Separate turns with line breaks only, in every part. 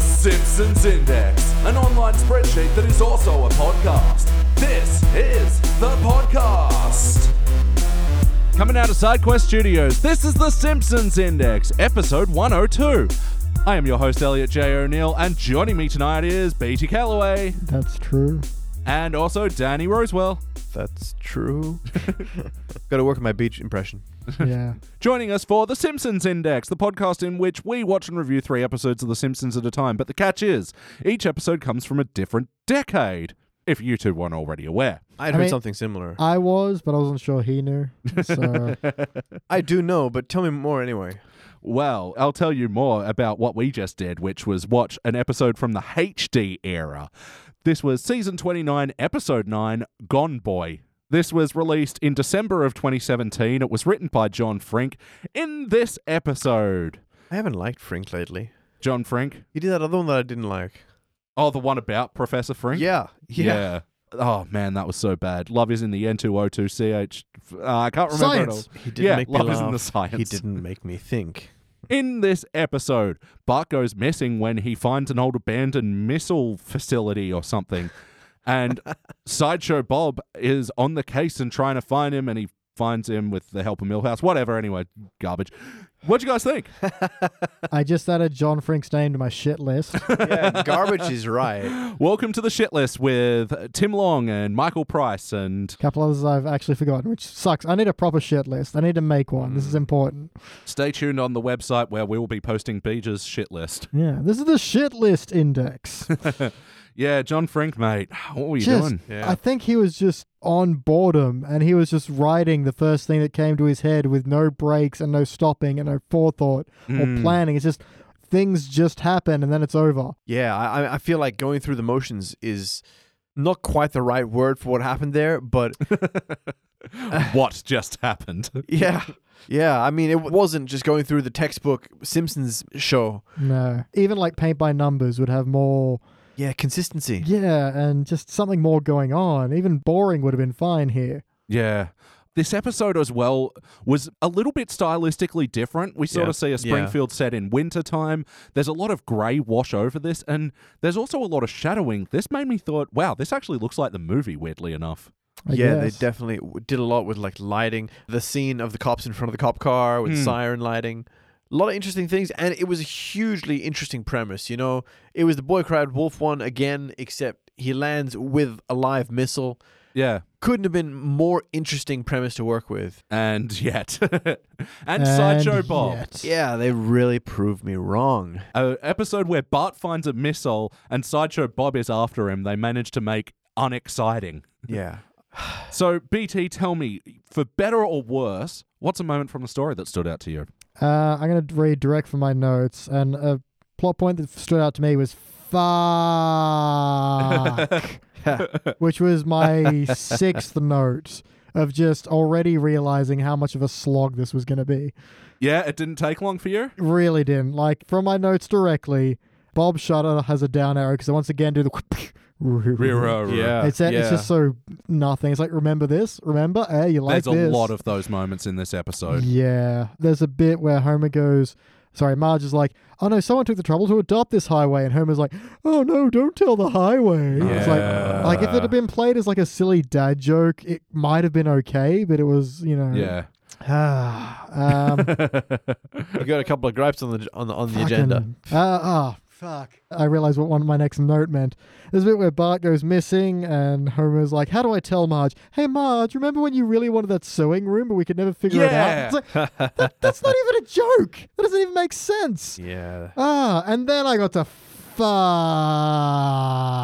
Simpsons Index, an online spreadsheet that is also a podcast. This is the podcast. Coming out of SideQuest Studios, this is the Simpsons Index, episode 102. I am your host, Elliot J. O'Neill, and joining me tonight is BT Calloway
That's true.
and also Danny Rosewell.
That's true. Got to work on my beach impression.
Yeah.
Joining us for The Simpsons Index, the podcast in which we watch and review three episodes of The Simpsons at a time. But the catch is, each episode comes from a different decade, if you two weren't already aware.
I'd
I
heard
mean-
something similar.
I was, but I wasn't sure he knew. So
I do know, but tell me more anyway.
Well, I'll tell you more about what we just did, which was watch an episode from the HD era. This was season 29, episode 9, Gone Boy. This was released in December of 2017. It was written by John Frink. In this episode,
I haven't liked Frink lately.
John Frink,
He did that other one that I didn't like.
oh, the one about Professor Frink?
Yeah, yeah.
Oh man, that was so bad. Love is in the N2O2CH. Uh, I can't remember it all.
science.
He didn't
Yeah,
make
love
me
is in the
laugh.
science.
He didn't make me think.
In this episode, Bart goes missing when he finds an old abandoned missile facility or something. And Sideshow Bob is on the case and trying to find him, and he finds him with the help of Millhouse. Whatever, anyway, garbage. What'd you guys think?
I just added John Frink's name to my shit list.
Yeah, garbage is right.
Welcome to the shit list with Tim Long and Michael Price and
couple others I've actually forgotten, which sucks. I need a proper shit list. I need to make one.
Mm.
This is important.
Stay tuned on the website where we will be posting Beege's shit list.
Yeah. This is the shit list index.
Yeah, John Frank, mate. What were you
just,
doing?
Yeah.
I think he was just on boredom and he was just writing the first thing that came to his head with no breaks and no stopping and no forethought
Mm.
or planning. It's just things just happen and then it's over.
Yeah, I, I- I feel like going through the motions is not quite the right word for what happened there, but
What just happened?
yeah, yeah. I mean, it wasn't just going through the textbook Simpsons show.
No. Even like paint by numbers would have more
Yeah, consistency.
Yeah, and just something more going on. Even boring would have been fine here.
Yeah. This episode as well was a little bit stylistically different. We sort
Yeah.
of see
Yeah.
a Springfield set in wintertime. There's a lot of grey wash over this, and there's also a lot of shadowing. This made me thought, wow, this actually looks like the movie, weirdly enough.
I
yeah,
guess.
they definitely w- did a lot with like lighting, the scene of the cops in front of the cop car with
Hmm.
siren lighting. A lot of interesting things, and it was a hugely interesting premise. You know, it was the boy cried wolf one again, except he lands with a live missile.
Yeah.
Couldn't have been more interesting premise to work with.
And yet. and, Sideshow Bob.
yet.
Yeah, they really proved me wrong.
A episode where Bart finds a missile and Sideshow Bob is after him, they manage to make unexciting.
Yeah.
So, BT, tell me, for better or worse, what's a moment from the story that stood out to you?
Uh, I'm going to read direct from my notes, and a plot point that stood out to me was fuck, which was my sixth note of just already realizing how much of a slog this was going to be.
Yeah, it didn't take long for you?
Really didn't. Like, from my notes directly, Bob Shutter has a down arrow because I once again do the.
Yeah.
It's, it's just so nothing. It's like, remember this? Remember? Hey, you like
There's
this?
a lot of those moments in this episode.
Yeah. There's a bit where Homer goes, sorry, Marge is like, oh no, someone took the trouble to adopt this highway. And Homer's like, oh no, don't tell the highway. It's
Yeah.
like, like if it had been played as like a silly dad joke, it might have been okay, but it was, you know.
Yeah.
um,
You got a couple of gripes on the on the, on the
fucking-
agenda.
Uh, oh, fuck. I realized what one of my next note meant. There's a bit where Bart goes missing, and Homer's like, How do I tell Marge? Hey, Marge, remember when you really wanted that sewing room, but we could never figure
Yeah.
it out? It's like, that, that's not even a joke. That doesn't even make sense.
Yeah.
Ah, and then I got to fuck.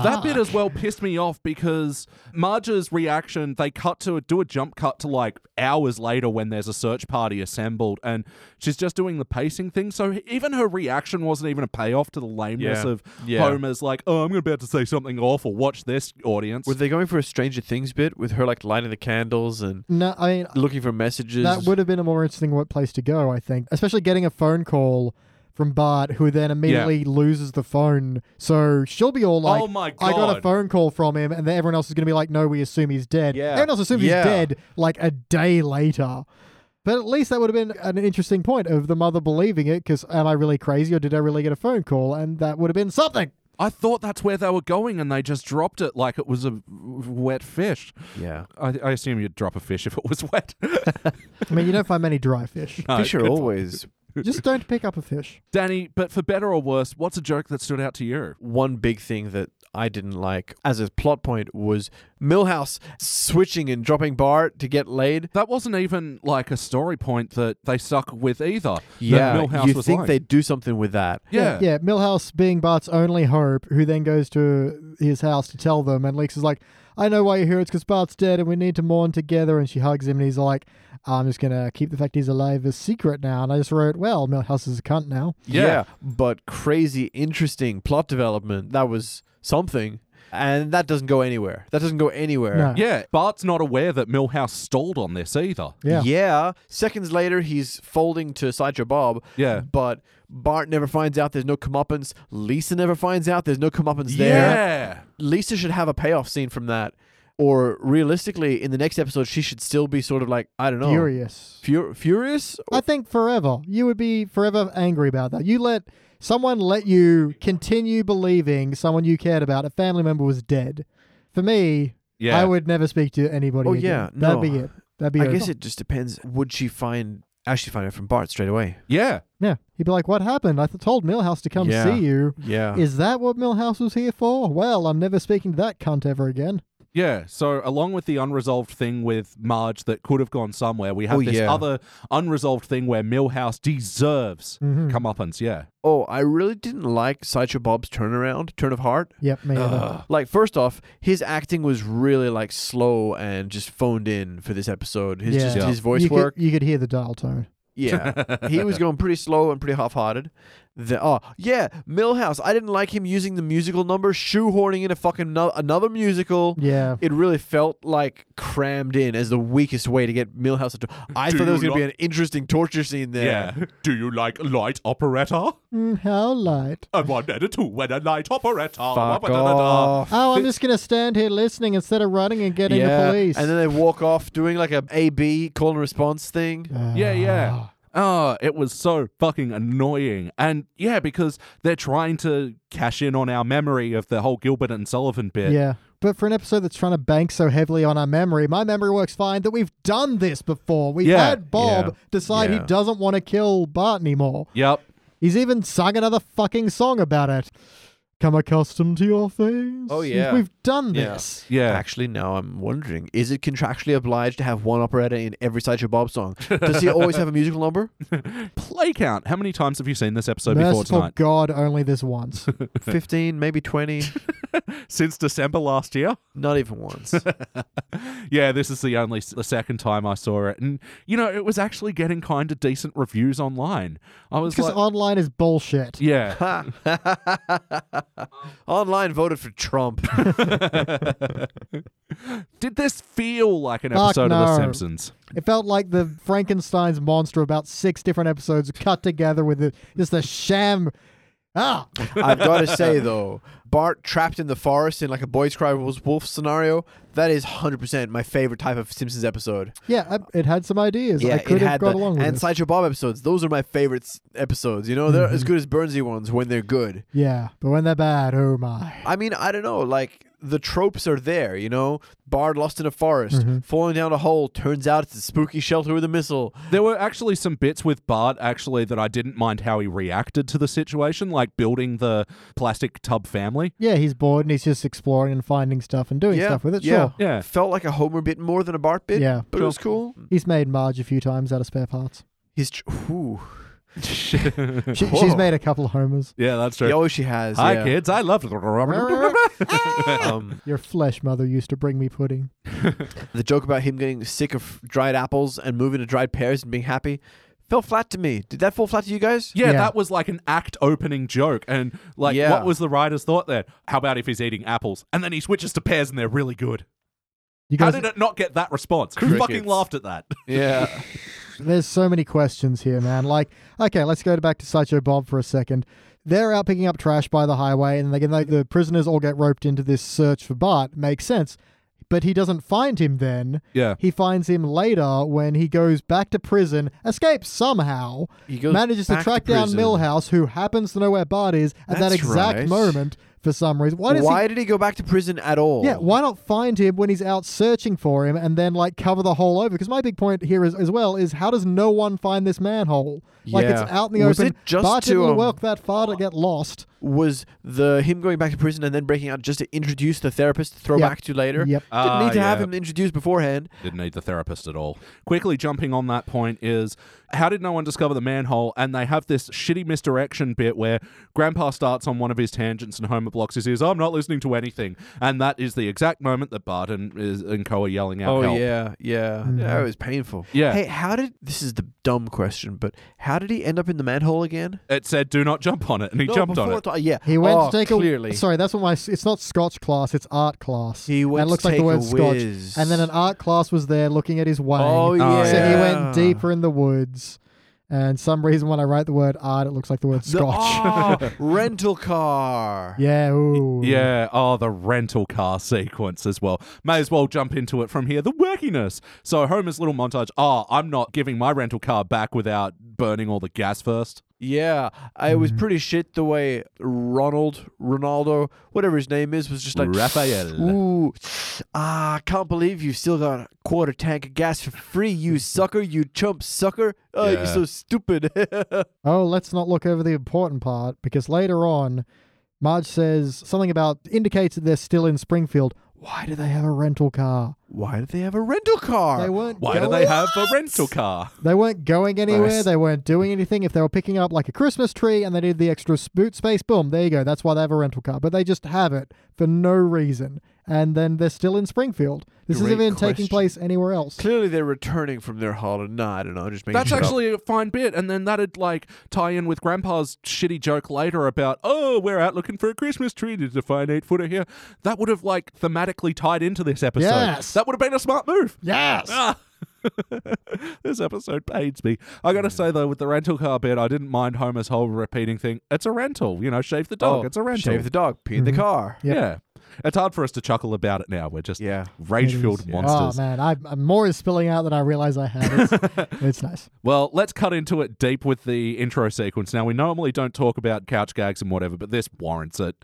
That bit as well pissed me off because Marge's reaction, they cut to a, do a jump cut to like hours later when there's a search party assembled and she's just doing the pacing thing. So even her reaction wasn't even a payoff to the lameness
Yeah.
of
Yeah.
Homer's like, oh, I'm about to say something awful. Watch this, audience.
Were they going for a Stranger Things bit with her like lighting the candles and
No, I mean,
looking for messages?
That would have been a more interesting wo- place to go, I think. Especially getting a phone call from Bart, who then immediately loses the phone. So she'll be all like,
Oh my
I got a
God.
phone call from him. And then everyone else is going to be like, No, we assume he's dead.
Yeah.
Everyone else assumes
Yeah.
he's dead like a day later. But at least that would have been an interesting point of the mother believing it because am I really crazy or did I really get a phone call? And that would have been something.
I thought that's where they were going, and they just dropped it like it was a w- wet fish.
Yeah.
I, I assume you'd drop a fish if it was wet.
I mean, you don't find many dry fish.
No,
Fish are
good-
always
Just don't pick up a fish.
Danny, but for better or worse, what's a joke that stood out to you?
one big thing that I didn't like as a plot point was Millhouse switching and dropping Bart to get laid.
That wasn't even like a story point that they suck with either. that Milhouse
you
was
think
like.
they'd do something with that?
Yeah.
Yeah, Millhouse being Bart's only hope, who then goes to his house to tell them. And Leeks is like, I know why you're here. It's because Bart's dead and we need to mourn together. And she hugs him and he's like, I'm just going to keep the fact he's alive a secret now. And I just wrote, well, Millhouse is a cunt now.
Yeah.
but crazy, interesting plot development. That was something, and that doesn't go anywhere. That doesn't go anywhere.
No.
Yeah, Bart's not aware that Millhouse stalled on this either.
Yeah.
Seconds later, he's folding to Sideshow Bob.
Yeah.
But Bart never finds out there's no comeuppance. Lisa never finds out there's no comeuppance there.
Yeah.
Lisa should have a payoff scene from that. Or realistically, in the next episode, she should still be sort of like, I don't know.
Furious.
Fur- furious?
I think forever. You would be forever angry about that. You let someone let you continue believing someone you cared about, a family member was dead. For me,
Yeah.
I would never speak to anybody.
Oh,
again.
yeah, no.
that'd be it. That'd be.
I guess
over.
it just depends. Would she find actually find out from Bart straight away?
Yeah.
Yeah, he'd be like, "What happened? I th- told Millhouse to come
Yeah.
see you.
Yeah.
Is that what Millhouse was here for? Well, I'm never speaking to that cunt ever again."
Yeah. So, along with the unresolved thing with Marge that could have gone somewhere, we have
Oh,
this
yeah.
other unresolved thing where Millhouse deserves
Mhm.
comeuppance. Yeah.
oh, I really didn't like Sideshow Bob's turnaround, turn of heart.
Yep, me. neither.
Like, first off, his acting was really like slow and just phoned in for this episode. His
Yeah.
just
Yeah.
his voice
you
work.
Could, you could hear the dial tone.
Yeah, he was going pretty slow and pretty half-hearted. The, oh yeah, Millhouse. I didn't like him using the musical number, shoehorning in a fucking no- another musical.
Yeah.
It really felt like crammed in as the weakest way to get Millhouse. To- I
Do
thought there was
you
gonna be
not-
an interesting torture scene there.
Yeah. Do you like light operetta?
Mm, how light.
I want at two when a light operetta.
Fuck
Wa-ba-da-da-da.
off.
Oh, I'm just gonna stand here listening instead of running and getting the police.
and then they walk off doing like a A B call and response thing.
Ah.
Yeah, yeah. Oh, it was so fucking annoying. And yeah, because they're trying to cash in on our memory of the whole Gilbert and Sullivan bit.
Yeah. But for an episode that's trying to bank so heavily on our memory, my memory works fine that we've done this before. We've
Yeah.
had Bob
Yeah.
decide
Yeah.
he doesn't want to kill Bart anymore.
Yep.
He's even sung another fucking song about it. Come accustomed to your face.
Oh,
We've-
yeah.
We've done
Yeah.
this.
Yeah.
Actually, now I'm wondering: Is it contractually obliged to have one operetta in every Sideshow Bob song? Does he always have a musical number?
Play count. How many times have you seen this episode before
Merciful
tonight?
God, only this once.
15, maybe 20,
Since December last year?
not even once.
Yeah, this is the only the second time I saw it. And you know, it was actually getting kind of decent reviews online. I was
Because
like
online is bullshit.
Yeah.
Online voted for Trump.
Did this feel like an
Fuck
episode of The
no.
Simpsons?
It felt like the Frankenstein's monster about six different episodes cut together with the, just a sham. Ah,
I've got to say though, Bart trapped in the forest in like a Boys Cry Wolf Wolf scenario. That is 100% my favorite type of Simpsons episode.
yeah, I- it had some ideas. I could have got
the,
along with
and
it.
Sideshow Bob episodes. Those are my favorite s- episodes. You know, they're as good as Burnsy ones when they're good.
Yeah, but when they're bad, oh my.
I mean, I don't know. Like the tropes are there, you know. Bard lost in a forest, falling down a hole. Turns out it's a spooky shelter with a missile.
There were actually some bits with Bart actually that I didn't mind how he reacted to the situation, like building the plastic tub family.
Yeah, he's bored and he's just exploring and finding stuff and doing stuff with it.
Yeah,
Sure.
Yeah.
Felt like a Homer bit more than a Bart bit.
Yeah.
but it was cool.
He's made Marge a few times out of spare parts.
His tr- ooh.
She,
Whoa.
she's made a couple of homers.
Yeah, that's true.
oh, she has.
Hi
yeah.
kids, I love
Um,
Your flesh mother used to bring me pudding.
the joke about him getting sick of dried apples and moving to dried pears and being happy fell flat to me. Did that fall flat to you guys?
Yeah,
Yeah.
that was like an act opening joke. And like
Yeah.
what was the writer's thought there? How about if he's eating apples? And then he switches to pears and they're really good.
You
How
guys,
did it not get that response? Who
Crickets.
fucking laughed at that?
Yeah.
there's so many questions here, man. Like, okay, let's go back to Sideshow Bob for a second. They're out picking up trash by the highway, and they get, like, the prisoners all get roped into this search for Bart. Makes sense. but he doesn't find him then.
Yeah.
He finds him later when he goes back to prison, escapes somehow,
He goes
manages to
back to
track down
prison.
Millhouse, who happens to know where Bart is at that
That's
exact
right.
moment for some reason. Why does
why
he?
did he go back to prison at all?
Yeah, why not find him when he's out searching for him and then like cover the hole over? Because my big point here is as well is how does no one find this manhole? Like it's
Yeah.
out in the
Was
open.
it just
Bart
to,
didn't
um,
walk that far to get lost.
was the him going back to prison and then breaking out just to introduce the therapist to throw
Yep.
back to later?
Yep.
Didn't need
Ah,
to have
yeah.
him introduced beforehand.
Didn't need the therapist at all. Quickly jumping on that point is how did no one discover the manhole? And they have this shitty misdirection bit where Grandpa starts on one of his tangents and Homer blocks his ears. I'm not listening to anything. And that is the exact moment that Bart and, is, and Co are yelling out.
Oh
help.
yeah, yeah.
Mm-hmm.
That was painful.
Yeah.
Hey, how did this is the dumb question, but how did he end up in the manhole again?
It said, do not jump on it. And he jumped on it.
yeah.
He went
Oh,
to take
clearly.
a sorry. That's what my it's not Scotch class. It's art class.
He went
and it looks
to
like the word
take a
Scotch.
whiz.
And then an art class was there looking at his wang.
Oh yeah.
so he
yeah.
went deeper in the woods. And some reason when I write the word art, it looks like the word
The-
Scotch.
oh, rental car.
yeah. Ooh.
Yeah, oh, the rental car sequence as well. May as well jump into it from here. The workiness. So, Homer's little montage. Oh, I'm not giving my rental car back without burning all the gas first.
Yeah, I was
Mm-hmm.
pretty shit the way Ronald, Ronaldo, whatever his name is, was just like
Raphael.
Ooh, ah, I can't believe you still got a quarter tank of gas for free, you sucker, you chump sucker. Oh,
Yeah.
you're so stupid.
Oh, let's not look over the important part because later on, Marge says something about indicates that they're still in Springfield. Why do they have a rental car?
Why do they have a rental car?
They weren't.
Why do
going-
they have a rental car?
They weren't going anywhere.
Nice.
They weren't doing anything. If they were picking up like a Christmas tree and they needed the extra s- boot space, boom, there you go. That's why they have a rental car. But they just have it for no reason. And then they're still in Springfield. This
Great
isn't even taking
question.
place anywhere else.
Clearly, they're returning from their holiday. No, I don't know. I'm just making
That's
shit up.
actually a fine bit, and then that'd like tie in with Grandpa's shitty joke later about, oh, we're out looking for a Christmas tree to define eight footer here. That would have like thematically tied into this episode.
Yes.
That would have been a smart move.
Yes.
Ah. this episode pains me. I
Mm.
gotta say though, with the rental car bit, I didn't mind Homer's whole repeating thing. It's a rental, you know. Shave the dog.
Oh,
it's a rental. Mm-hmm.
Shave the dog, pee in the car.
Yep.
Yeah, it's hard for us to chuckle about it now. We're just
Yeah. Ah,
rage-filled
Oh
monsters.
man, I, I- more is spilling out than I realize I had. It's, it's nice.
well, let's cut into it deep with the intro sequence. Now we normally don't talk about couch gags and whatever, but this warrants it.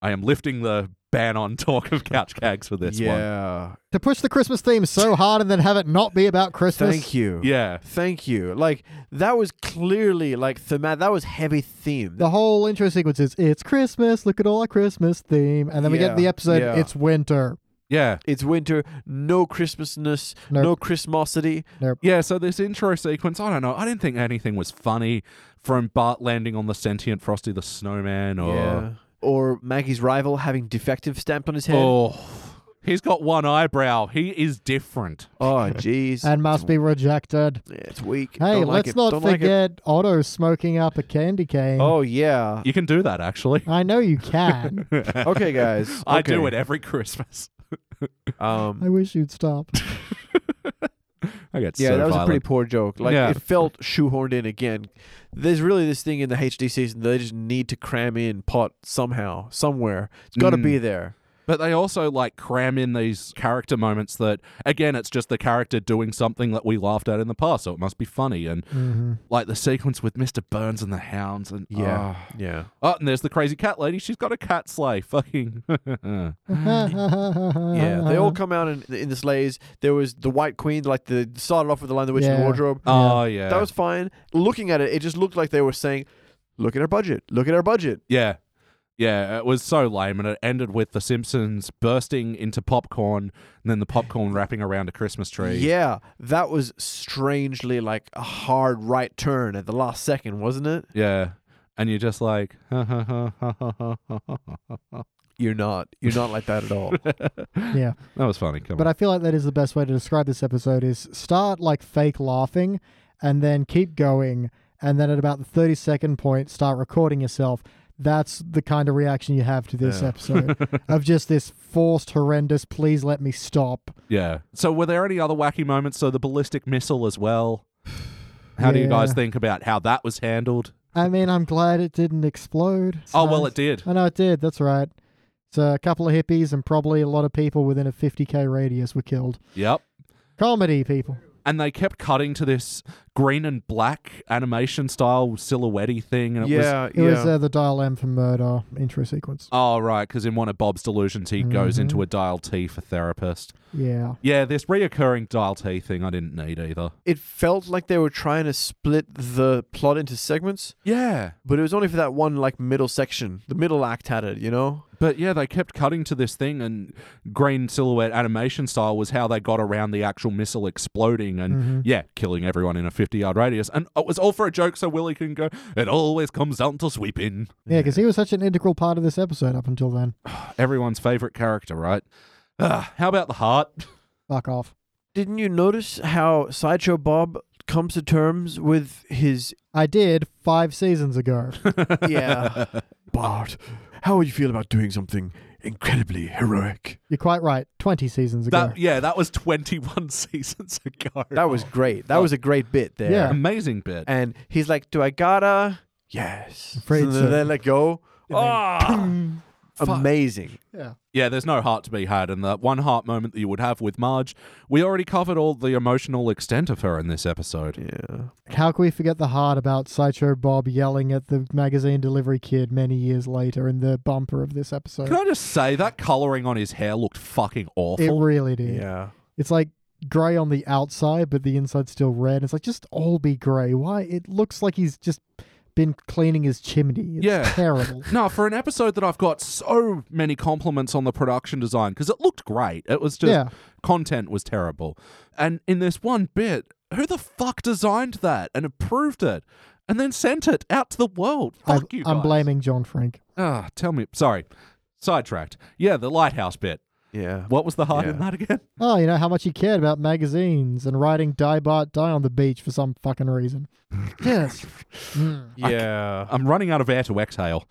I am lifting the ban on talk of couch gags for this one.
yeah.
To push the Christmas theme so hard and then have it not be about Christmas.
Thank you.
Yeah,
Thank you. Like that was clearly like thematic. That was heavy theme.
The whole intro sequence is it's Christmas, look at all our Christmas theme, and then we
Yeah,
get the episode
yeah.
it's winter.
yeah.
it's winter, no Christmasness,
Nope.
no Christmasity.
Yeah, so this intro sequence, I don't know. I didn't think anything was funny from Bart landing on the sentient Frosty the Snowman or.
Or Maggie's rival having defective stamped on his head.
Oh. He's got one eyebrow. He is different.
Oh, jeez.
and must be rejected.
Yeah, it's weak.
Hey,
Don't like
let's
it.
not
Don't like it.
forget Otto smoking up a candy cane.
Oh yeah.
You can do that, actually.
I know you can.
Okay, guys.
I do it
Okay.
every Christmas.
I
Um.
wish you'd stop.
I get
Yeah,
so
that was a pretty
violent.
poor joke. Like
Yeah.
it felt shoehorned in again. There's really this thing in the HD season that they just need to cram in pot somehow, somewhere. It's got to
Mm.
be there.
But they also like cram in these character moments that, again, it's just the character doing something that we laughed at in the past, so it must be funny. And
Mhm.
like the sequence with Mr. Burns and the hounds, and
Yeah.
Oh.
Yeah.
Oh, and there's the crazy cat lady. She's got a cat sleigh. Fucking.
Yeah, they
Uh-huh.
all come out in, in the sleighs. There was the White Queen, like the started off with the line the witch in the
Yeah.
wardrobe.
Oh yeah.
That was fine. Looking at it, it just looked like they were saying, "Look at our budget. Look at our budget."
yeah. Yeah, it was so lame and it ended with the Simpsons bursting into popcorn and then the popcorn wrapping around a Christmas tree.
Yeah, that was strangely like a hard right turn at the last second, wasn't it?
Yeah. And you're just like That
You're not. You're not like that at all.
Yeah.
was funny. Come
But
on.
I feel like that is the best way to describe this episode is start like fake laughing and then keep going and then at about the 30 second point start recording yourself. That's the kind of reaction you have to this
Yeah.
episode of just this forced horrendous please let me stop.
yeah. So were there any other wacky moments? So the ballistic missile as well. How do you guys
Yeah.
think about how that was handled?
I mean, I'm glad it didn't explode. It's
Oh well
nice.
it did.
I know it did. That's right. So a couple of hippies and probably a lot of people within a 50k radius were killed.
Yep.
Comedy people.
And they kept cutting to this green and black animation style silhouette thing. And it was
yeah,
It
yeah.
was uh, the dial M for murder intro sequence.
Oh, right, because in one of Bob's delusions, he goes into a dial T for therapist.
Yeah.
Yeah, this reoccurring dial T thing I didn't need either.
it felt like they were trying to split the plot into segments,
Yeah.
but it was only for that one like middle section. The middle act had it, you know.
But yeah, they kept cutting to this thing, and green silhouette animation style was how they got around the actual missile exploding and,
Mm-hmm.
yeah, killing everyone in a 50 yard radius. And it was all for a joke, so Willie can go, It always comes down to sweeping.
Yeah, because he was such an integral part of this episode up until then.
Everyone's favorite character, right? Ah, how about the heart?
Fuck off.
Didn't you notice how Sideshow Bob comes to terms with his
I did five seasons ago.
yeah Bart? How would you feel about doing something incredibly heroic?
You're quite right. 20 seasons ago.
That, yeah, that was 21 seasons ago.
That was great. That was a great bit there.
Yeah.
amazing bit.
And he's like, "Do I gotta?" Yes.
Afraid
so,
so.
Then let go.
Ah!
Amazing.
yeah.
Yeah, there's no heart to be had, and that one heart moment that you would have with Marge, we already covered all the emotional extent of her in this episode.
Yeah.
How can we forget the heart about Sideshow Bob yelling at the magazine delivery kid many years later in the bumper of this episode?
Can I just say that coloring on his hair looked fucking
It
awful?
really did.
Yeah.
It's like grey on the outside, but the inside's still red. It's like just all be grey. Why? It looks like he's just been cleaning his chimney. It's
Yeah.
terrible.
no, for an episode that I've got so many compliments on the production design because it looked great. It was just
Yeah.
content was terrible, and in this one bit, who the fuck designed that and approved it, and then sent it out to the world?
I,
Fuck you!
I'm
guys.
blaming John Frank.
Ah, tell me. Sorry, sidetracked. Yeah, the lighthouse bit.
Yeah.
What was the heart in
Yeah.
that again?
Oh, you know how much he cared about magazines and writing Die Bart Die on the beach for some fucking reason. yes. Mm.
Yeah.
I'm running out of air to exhale.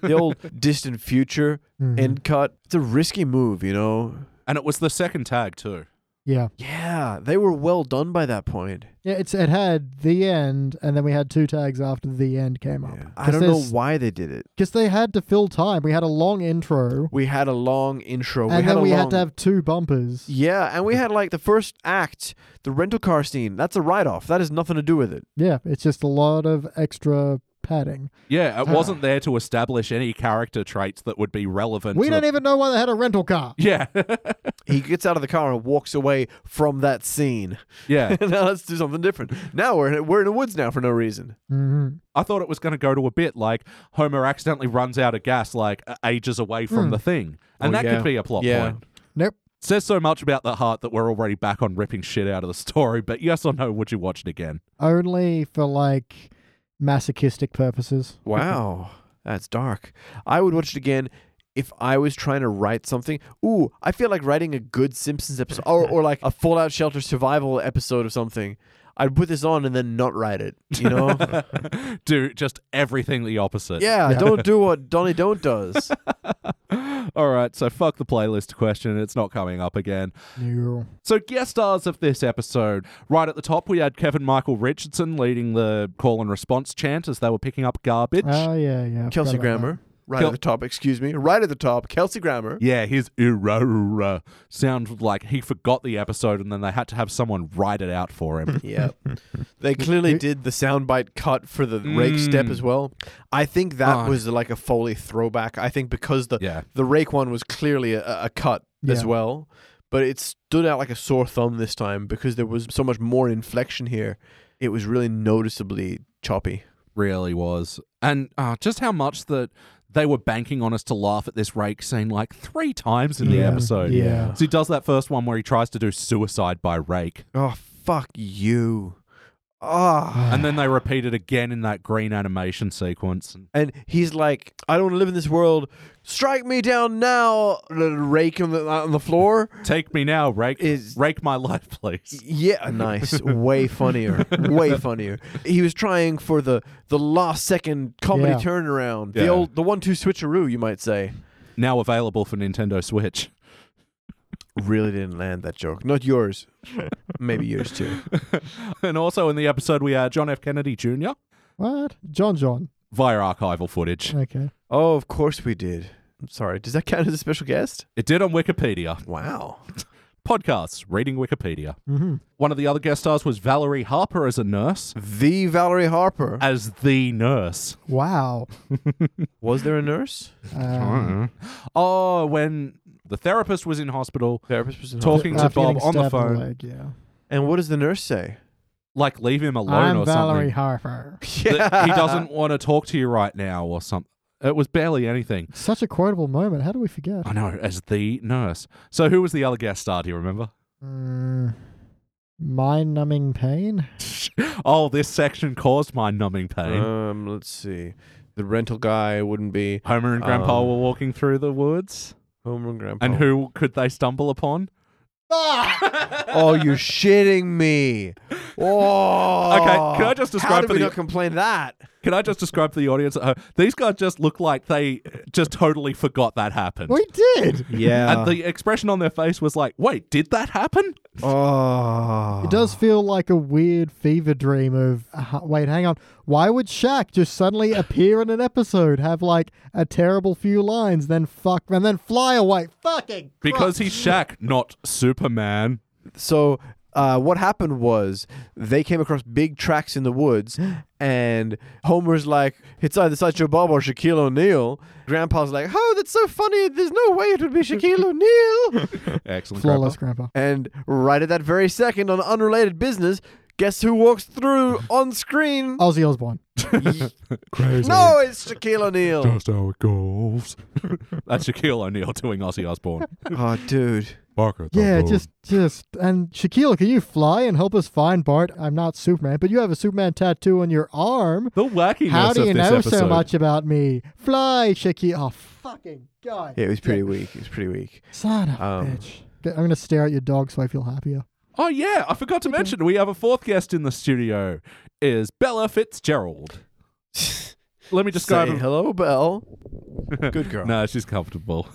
the old distant future
Mhm.
end cut. It's a risky move, you know.
And it was the second tag, too.
Yeah.
Yeah, they were well done by that point.
Yeah, it's it had the end, and then we had two tags after the end came up.
I don't know
there's-
why they did it.
Because they had to fill time. We had a long intro,
We had a long intro. we
and
had
then
a
we
long...
had to have two bumpers.
Yeah, and we had like the first act, the rental car scene. That's a write off. That has nothing to do with it.
Yeah, it's just a lot of extra padding.
Yeah, it
Ah.
wasn't there to establish any character traits that would be relevant.
We
to
don't
the-
even know why they had a rental car.
Yeah,
He gets out of the car and walks away from that scene.
yeah.
now let's do something different. Now we're in, we're in the woods now for no reason.
hmm
I thought it was going to go to a bit like Homer accidentally runs out of gas, like a- ages away
Hmm.
from the thing, and
Well,
that
yeah.
could be a plot
Yeah.
point.
Nope.
Says so much about the heart that we're already back on ripping shit out of the story. But yes or no, would you watch it again?
Only for like masochistic purposes.
Wow, that's dark. I would watch it again if I was trying to write something. Ooh, I feel like writing a good Simpsons episode or, or like a Fallout Shelter survival episode of something. I'd put this on and then not write it, you know?
Do just everything the opposite.
yeah, don't do what Donnie Don't does.
All right. So fuck the playlist question. It's not coming up again.
No.
So, guest stars of this episode. Right at the top, we had Kevin Michael Richardson leading the call and response chant as they were picking up garbage.
Oh yeah, yeah. forgot about
Kelsey
that.
Grammer, right
Kel-
at the top, excuse me, right at the top, Kelsey Grammer.
yeah, his Urora sounded like he forgot the episode and then they had to have someone write it out for him.
Yeah. they clearly did the soundbite cut for the rake step
Mm.
as well. I think that
Oh.
was like a Foley throwback. I think because the
yeah.
The rake one was clearly a, a cut as
Yeah.
well, but it stood out like a sore thumb this time because there was so much more inflection here. It was really noticeably choppy.
Really was. And uh, just how much that they were banking on us to laugh at this rake scene like three times in the
Yeah,
episode.
yeah.
So he does that first one where he tries to do suicide by rake.
Oh fuck you! Ah.
And then they repeat it again in that green animation sequence.
And he's like, I don't want to live in this world. Strike me down now, the rake on the on the floor.
Take me now, rake.
Is-
rake my life, please.
Yeah, nice. Way funnier. Way funnier. He was trying for the the last second comedy
Yeah.
turnaround. The
Yeah.
old the one two switcheroo, you might say.
now available for Nintendo Switch.
really didn't land that joke. Not yours. Maybe yours too.
and also in the episode, we are John F. Kennedy Jr.
What? John John.
via archival footage.
Okay.
Oh, of course we did. Sorry, does that count as a special guest?
It did on Wikipedia.
Wow.
Podcasts, reading Wikipedia.
Mm-hmm.
One of the other guest stars was Valerie Harper as a nurse,
The Valerie Harper.
as the nurse.
Wow.
Was there a nurse?
Um,
Oh, when the therapist was in hospital,
Therapist was a nurse.
Talking- to
after
Bob
getting
on the
stabbed uh, in
phone.
leg, yeah.
And what does the nurse say?
like leave him alone
I'm
or
Valerie
something.
Harper.
That he doesn't want to talk to you right now or something. It was barely anything.
Such a quotable moment. How do we forget?
I know, as the nurse. So who was the other guest star? Do you remember?
Mm, Mind numbing pain?
Oh, this section caused my numbing pain.
Uh,
Um, let's see. The rental guy wouldn't be
Homer and Grandpa
um,
were walking through the woods,
Homer and Grandpa.
and
oh.
who could they stumble upon?
Oh, you're shitting me. Oh.
Okay, can I just
How
describe
did
for
we
the-
not complain that?
Can I just describe to the audience at home? These guys just look like they just totally forgot that happened.
We did!
Yeah.
And the expression on their face was like, wait, did that happen?
It
oh.
Ah.
does feel like a weird fever dream of. Uh, wait, hang on. Why would Shaq just suddenly appear in an episode, have like a terrible few lines, then fuck, and then fly away? Fucking.
Because he's Shaq, not Superman.
So uh, what happened was they came across big tracks in the woods, and Homer's like, "It's either Sideshow Bob or Shaquille O'Neal." Grandpa's like, "Oh, that's so funny. There's no way it would be Shaquille O'Neal."
Excellent.
Flawless,
Grandpa.
Grandpa.
and right at that very second, on unrelated business, guess who walks through on screen?
Ozzy Osbourne.
Crazy.
No, it's Shaquille O'Neal.
how it goes. That's Shaquille O'Neal doing Ozzy Osbourne.
oh, dude.
Barker.
Yeah, just, just, and Shaquille, can you fly and help us find Bart? I'm not Superman, but you have a Superman tattoo on your arm.
The wackiness
How do
of
you
this
know
episode.
so much about me? Fly, Shaquille. Oh, fucking god.
Yeah, it was pretty weak. It was pretty weak.
Son of a
Um,
bitch. I'm gonna stare at your dog so I feel happier.
Oh yeah, I forgot to mention we have a fourth guest in the studio. Is Bella Fitzgerald? Let me describe
Say
her.
hello, Belle. Good girl.
No, she's comfortable.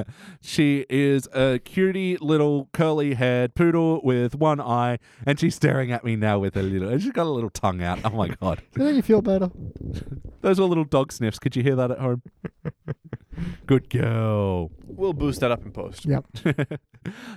she is a cutie little curly haired poodle with one eye, and she's staring at me now with a little. And she's got a little tongue out. Oh my god,
Don't you feel better?
those were little dog sniffs. Could you hear that at home? Good girl.
We'll boost that up in post.
Yep.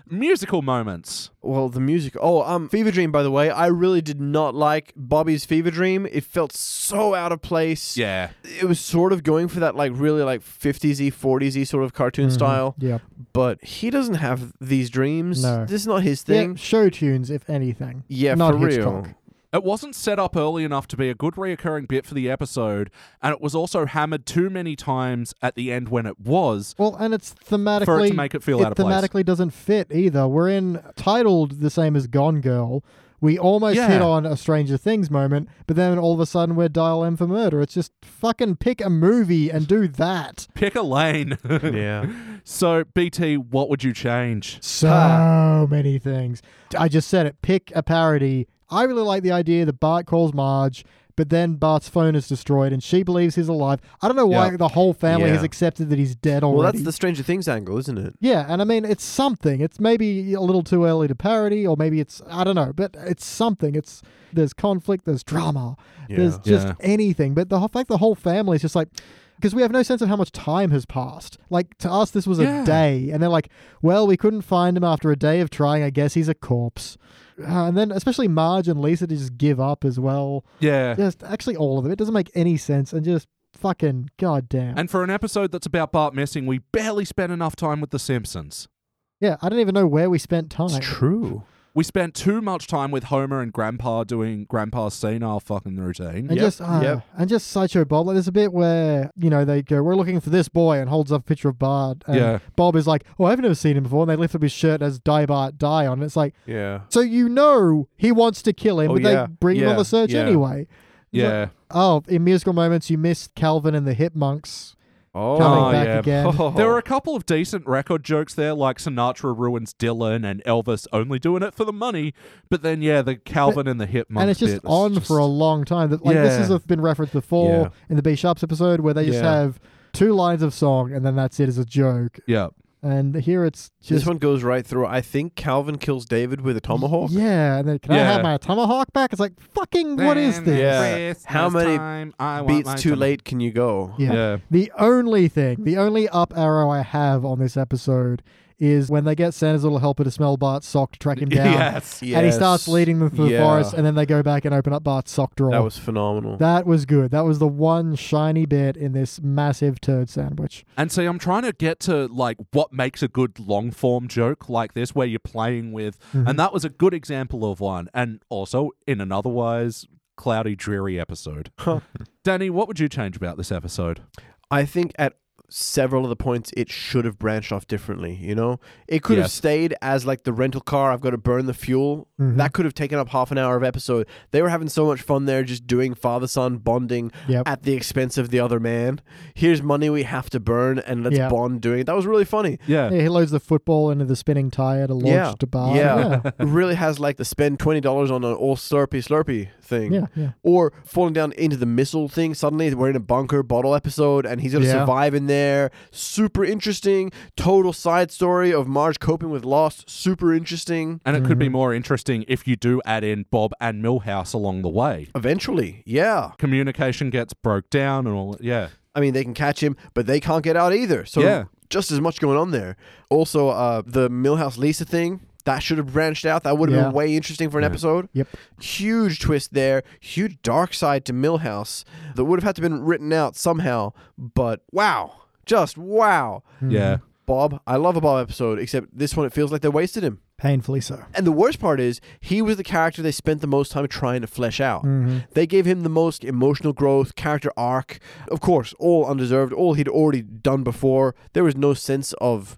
Musical moments.
Well, the music. Oh, um, Fever Dream. By the way, I really did not like Bobby's Fever Dream. It felt so out of place.
Yeah.
it was sort of going for that like really like fifties y, forties y sort of cartoon style.
Yep.
But he doesn't have these dreams.
No.
this is not his
Yeah,
thing.
show tunes, if anything.
Yeah,
Not
for
Hitchcock.
real.
It wasn't set up early enough to be a good reoccurring bit for the episode, and it was also hammered too many times at the end when it was.
Well, and it's thematically
make it feel out of place.
thematically doesn't fit either. We're in titled the same as Gone Girl. We almost
Yeah.
hit on a Stranger Things moment, but then all of a sudden we're dial M for murder. It's just fucking pick a movie and do that.
Pick a lane.
Yeah,
so, BT, what would you change?
So many things. I just said it. Pick a parody. I really like the idea that Bart calls Marge, but then Bart's phone is destroyed and she believes he's alive. I don't know why
Yeah.
the whole family
Yeah.
has accepted that he's dead already.
well, that's the Stranger Things angle, isn't it?
Yeah, and I mean it's something. It's maybe a little too early to parody, or maybe it's I don't know, but it's something. It's there's conflict, there's drama, there's just
Yeah.
anything. But the whole fact the whole family is just like because we have no sense of how much time has passed. Like to us, this was
Yeah.
a day, and they're like, "Well, we couldn't find him after a day of trying. I guess he's a corpse." Uh, and then especially Marge and Lisa to just give up as well.
Yeah.
Just actually all of it. It doesn't make any sense, and just fucking goddamn.
And for an episode that's about Bart missing, we barely spent enough time with The Simpsons.
yeah, I don't even know where we spent time.
true.
We spent too much time with Homer and Grandpa doing Grandpa's senile fucking routine.
And
Yep,
just uh,
yep.
and just sideshow Bob. Like, there's a bit where you know they go, "We're looking for this boy," and holds up a picture of Bart. And
Yeah.
Bob is like, "Oh, I've never seen him before." And they lift up his shirt as "Die Bart Die" on. it. It's like,
Yeah.
so you know he wants to kill him,
Oh,
but
yeah,
they bring him
yeah,
on the search
yeah.
anyway.
Yeah.
Oh, in musical moments, you missed Calvin and the Hip Monks.
Oh,
Coming back again.
There were a couple of decent record jokes there, like Sinatra ruins Dylan and Elvis only doing it for the money. But then, yeah, the Calvin and the Hitman.
and it's just on for a long time. That like this
Yeah.
has been referenced before
Yeah.
in the B Sharps episode where they just
Yeah.
have two lines of song and then that's it as a joke.
Yeah.
And here it's just
this one goes right through. I think Calvin kills David with a tomahawk.
yeah. And then can I
Yeah.
have my tomahawk back? It's like fucking what is
Then
this?
Yeah.
Christmas
How many
time, I want my
Beats too
time.
late. Can you go?
Yeah.
Yeah.
The only thing, the only up arrow I have on this episode is when they get Santa's little helper to smell Bart's sock to track him down.
Yes.
And he starts leading them through the
Yeah.
forest, and then they go back and open up Bart's sock drawer.
That was phenomenal.
That was good. That was the one shiny bit in this massive turd sandwich.
And see, I'm trying to get to like what makes a good long form joke like this, where you're playing with,
Mm-hmm.
and that was a good example of one. And also in an otherwise cloudy, dreary episode. Danny, what would you change about this episode?
I think at several of the points it should have branched off differently, you know? It could have
Yes.
stayed as like the rental car, I've got to burn the fuel.
Mm-hmm.
That could have taken up half an hour of episode. They were having so much fun there just doing father son bonding
Yep.
at the expense of the other man. Here's money we have to burn and let's
Yeah.
bond doing it. That was really funny.
Yeah.
Yeah, he loads the football into the spinning tire to launch
Yeah.
to Bart.
Yeah. it really has like the spend twenty dollars on an all slurpy slurpy thing.
Yeah, yeah.
Or falling down into the missile thing. Suddenly we're in a bunker bottle episode and he's gonna
Yeah.
survive in there. Super interesting. Total side story of Marge coping with loss. Super interesting.
And it could be more interesting if you do add in Bob and Millhouse along the way.
Eventually, yeah.
Communication gets broke down and all. Yeah.
I mean, they can catch him, but they can't get out either. So
Yeah.
just as much going on there. Also, uh, the Millhouse Lisa thing that should have branched out. That would have
Yeah.
been way interesting for an episode.
Yep.
Huge twist there. Huge dark side to Millhouse that would have had to been written out somehow. But wow, just wow.
Yeah.
Bob, I love a Bob episode, except this one it feels like they wasted him.
Painfully so.
And the worst part is, he was the character they spent the most time trying to flesh out.
Mm-hmm.
They gave him the most emotional growth, character arc. Of course, all undeserved, all he'd already done before. There was no sense of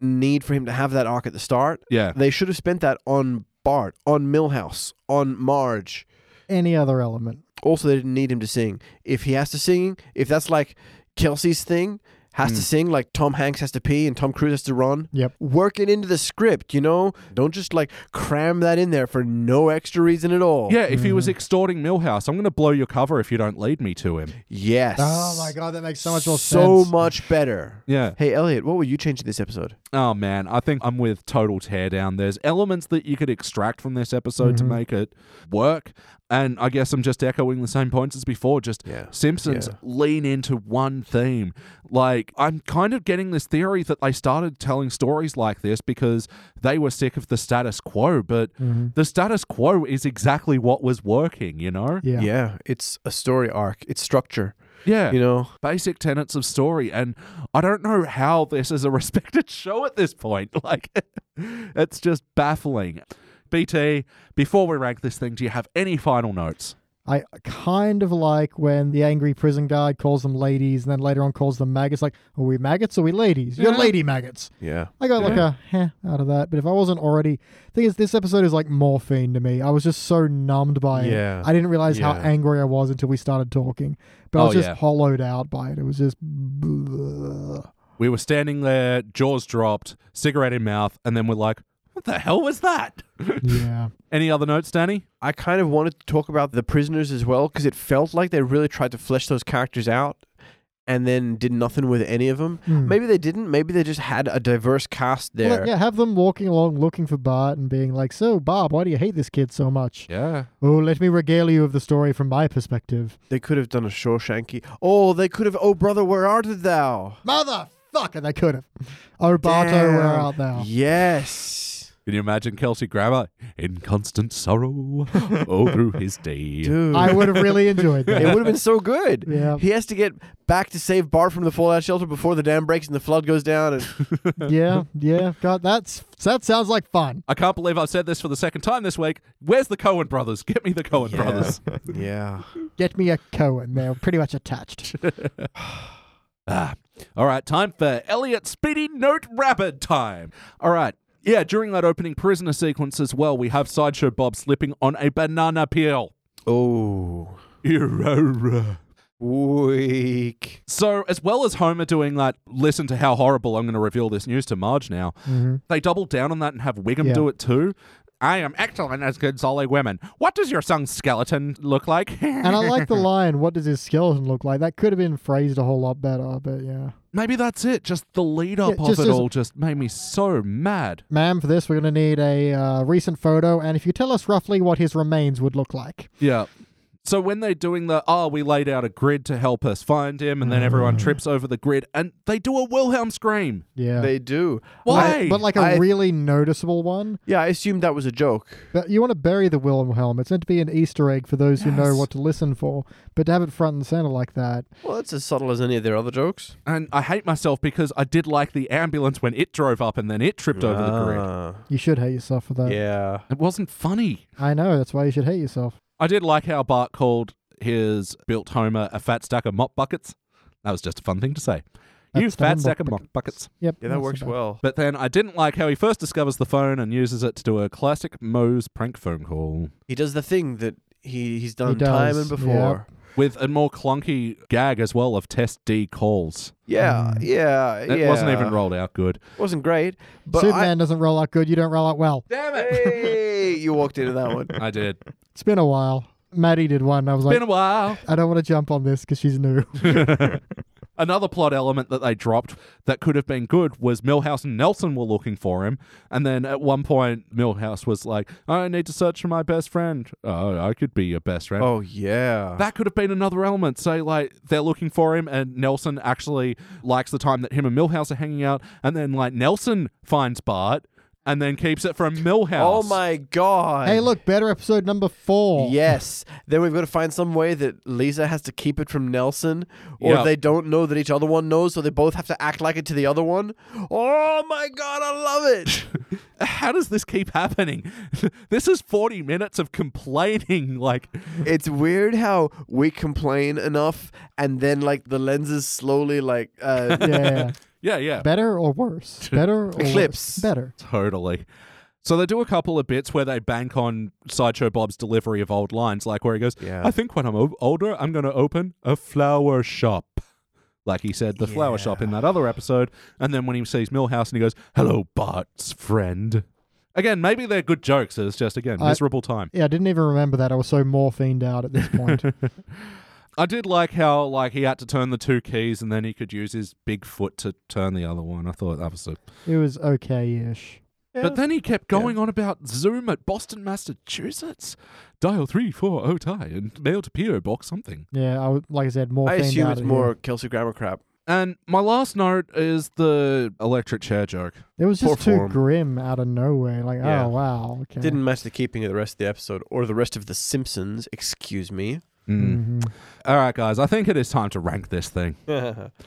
need for him to have that arc at the start.
Yeah.
They should have spent that on Bart, on Millhouse, on Marge.
Any other element.
Also, they didn't need him to sing. If he has to sing, if that's like Kelsey's thing, has to sing like Tom Hanks has to pee and Tom Cruise has to run.
Yep.
Work it into the script, you know? Don't just like cram that in there for no extra reason at all.
Yeah. If he was extorting Millhouse, I'm going to blow your cover if you don't lead me to him.
Yes.
Oh my god, that makes so much more
So
sense.
much better.
Yeah.
Hey, Elliot, what would you change in this episode?
Oh man, I think I'm with total teardown. There's elements that you could extract from this episode
Mm-hmm.
to make it work, and I guess I'm just echoing the same points as before. Just
Yeah.
Simpsons
Yeah.
lean into one theme. Like I'm kind of getting this theory that they started telling stories like this because they were sick of the status quo, but
Mm-hmm.
the status quo is exactly what was working. You know?
Yeah.
it's a story arc, it's structure,
Yeah.
you know?
Basic tenets of story, and I don't know how this is a respected show at this point. Like, it's just baffling. BT, before we rank this thing, do you have any final notes?
I kind of like when the angry prison guard calls them ladies and then later on calls them maggots. Like, are we maggots or are we ladies? You're
Yeah.
lady maggots.
Yeah.
I got like a heh out of that. But if I wasn't already, thing is, this episode is like morphine to me. I was just so numbed by it.
Yeah.
I didn't realize how
Yeah.
angry I was until we started talking. But I
Oh,
was just
yeah.
hollowed out by it. It was just. bleh.
We were standing there, jaws dropped, cigarette in mouth, and then we're like, what the hell was that?
Yeah.
any other notes, Danny?
I kind of wanted to talk about the prisoners as well because it felt like they really tried to flesh those characters out and then did nothing with any of them.
Hmm.
Maybe they didn't. Maybe they just had a diverse cast there.
Well, yeah, have them walking along looking for Bart and being like, So, Bob, why do you hate this kid so much?
Yeah.
Oh, let me regale you of the story from my perspective.
They could have done a Shawshanky. Oh, they could have. Oh, brother, where art thou?
Motherfucker, they could have. Oh, Barto, where
Damn.
art thou?
Yes.
Can you imagine Kelsey Grammer in constant sorrow all through his day?
Dude.
I would have really enjoyed that.
it would have been so good.
Yeah.
He has to get back to save Bart from the fallout shelter before the dam breaks and the flood goes down. And
yeah, yeah. God, that's that sounds like fun.
I can't believe I've said this for the second time this week. Where's the Cohen brothers? Get me the Cohen Oh, brothers.
yeah.
Get me a Cohen. They're pretty much attached.
Ah. All right, time for Elliot Speedy Note Rapid Time. All right. Yeah, during that opening prisoner sequence as well, we have Sideshow Bob slipping on a banana peel.
Oh.
Erora.
Weak.
So, as well as Homer doing that, listen to how horrible I'm going to reveal this news to Marge now, they double down on that and have Wiggum
Mm-hmm. Yeah.
do it too. I am excellent as good solid women. What does your son's skeleton look like?
Uh, And I like the line, what does his skeleton look like? That could have been phrased a whole lot better, but yeah.
Maybe that's it. Just the lead up
Yeah,
of
just
it
as-
all just made me so mad.
Ma'am, for this, we're going to need a uh, recent photo, and if you tell us roughly what his remains would look like.
Yeah. So when they're doing the, oh, we laid out a grid to help us find him, and then everyone trips over the grid, and they do a Wilhelm scream.
Yeah.
They do.
Why?
but like a
I-
really noticeable one.
Yeah, I assumed that was a joke.
But you want to bury the Wilhelm. It's meant to be an Easter egg for those who know
Yes.
what to listen for. But to have it front and center like that,
Well, that's as subtle as any of their other jokes.
and I hate myself because I did like the ambulance when it drove up and then it tripped over the grid.
you should hate yourself for that.
Ah. Yeah.
It wasn't funny.
I know. That's why you should hate yourself.
I did like how Bart called his built Homer a fat stack of mop buckets. That was just a fun thing to say. you
That's the
fat
mop
stack of mop
buckets.
buckets.
Yep.
Yeah, that
that's
works
about-
well.
But then I didn't like how he first discovers the phone and uses it to do a classic Moe's prank phone call
He does the thing that he, he's done
He does,
time and before.
with a more clunky gag as well of test D calls.
Yeah,
Mm.
yeah, yeah.
It wasn't even rolled out good.
Wasn't great. But
Superman doesn't roll out good. You don't roll out well.
Damn
I, hey, you walked into that one.
I did.
It's been a while. Maddie did one. and I was like,
Been a while.
I don't want to jump on this because she's new.
Another plot element that they dropped that could have been good was Millhouse and Nelson were looking for him. And then at one point, Millhouse was like, I need to search for my best friend. Oh, I could be your best friend.
Oh yeah.
That could have been another element. Say, like, they're looking for him, and Nelson actually likes the time that him and Millhouse are hanging out. And then, like, Nelson finds Bart and then keeps it from Millhouse.
oh my god.
hey, look, better episode number four.
Yes. Then we've got to find some way that Lisa has to keep it from Nelson, or
Yep.
they don't know that each other one knows, so they both have to act like it to the other one. Oh my god, I love it.
How does this keep happening? this is 40 minutes of complaining. Like,
it's weird how we complain enough, and then like the lenses slowly like uh,
Yeah, yeah.
yeah, yeah.
Better or worse? Better or worse?
Eclipse.
Better.
Totally. So they do a couple of bits where they bank on Sideshow Bob's delivery of old lines, like where he goes,
Yeah.
I think when I'm o- older, I'm going to open a flower shop. Like he said, the flower shop in that other episode. And then when he sees Millhouse and he goes, Hello, Bart's friend. Again, maybe they're good jokes. It's just, again,
I-
miserable time.
Yeah, I didn't even remember that. I was so morphined out at this point.
I did like how like he had to turn the two keys and then he could use his big foot to turn the other one. I thought that was a
it was okay-ish.
But then he kept going on about Zoom at Boston, Massachusetts. Dial 340 tie and mail to PO Box something.
Yeah, I was, like I said, morphined
I assume
out
it's
at the end.
more Kelsey Grammer crap.
And my last note is the electric chair joke.
It was
Poor
just too
form.
grim out of nowhere. Like,
Yeah.
oh wow, okay.
Didn't match the keeping of the rest of the episode or the rest of the Simpsons. Excuse me.
Mhm.
Mm. All right, guys, I think it is time to rank this thing.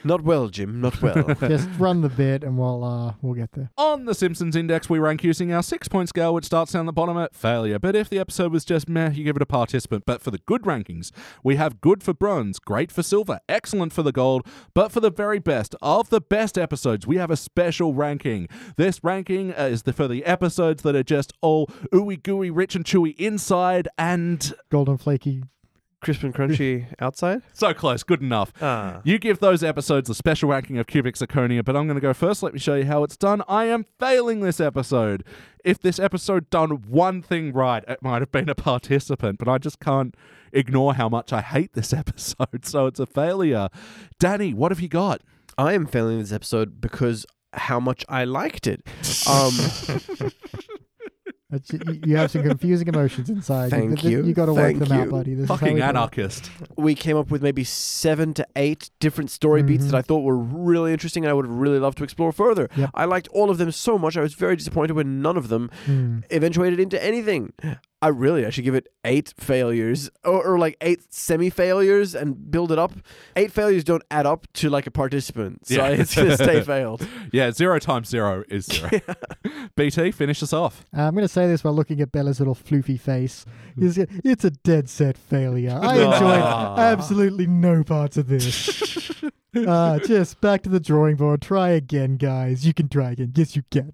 not well, Jim. Not well.
just run the bit, and we'll uh, we'll get there.
On the Simpsons Index, we rank using our six point scale, which starts down the bottom at failure. But if the episode was just meh, you give it a participant. But for the good rankings, we have good for bronze, great for silver, excellent for the gold. But for the very best of the best episodes, we have a special ranking. This ranking uh, is the, for the episodes that are just all ooey gooey, rich and chewy inside and
Golden flaky.
Crisp and crunchy outside.
so close, good enough.
Ah.
You give those episodes the special ranking of cubic zirconia, but I'm going to go first. Let me show you how it's done. I am failing this episode. If this episode done one thing right, it might have been a participant, but I just can't ignore how much I hate this episode. So it's a failure. Danny, what have you got?
I am failing this episode because how much I liked it. Um,
That's- You you have some confusing emotions inside.
Thank
th- th-
you.
You got to work
Thank
them out,
you.
buddy. This is how we
Fucking
do it.
anarchist.
we came up with maybe seven to eight different story beats
Mhm.
that I thought were really interesting and I would have really loved to explore further.
Yep.
I liked all of them so much. I was very disappointed when none of them
Hmm.
eventuated into anything. I really, I should give it eight failures or, or like eight semi failures and build it up. Eight failures don't add up to like a participant. So
Yeah.
it's going to stay failed.
Yeah, zero times zero is zero. BT, finish us off.
Uh, I'm going to say this while looking at Bella's little floofy face. He's g- it's a dead set failure. I enjoyed
Aw.
absolutely no parts of this. uh, just back to the drawing board. Try again, guys. You can try again. Yes, you can.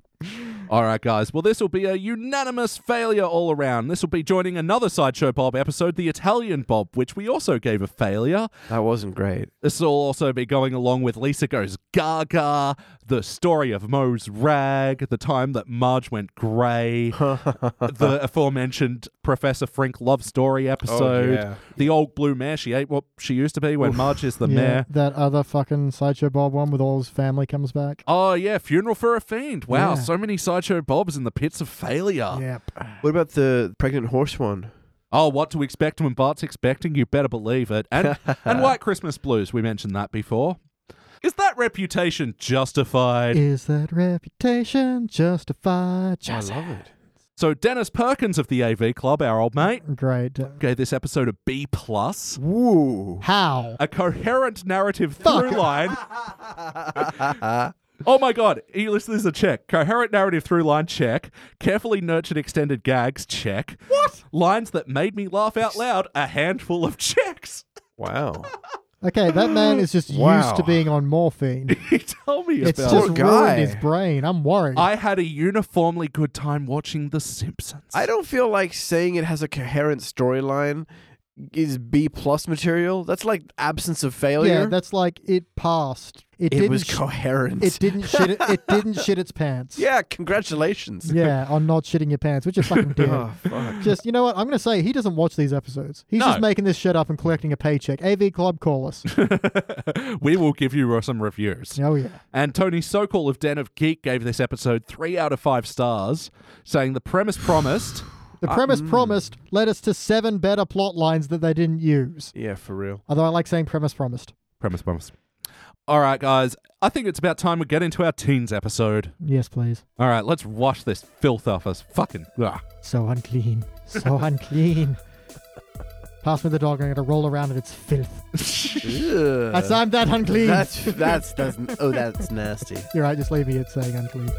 All right, guys. Well, this will be a unanimous failure all around. This will be joining another Sideshow Bob episode, The Italian Bob, which we also gave a failure.
That wasn't great.
This will also be going along with Lisa Goes Gaga, The Story of Moe's Rag, The Time That Marge Went Grey, the aforementioned Professor Frink Love
Oh,
Story episode,
yeah.
The Old Blue Mare, She Ate What She Used to Be When Marge is the
yeah,
Mare.
That other fucking Sideshow Bob one with all his family comes back.
Oh, yeah, Funeral for a Fiend. Wow,
Yeah.
so many Sideshow Bobs in the pits of failure.
Yep.
What about the pregnant horse one?
Oh, what to expect when Bart's expecting? You better believe it. And and White Christmas Blues, we mentioned that before. Is that reputation justified?
Is that reputation justified? Just
I love it.
So Dennis Perkins of the AV Club, our old mate,
great.
gave this episode a B plus.
Woo.
How?
A coherent narrative through line. oh my god, e listeners a check. Coherent narrative through line check. Carefully nurtured extended gags check. What? Lines that made me laugh out loud, a handful of checks.
Wow.
Okay, that man is just used
Wow.
to being on morphine.
He told me
It's
about
just
Poor guy.
ruined his brain. I'm worried.
I had a uniformly good time watching The Simpsons.
I don't feel like saying it has a coherent storyline is B plus material. That's like absence of failure.
yeah, that's like it passed. It,
it
didn't.
was
sh-
coherent.
it didn't shit. It, it didn't shit its pants.
yeah, congratulations.
Yeah, on not shitting your pants, which you fucking did.
Oh, fuck.
Just you know what? I'm gonna say he doesn't watch these episodes. He's
No.
just making this shit up and collecting a paycheck. AV Club, call us.
we will give you some reviews.
oh yeah.
And Tony Sokol of Den of Geek gave this episode three out of five stars, saying the premise promised.
The premise promised led us to seven better plot lines that they didn't use.
Yeah, for real.
Although I like saying premise promised.
premise promised. All right, guys. I think it's about time we get into our teens episode.
Yes, please.
All right, let's wash this filth off us. Fucking. ugh.
So unclean. So unclean. Pass me the dog. I'm gonna roll around in its filth. That's, I'm that unclean.
That's that's that's oh that's nasty.
You're right. Just leave me at saying unclean.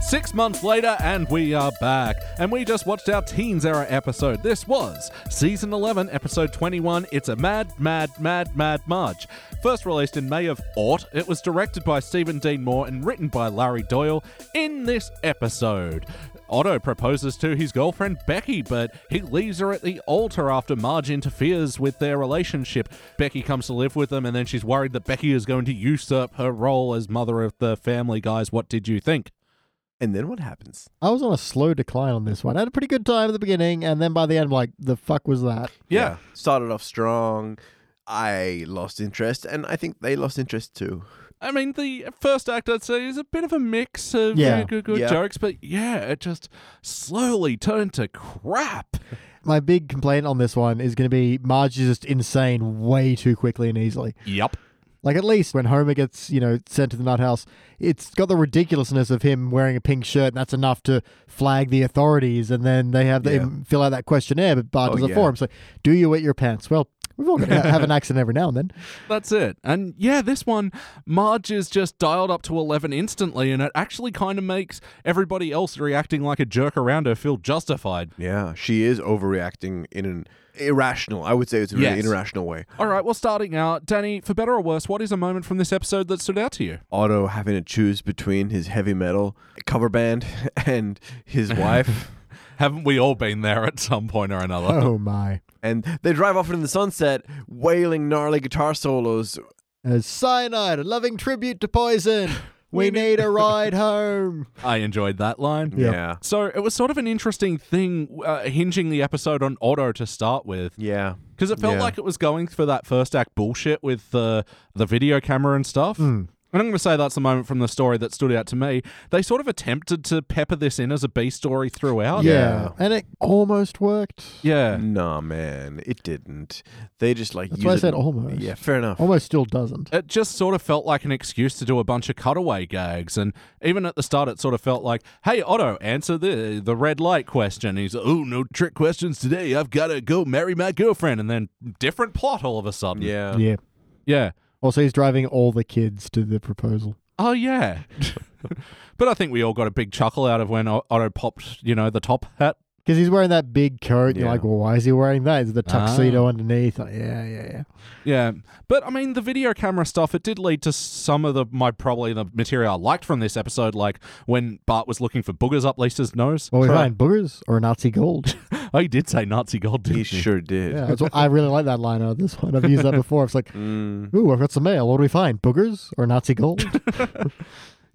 Six months later, and we are back. And we just watched our Teens Era episode. This was Season 11, Episode 21. It's a Mad, Mad, Mad, Mad March. First released in May of aught, it was directed by Stephen Dean Moore and written by Larry Doyle in this episode. Otto proposes to his girlfriend Becky, but he leaves her at the altar after Marge interferes with their relationship. Becky comes to live with them, and then she's worried that Becky is going to usurp her role as mother of the family. Guys, what did you think?
And then what happens?
I was on a slow decline on this one. I had a pretty good time at the beginning, and then by the end, I'm like, the fuck was that?
Yeah.
Started off strong. I lost interest, and I think they lost interest too.
I mean, the first act I'd say is a bit of a mix of
Yeah.
uh, good, good
Yeah.
jokes, but yeah, it just slowly turned to crap.
My big complaint on this one is going to be Marge is just insane way too quickly and easily.
Yep.
Like, at least when Homer gets, you know, sent to the nut house, it's got the ridiculousness of him wearing a pink shirt, and that's enough to flag the authorities, and then they have
Yeah.
him fill out that questionnaire, but Bart
Oh,
does the
yeah.
form. So, do you wet your pants? Well, we've all got to have an accident every now and then.
That's it. And yeah, this one, Marge is just dialed up to 11 instantly, and it actually kind of makes everybody else reacting like a jerk around her feel justified.
Yeah, she is overreacting in an irrational. I would say it's a really
Yes.
irrational way.
All right, well, starting out, Danny, for better or worse, what is a moment from this episode that stood out to you?
Otto having to choose between his heavy metal cover band and his wife,
Haven't we all been there at some point or another?
Uh-huh.
Oh, my.
and they drive off in the sunset, wailing gnarly guitar solos.
As cyanide, a loving tribute to poison. We need a ride home.
I enjoyed that line.
Yeah.
Yeah,
So it was sort of an interesting thing uh, hinging the episode on Otto to start with.
yeah.
Because it felt
Yeah.
like it was going for that first act bullshit with the the video camera and stuff.
Hmm.
And I'm going to say that's the moment from the story that stood out to me. They sort of attempted to pepper this in as a B story throughout.
Yeah.
And it almost worked.
Yeah.
Nah, man, it didn't. They just like.
That's
use
why I
it
said
and-
almost.
Yeah, fair enough.
Almost still doesn't.
It just sort of felt like an excuse to do a bunch of cutaway gags. And even at the start, it sort of felt like, hey, Otto, answer the, the red light question. He's, oh, no trick questions today. I've got to go marry my girlfriend. And then different plot all of a sudden.
Yeah.
yeah.
Yeah.
Also, he's driving all the kids to the proposal.
Oh yeah. but I think we all got a big chuckle out of when O- Otto popped, you know, the top hat.
Because he's wearing that big coat. and You're
Yeah.
like, well, why is he wearing that? Is it the tuxedo underneath? Like, yeah, yeah, yeah.
Yeah, but I mean, the video camera stuff it did lead to some of the my probably the material I liked from this episode, like when Bart was looking for boogers up Lisa's nose.
Well, we
Right.
find boogers or Nazi gold.
Oh, he did say Nazi gold, didn't
He
he?
sure did.
yeah, that's what, I really like that line out of this one. I've used that before. It's like,
Mm.
ooh, I've got some mail. What do we find? Boogers or Nazi gold?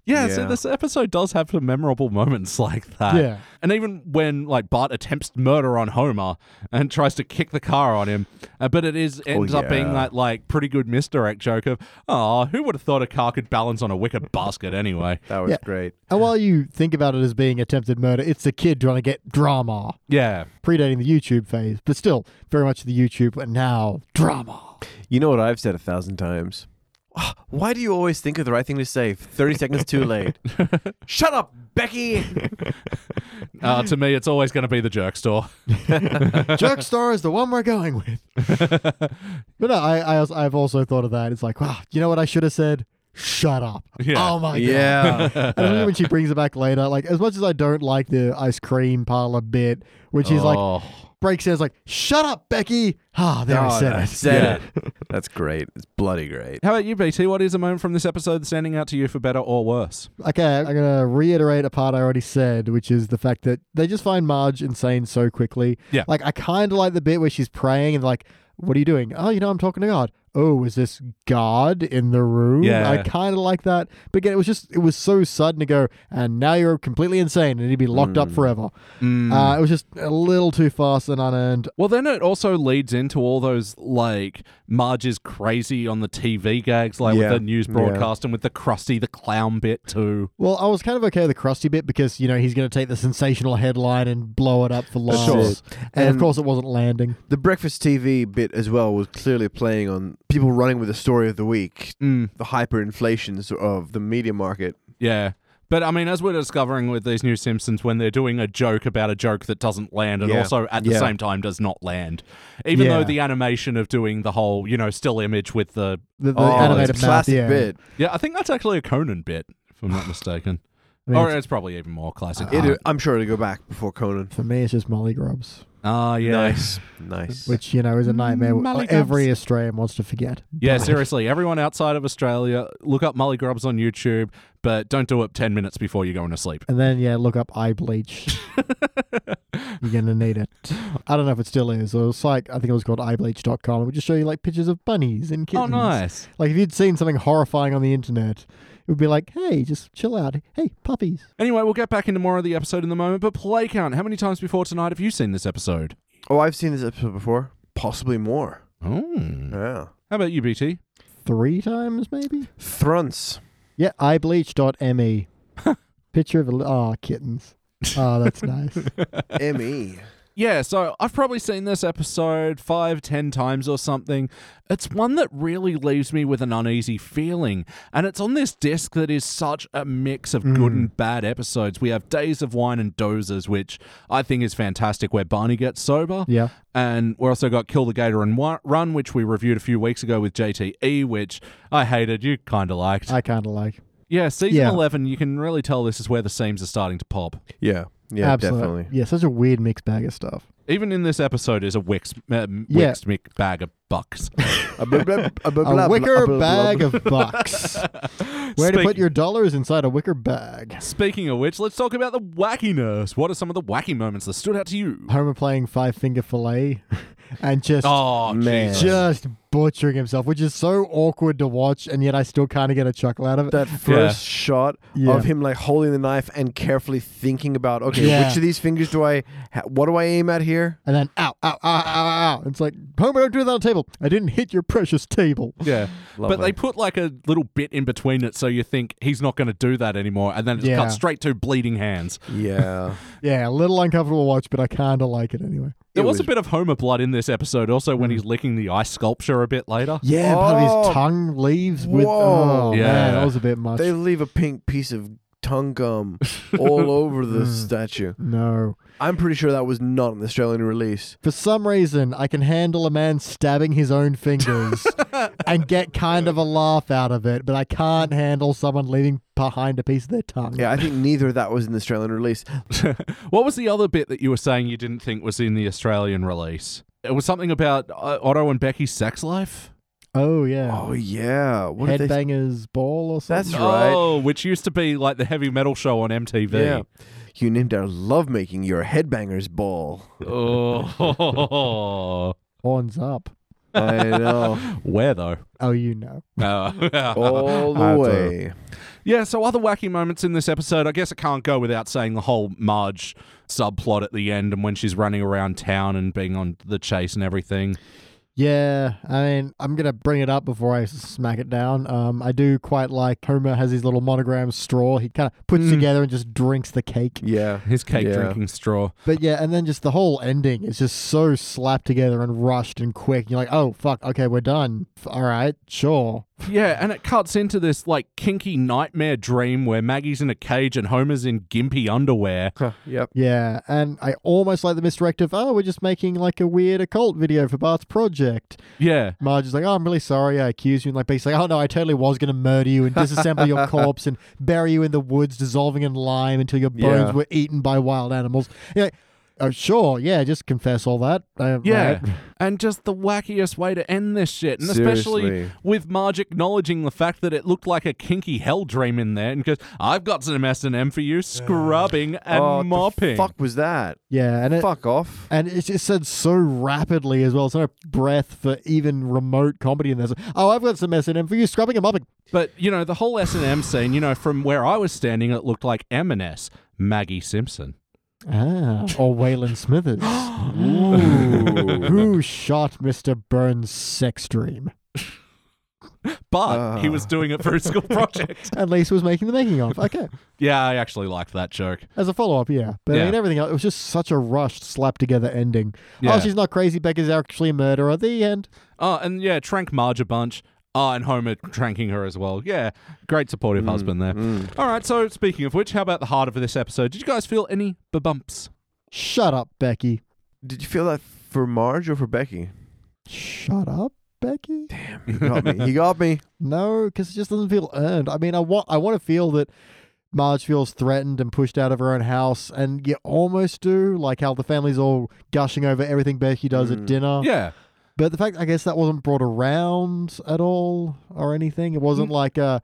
Yeah, so
Yeah.
this episode does have some memorable moments like that.
Yeah.
And even when like Bart attempts murder on Homer and tries to kick the car on him, uh, but it is ends up being
Oh, yeah.
that like pretty good misdirect joke of, oh, who would have thought a car could balance on a wicker basket anyway?
That was
Yeah.
great.
and while you think about it as being attempted murder, it's the kid trying to get drama,
Yeah.
predating the YouTube phase, but still very much the YouTube and now drama.
You know what I've said a thousand times? Ah, Why do you always think of the right thing to say 30 seconds too late? Shut up, Becky!
Uh, to me, it's always going to be the jerk store.
Jerk Star is the one we're going with. but no, I, I, also- I've also thought of that. It's like, wow, you know what I should have said? Shut up.
Yeah.
Oh my God.
yeah.
And I remember when she brings it back later, like as much as I don't like the ice cream parlor bit, when she's like
Oh.
breaks in, it's like, "Shut up, Becky!" Ah, there I
Oh,
said
I
it.
said it. That's great. It's bloody great.
How about you, BT? What is a moment from this episode standing out to you for better or worse?
Okay, I'm gonna reiterate a part I already said, which is the fact that they just find Marge insane so quickly.
Yeah.
Like I kind of like the bit where she's praying and like, "What are you doing?" Oh, you know, I'm talking to God. Oh, is this God in the room?
Yeah.
I kind of like that. But again, it was just it was so sudden to go, and now you're completely insane and you'd be locked
Mm.
up forever. Uh, it was just a little too fast and unearned.
Well, then it also leads into all those like Marge is crazy on the TV gags, like
Yeah.
with the news broadcast and with the Krusty the Clown bit too.
Well, I was kind of okay with the crusty bit because you know he's going to take the sensational headline and blow it up for laughs.
Sure.
And, of
And-
course, it wasn't landing.
The breakfast TV bit as well was clearly playing on people running with the story of the week,
Mm.
the hyperinflations of the media market.
Yeah. But I mean, as we're discovering with these new Simpsons, when they're doing a joke about a joke that doesn't land and
Yeah.
also at the
Yeah.
same time does not land, even though
Yeah.
the animation of doing the whole, you know, still image with the.
The, the
oh,
animated
it's
mouth,
classic
yeah.
bit.
Yeah, I think that's actually a Conan bit, if I'm not mistaken.
I mean,
or
it's-
it's probably even more classic. Ah,
It,
art.
I'm sure it'll go back before Conan.
for me, it's just Molly Grubs,
Ah, yeah.
Nice. Nice.
which you know is a nightmare
Molly
like, every Australian wants to forget.
Yeah,
But-
seriously, everyone outside of Australia, look up Molly Grubs on YouTube, but don't do it 10 minutes before you're going to sleep.
And then yeah, look up eye bleach. You're gonna need it. I don't know if it still is. It was like I think it was called eyebleach.com. It would just show you like pictures of bunnies and kittens.
Oh, nice.
Like if you'd seen something horrifying on the internet, it would be like, hey, just chill out. Hey, puppies.
Anyway, we'll get back into more of the episode in the moment, but play count. How many times before tonight have you seen this episode?
oh, I've seen this episode before. Possibly more.
Oh.
Yeah.
How about you, BT?
Three times maybe?
Thrunts.
Yeah, eyebleach.me. E. Picture of a li- ah kittens. Oh, that's nice.
M.E.
Yeah, so I've probably seen this episode five, ten times or something. It's one that really leaves me with an uneasy feeling. And it's on this disc that is such a mix of good and bad episodes. We have Days of Wine and Dozers, which I think is fantastic, where Barney gets sober.
Yeah.
And we also got Kill the Gator and Wa- Run, which we reviewed a few weeks ago with JTE, which I hated. You kind of liked.
I kind of like.
yeah, season
Yeah.
11, you can really tell this is where the seams are starting to pop.
Yeah. Yeah,
Absolute-
definitely.
Yeah, such a weird mixed bag of stuff.
Even in this episode is a Wix, uh,
Yeah.
Wix mick bag of bucks.
A bu- bu- bu- bu-
A
blah,
wicker
blah, blah,
bag
blah.
of bucks. Where to put
Speak-
your dollars inside a wicker bag.
Speaking of which, let's talk about the wackiness. What are some of the wacky moments that stood out to you?
Homer playing five finger fillet and just
Oh,
Man.
Jesus.
just butchering himself, which is so awkward to watch, and yet I still kind of get a chuckle out of it.
That first shot
Yeah.
of him like holding the knife and carefully thinking about, okay,
Yeah.
which of these fingers do I, ha- what do I aim at here?
and then ow, ow, ow, ow, ow, ow. It's like Homer, don't do that on the table. I didn't hit your precious table.
Yeah.
Lovely.
But they put like a little bit in between it so you think he's not going to do that anymore. And then it's
Yeah.
cut straight to bleeding hands.
Yeah.
Yeah, a little uncomfortable to watch, but I kind of like it anyway.
There
It
was, a
was- Mm.
bit of Homer blood in this episode also when he's licking the ice sculpture a bit later.
Yeah, part of
Oh.
his tongue leaves with.
Whoa.
Oh
Yeah.
man, that was a bit much.
they leave a pink piece of tongue gum all over the statue.
No.
I'm pretty sure that was not an Australian release.
For some reason, I can handle a man stabbing his own fingers and get kind of a laugh out of it, but I can't handle someone leaving behind a piece of their tongue.
Yeah, I think neither of that was an Australian release.
What was the other bit that you were saying you didn't think was in the Australian release? It was something about uh, Otto and Becky's sex life.
Oh, yeah.
Oh yeah, what did they?
Headbanger's ball or
That's
something.
right.
Oh, which used to be like the heavy metal show on MTV.
Yeah, you named our lovemaking your headbangers ball.
Oh,
Horns up.
I know
where though?
Oh, you know.
Oh.
all
I
the
do.
way.
yeah. So other wacky moments in this episode. I guess I can't go without saying the whole Marge subplot at the end and when she's running around town and being on the chase and everything.
Yeah, I mean, I'm gonna bring it up before I s- smack it down. Um, I do quite like Homer has his little monogram straw. He kind of puts
Mm.
together and just drinks the cake.
Yeah,
His cake
Yeah.
drinking straw.
But yeah, and then just the whole ending is just so slapped together and rushed and quick. You're like, oh fuck, okay, we're done. F- All right, sure.
Yeah, and it cuts into this like kinky nightmare dream where Maggie's in a cage and Homer's in gimpy underwear.
Huh, yep.
Yeah, and I almost like the misdirect of, oh, we're just making like a weird occult video for Bart's project.
Yeah.
Marge is like, oh, I'm really sorry I accused you. And like, basically, like, oh no, I totally was going to murder you and disassemble your corpse and bury you in the woods, dissolving in lime until your bones
Yeah.
were eaten by wild animals. You're like, oh, sure, yeah, just confess all that. Uh,
Yeah.
right.
And just the wackiest way to end this shit. And especially
Seriously.
with Marge acknowledging the fact that it looked like a kinky hell dream in there and goes, I've got some S&M for you, scrubbing and
oh,
mopping.
The fuck was that?
Yeah, and it,
Fuck off.
and it's just said so rapidly as well. There's no breath for even remote comedy in this. Oh, I've got some S&M for you, scrubbing them up.
But, you know, the whole S&M scene, you know, from where I was standing, it looked like M&S, Maggie Simpson.
Ah, or Waylon Smithers. Who shot Mr. Burns' sex dream?
But he
Ah.
was doing it for a school project.
At least was making the making of. Okay.
yeah, I actually liked that joke.
As a follow up, yeah. But
Yeah.
I mean, everything else, it was just such a rushed, slap together ending.
Yeah.
Oh, she's not crazy. Becca's actually a murderer. The end.
Oh, and yeah, Trank Marge a bunch. Ah, and Homer tranking her as well. Yeah, great supportive husband there. All right, so speaking of which, how about the heart of this episode? Did you guys feel any bumps?
Shut up, Becky.
Did you feel that for Marge or for Becky?
Shut up, Becky.
He got me. He got me.
No, because it just doesn't feel earned. I mean, I want I want to feel that Marge feels threatened and pushed out of her own house, and you almost do, like how the family's all gushing over everything Becky does at dinner.
Yeah,
But the fact, I guess, that wasn't brought around at all or anything. It wasn't
Hmm.
like, uh,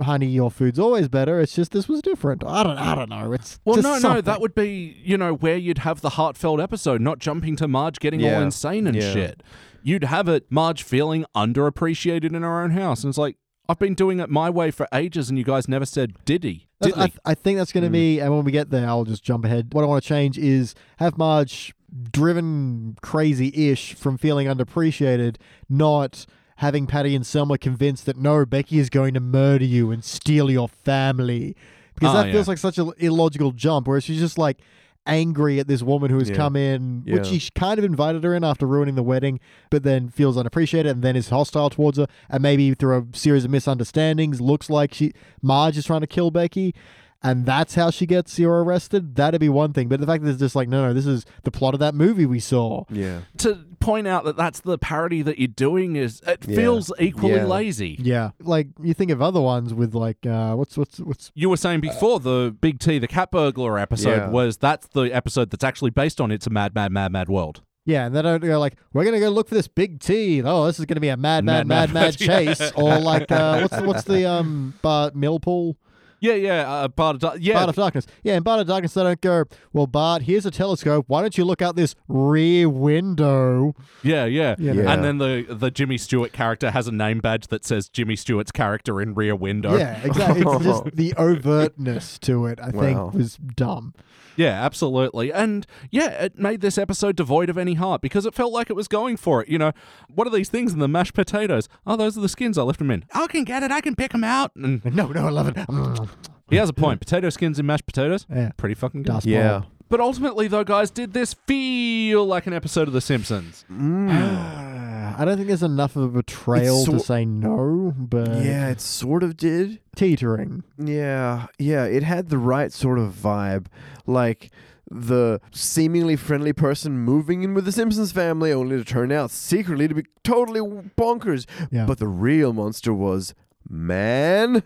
honey, your food's always better. It's just this was different. I don't, I don't know. It's
Well,
just
no, no,
something.
that would be, you know, where you'd have the heartfelt episode, not jumping to Marge getting all
Yeah.
insane and
Yeah.
shit. You'd have it Marge feeling underappreciated in her own house. And it's like, I've been doing it my way for ages and you guys never said diddy.
That's- I,
Diddly.
I think that's
Hmm.
going to be, and when we get there, I'll just jump ahead. What I want to change is have Marge driven crazy ish from feeling unappreciated, not having Patty and Selma convinced that no, Becky is going to murder you and steal your family. Because
Ah,
that feels
yeah.
like such an illogical jump, where she's just like angry at this woman who has
Yeah.
come in, which
Yeah.
she kind of invited her in after ruining the wedding, but then feels unappreciated and then is hostile towards her. And maybe through a series of misunderstandings, looks like she Marge is trying to kill Becky. And that's how she gets you're arrested. That'd be one thing, but the fact that it's just like, no, no, this is the plot of that movie we saw.
Yeah.
to point out that that's the parody that you're doing is, it
Yeah.
feels equally
Yeah.
lazy.
Yeah, like you think of other ones with like, uh, what's what's what's
you were saying before the Big T, the Cat Burglar episode
Yeah.
was that's the episode that's actually based on It's a Mad, Mad, Mad, Mad World.
yeah, and then I go like, we're gonna go look for this big T. and, Oh, this is gonna be a mad, mad, mad, mad,
yeah.
chase, or like, uh, what's the, what's the um, Bart Millpool?
Yeah, yeah, uh, Bart of Dar- yeah,
Bart of Darkness. Yeah, in Bart of Darkness, they don't go, well, Bart, here's a telescope. Why don't you look out this rear window?
yeah, yeah,
Yeah.
Yeah.
And then the the Jimmy Stewart character has a name badge that says Jimmy Stewart's character in Rear Window.
Yeah, exactly. it's just the overtness to it, I think,
Wow.
was dumb.
Yeah, absolutely. And yeah, it made this episode devoid of any heart because it felt like it was going for it. You know, what are these things in the mashed potatoes? Oh, those are the skins I left them in. I can get it. I can pick them out. And
No, no, I love it. Mm.
he has a point. Potato skins in mashed potatoes.
Yeah.
Pretty fucking good.
Dust
Yeah.
bulb.
Mm.
But ultimately, though, guys, did this feel like an episode of The Simpsons?
I don't think there's enough of a betrayal
It's
to
so-
say no, but
yeah, it sort of did.
teetering.
Yeah, yeah, it had the right sort of vibe. Like the seemingly friendly person moving in with the Simpsons family only to turn out secretly to be totally bonkers.
Yeah.
But the real monster was man.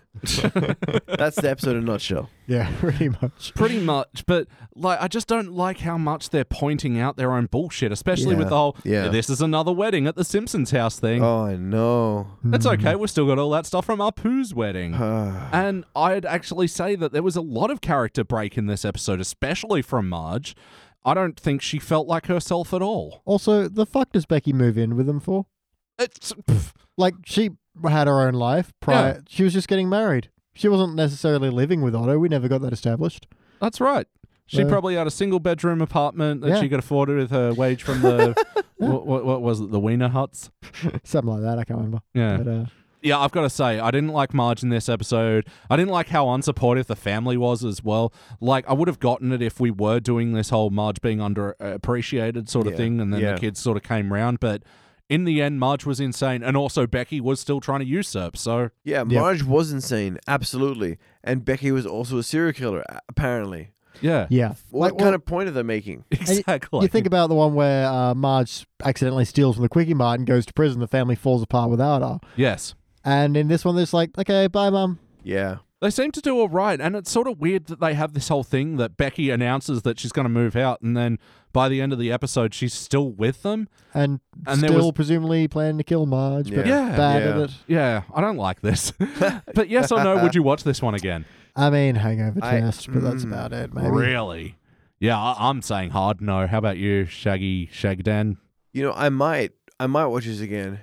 That's the episode in a nutshell.
yeah, pretty much.
Pretty much, but like I just don't like how much they're pointing out their own bullshit, especially
Yeah,
with the whole
yeah.
"this is another wedding at the Simpsons house" thing.
Oh, mm-hmm. I know.
That's okay, we've still got all that stuff from our Pooh's wedding. and I'd actually say that there was a lot of character break in this episode, especially from Marge. I don't think she felt like herself at all.
Also, the fuck does Becky move in with them for?
It's pff,
Like, she had her own life prior. She was just getting married. She wasn't necessarily living with Otto. We never got that established.
that's right. She
Yeah.
probably had a single bedroom apartment that
Yeah.
she could afford with her wage from the what, what, what was it the Wiener Huts?
Something like that. I can't remember.
Yeah,
But, uh,
Yeah, I've got to say, I didn't like Marge in this episode. I didn't like how unsupportive the family was as well. Like, I would have gotten it if we were doing this whole Marge being underappreciated sort of
Yeah,
thing, and then
yeah.
the kids sort of came round. But in the end, Marge was insane, and also Becky was still trying to usurp. So,
Yeah,
Yeah.
Marge was insane, absolutely. And Becky was also a serial killer, a- apparently.
yeah,
yeah.
What
Like,
kind of point are they making?
And
exactly.
You think about the one where uh, Marge accidentally steals from the Quickie Mart and goes to prison. The family falls apart without her.
yes.
And in this one, they're just like, okay, bye, mum.
Yeah.
They seem to do all right, and it's sort of weird that they have this whole thing that Becky announces that she's going to move out, and then by the end of the episode, she's still with them.
And,
And there
still
was-
presumably planning to kill Marge, but
Yeah. Yeah,
bad
yeah.
at it.
Yeah, I don't like this. but yes or no, would you watch this one again?
I mean, hangover
I-
test, but that's
Mm,
about it, maybe.
Really? Yeah, I- I'm saying hard no. How about you, Shaggy Shagdan?
You know, I might I might watch this again.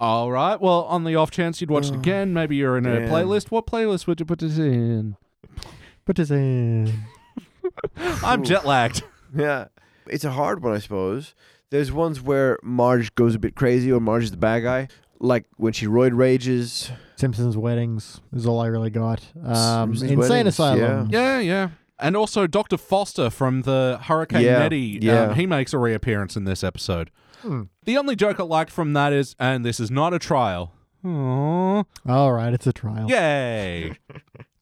All right. Well, on the off chance you'd watch it
Ugh,
again, maybe you're in a
damn.
playlist. What playlist would you put this in?
Put this in.
I'm jet lagged.
Yeah. It's a hard one, I suppose. There's ones where Marge goes a bit crazy or Marge is the bad guy, like when she roid rages.
Simpsons weddings is all I really got. Um,
Simpsons
Insane
weddings,
Asylum.
Yeah, yeah. And also Dr. Foster from the Hurricane
Yeah,
Nettie.
yeah.
Um, he makes a reappearance in this episode.
Hmm.
The only joke I liked from that is, and this is not a trial. Aww.
All right, it's a trial.
Yay.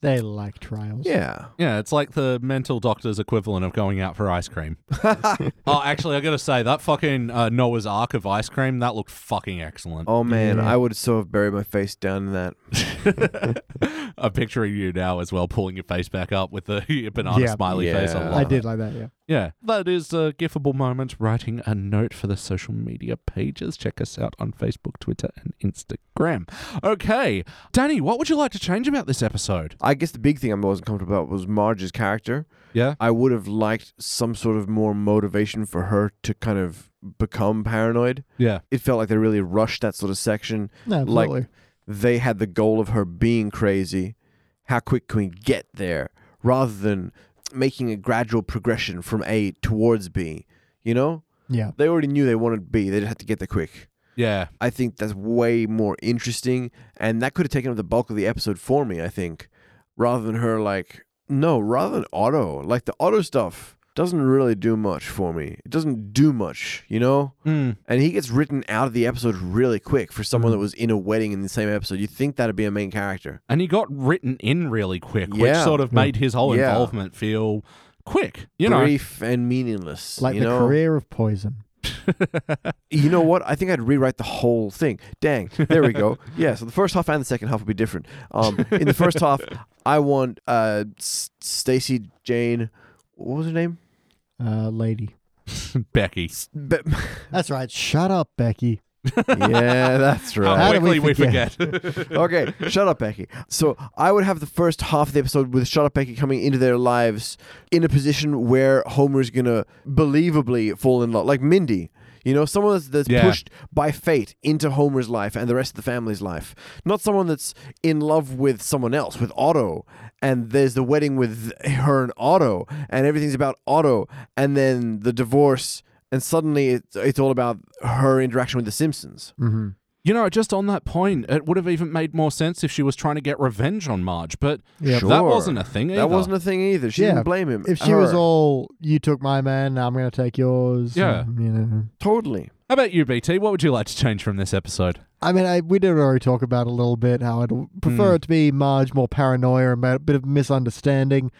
They like trials.
Yeah.
Yeah, it's like the mental doctor's equivalent of going out for ice cream. oh, actually, I gotta say that fucking uh, Noah's Ark of ice cream that looked fucking excellent.
Oh man,
Yeah.
I would so have buried my face down in that.
I'm picturing you now as well, pulling your face back up with the banana
Yeah.
smiley face.
Yeah.
I, love
I
it.
did like that, yeah.
Yeah, that is a gifable moment. Writing a note for the social media pages. Check us out on Facebook, Twitter, and Instagram. Okay, Danny, what would you like to change about this episode?
I guess the big thing I wasn't comfortable about was Marge's character.
Yeah,
I would have liked some sort of more motivation for her to kind of become paranoid.
yeah,
It felt like they really rushed that sort of section.
No, absolutely.
Like they had the goal of her being crazy. How quick can we get there? Rather than making a gradual progression from A towards B. You know?
yeah.
They already knew they wanted B. They just had to get there quick.
yeah.
I think that's way more interesting, and that could have taken up the bulk of the episode for me. I think, rather than her like no, rather than auto, like the auto stuff doesn't really do much for me. It doesn't do much, you know.
Mm.
And he gets written out of the episode really quick for someone that was in a wedding in the same episode. You'd think that'd be a main character.
And he got written in really quick, which
Yeah.
sort of made his whole
Yeah.
involvement feel quick. You
Brief and meaninless.
Like
you
the
know?
career of poison.
You know what? I think I'd rewrite the whole thing. Dang. There we go. yeah, so the first half and the second half will be different. Um, in the first half, I want uh, S- Stacy Jane. What was her name?
Uh, lady.
know, Becky.
Be-
That's right. Shut up, Becky.
yeah, that's
How
right.
did
quickly
we
we forget.
okay, shut up, Becky. So I would have the first half of the episode with Shut Up Becky coming into their lives in a position where Homer's going to believably fall in love, like Mindy. You know, someone that's, that's
Yeah.
pushed by fate into Homer's life and the rest of the family's life. Not someone that's in love with someone else, with Otto. And there's the wedding with her and Otto, and everything's about Otto. And then the divorce, and suddenly it's, it's all about her interaction with The Simpsons.
Mm-hmm.
You know, just on that point, it would have even made more sense if she was trying to get revenge on Marge, but
Yeah.
that
Sure.
wasn't a thing either.
That wasn't a thing either. She
Yeah,
didn't blame him.
If she was
Her.
all, you took my man, I'm going to take yours.
Yeah.
and, you know.
totally.
How about you, BT? What would you like to change from this episode?
I mean, I, we did already talk about it a little bit how I'd prefer it to be Marge more paranoia and a bit of misunderstanding.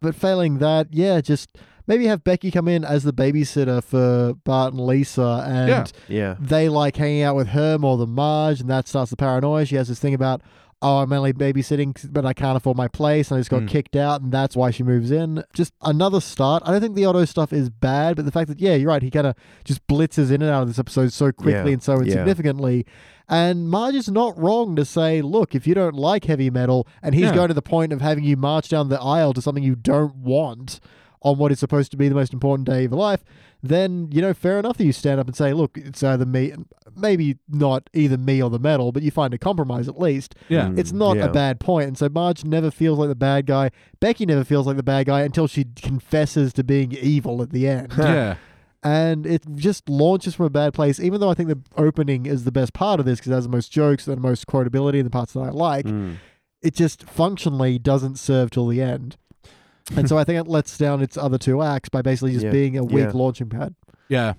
But failing that, yeah, just maybe have Becky come in as the babysitter for Bart and Lisa and
Yeah.
Yeah.
they like hanging out with her more than Marge, and that starts the paranoia. She has this thing about, oh, I'm only babysitting, but I can't afford my place, and I just got
Hmm.
Mm.
kicked out, and that's why she moves in. Just another start. I don't think the Otto stuff is bad, but the fact that, yeah, you're right, he kind of just blitzes in and out of this episode so quickly
Yeah,
and so
yeah.
insignificantly. And Marge is not wrong to say, look, if you don't like heavy metal, and he's
Yeah.
going to the point of having you march down the aisle to something you don't want on what is supposed to be the most important day of your life, then you know fair enough that you stand up and say, look, it's either me, maybe not either me or the metal, but you find a compromise at least.
Yeah.
Mm.
It's not
yeah.
a bad point, and so Marge never feels like the bad guy. Becky never feels like the bad guy until she confesses to being evil at the end
yeah.
and it just launches from a bad place. Even though I think the opening is the best part of this because it has the most jokes and the most quotability and the parts that I like,
Mm.
it just functionally doesn't serve till the end. And so I think it lets down its other two acts by basically just
Yeah.
being a weak
Yeah.
launching pad.
Yeah.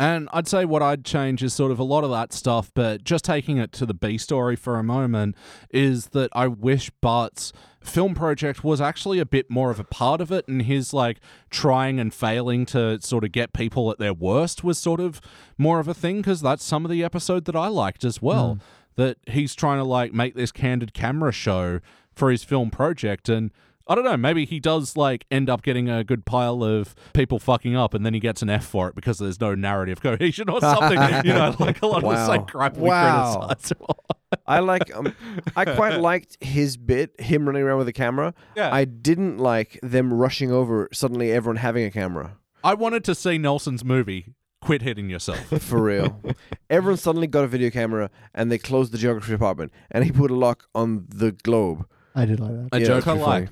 And I'd say what I'd change is sort of a lot of that stuff, but just taking it to the B story for a moment is that I wish Bart's film project was actually a bit more of a part of it and his like trying and failing to sort of get people at their worst was sort of more of a thing because that's some of the episode that I liked as well. That he's trying to like make this candid camera show for his film project and I don't know. Maybe he does like end up getting a good pile of people fucking up, and then he gets an F for it because there's no narrative cohesion or something. you know, like a lot of the same
Wow.
crap we
Wow.
criticize.
I like. Um, I quite liked his bit, him running around with a camera.
Yeah.
I didn't like them rushing over suddenly everyone having a camera.
I wanted to see Nelson's movie. Quit hitting yourself.
For real. everyone suddenly got a video camera and they closed the geography department and he put a lock on the globe.
I did like that.
A
Yeah,
joke
that's
I
pretty
like.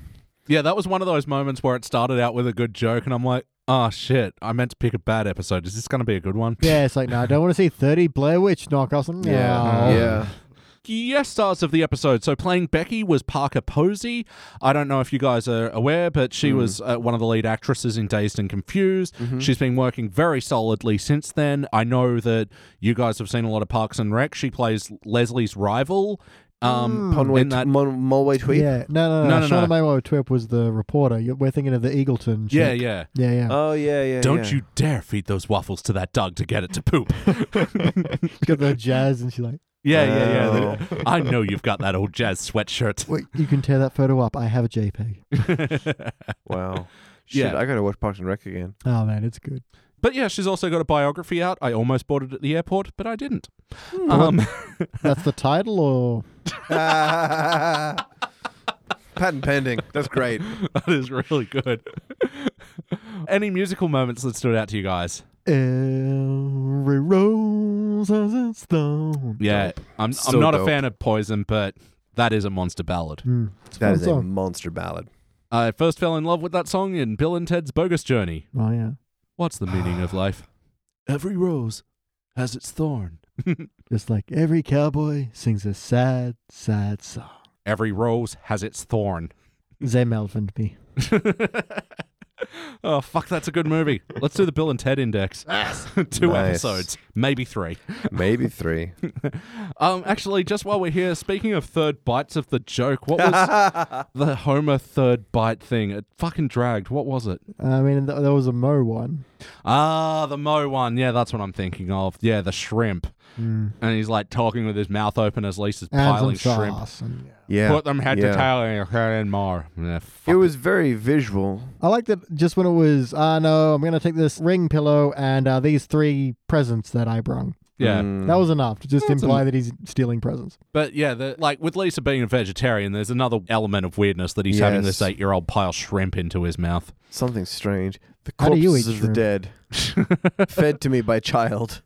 Yeah, that was one of those moments where it started out with a good joke, and I'm like, oh shit, I meant to pick a bad episode. Is this going to be a good one?
Yeah, it's like, no, I don't want to see 30 Blair Witch knockoffs. No.
Yeah. Yeah.
Yes, stars of the episode. So playing Becky was Parker Posey. I don't know if you guys are aware, but
Hmm.
she was uh, one of the lead actresses in Dazed and Confused.
Mm-hmm.
She's been working very solidly since then. I know that you guys have seen a lot of Parks and Rec. She plays Leslie's rival. Um,
Hmm. Conway,
in that-
Mon- Mulway Tweed.
Yeah. No, no, no.
No, no, no.
Shauna Maywell Twip was the reporter. You- We're thinking of the Eagleton.
yeah,
chick.
yeah.
Yeah, yeah.
Oh yeah, yeah.
Don't
yeah.
you dare feed those waffles to that dog to get it to poop.
Got the jazz, and she's like,
Yeah, yeah, yeah.
Oh.
I know you've got that old jazz sweatshirt.
wait, you can tear that photo up. I have a JPEG.
Wow. Shit,
Yeah.
I gotta watch Parks and Rec again.
Oh, man, it's good.
But yeah, she's also got a biography out. I almost bought it at the airport, but I didn't. Um,
That's the title, or
Patent pending. That's great.
that is really good. Any musical moments that stood out to you guys?
Every rose has its thorn.
Yeah, I'm,
So
I'm not a
dope.
fan of Poison, but that is a monster ballad.
Mm, it's a
That
fun
is a
song.
monster ballad.
I first fell in love with that song in Bill and Ted's Bogus Journey.
oh yeah,
What's the meaning of life? Every rose has its thorn.
just like every cowboy sings a sad, sad song.
Every rose has its thorn.
They melvined me.
oh fuck, that's a good movie. Let's do the Bill and Ted Index. Two
Nice.
episodes, maybe three.
Maybe three.
Um, actually, just while we're here, speaking of third bites of the joke, what was the Homer third bite thing? It fucking dragged. What was it?
I mean, th- there was a Mo one.
Ah, the Mo one. Yeah, that's what I'm thinking of. Yeah, the shrimp. And he's like talking with his mouth open as Lisa's
And
piling
some
shrimp.
sauce. And, yeah.
Yeah.
Put them head
yeah.
to tail in your head and more. Yeah, fuck.
It was very visual.
I like that. Just when it was, ah no, I'm gonna take this ring pillow and uh, these three presents that I brung.
yeah.
Mm.
That was enough to just
That's
imply
en-
that he's stealing presents.
But yeah, the, like with Lisa being a vegetarian, there's another element of weirdness that he's having
Yes.
this eight year old pile shrimp into his mouth.
something strange. The
How do
corpses
you eat
of the
shrimp?
dead, fed to me by child.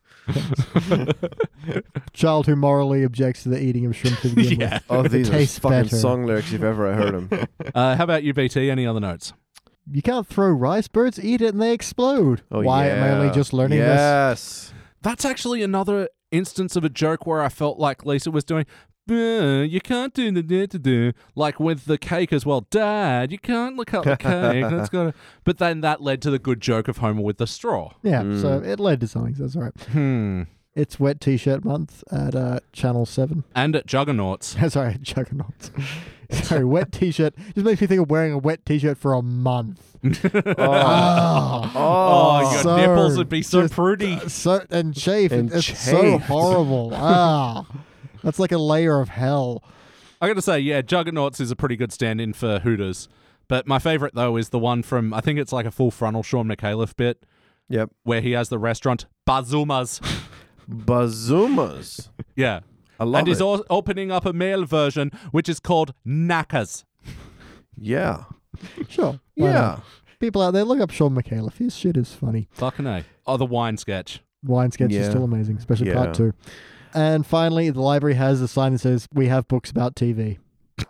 Child who morally objects to the eating of shrimp to begin
Yeah.
with.
Oh, these are
tastes
fucking
better.
song lyrics if ever I heard them.
Uh, how about you, BT? Any other notes?
You can't throw rice. Birds eat it and they explode.
Oh,
Why
yeah.
am I only just learning this?
yes.
That's actually another instance of a joke where I felt like Lisa was doing. "Uh, You can't do the da da da like with the cake as well, Dad. You can't look up the cake. That's gotta. But then that led to the good joke of Homer with the straw.
Yeah,
Hmm.
so it led to something, so that's all right.
Hmm.
It's wet t shirt month at uh, Channel 7.
And at Juggernauts.
Sorry, Juggernauts. Sorry, wet t shirt. Just makes me think of wearing a wet t shirt for a month. oh.
Oh,
Oh,
your
so
nipples would be so
just-
pretty.
So, and chafed.
And
it's so
chafed.
horrible. ah. That's like a layer of hell.
I gotta say, yeah, Juggernauts is a pretty good stand-in for Hooters. But my favorite though is the one from I think it's like a full frontal Sean McAuliffe bit
yep.
where he has the restaurant Bazuma's.
Bazumas.
yeah.
I love
and he's
it.
al- opening up a male version, which is called Knackers.
yeah.
Sure. why not?
Yeah.
People out there, look up Sean McAuliffe. His shit is funny.
Fucking A. Oh, the wine sketch.
Wine sketch is
Yeah.
still amazing, especially
Yeah.
part two. And finally, the library has a sign that says, We have books about TV.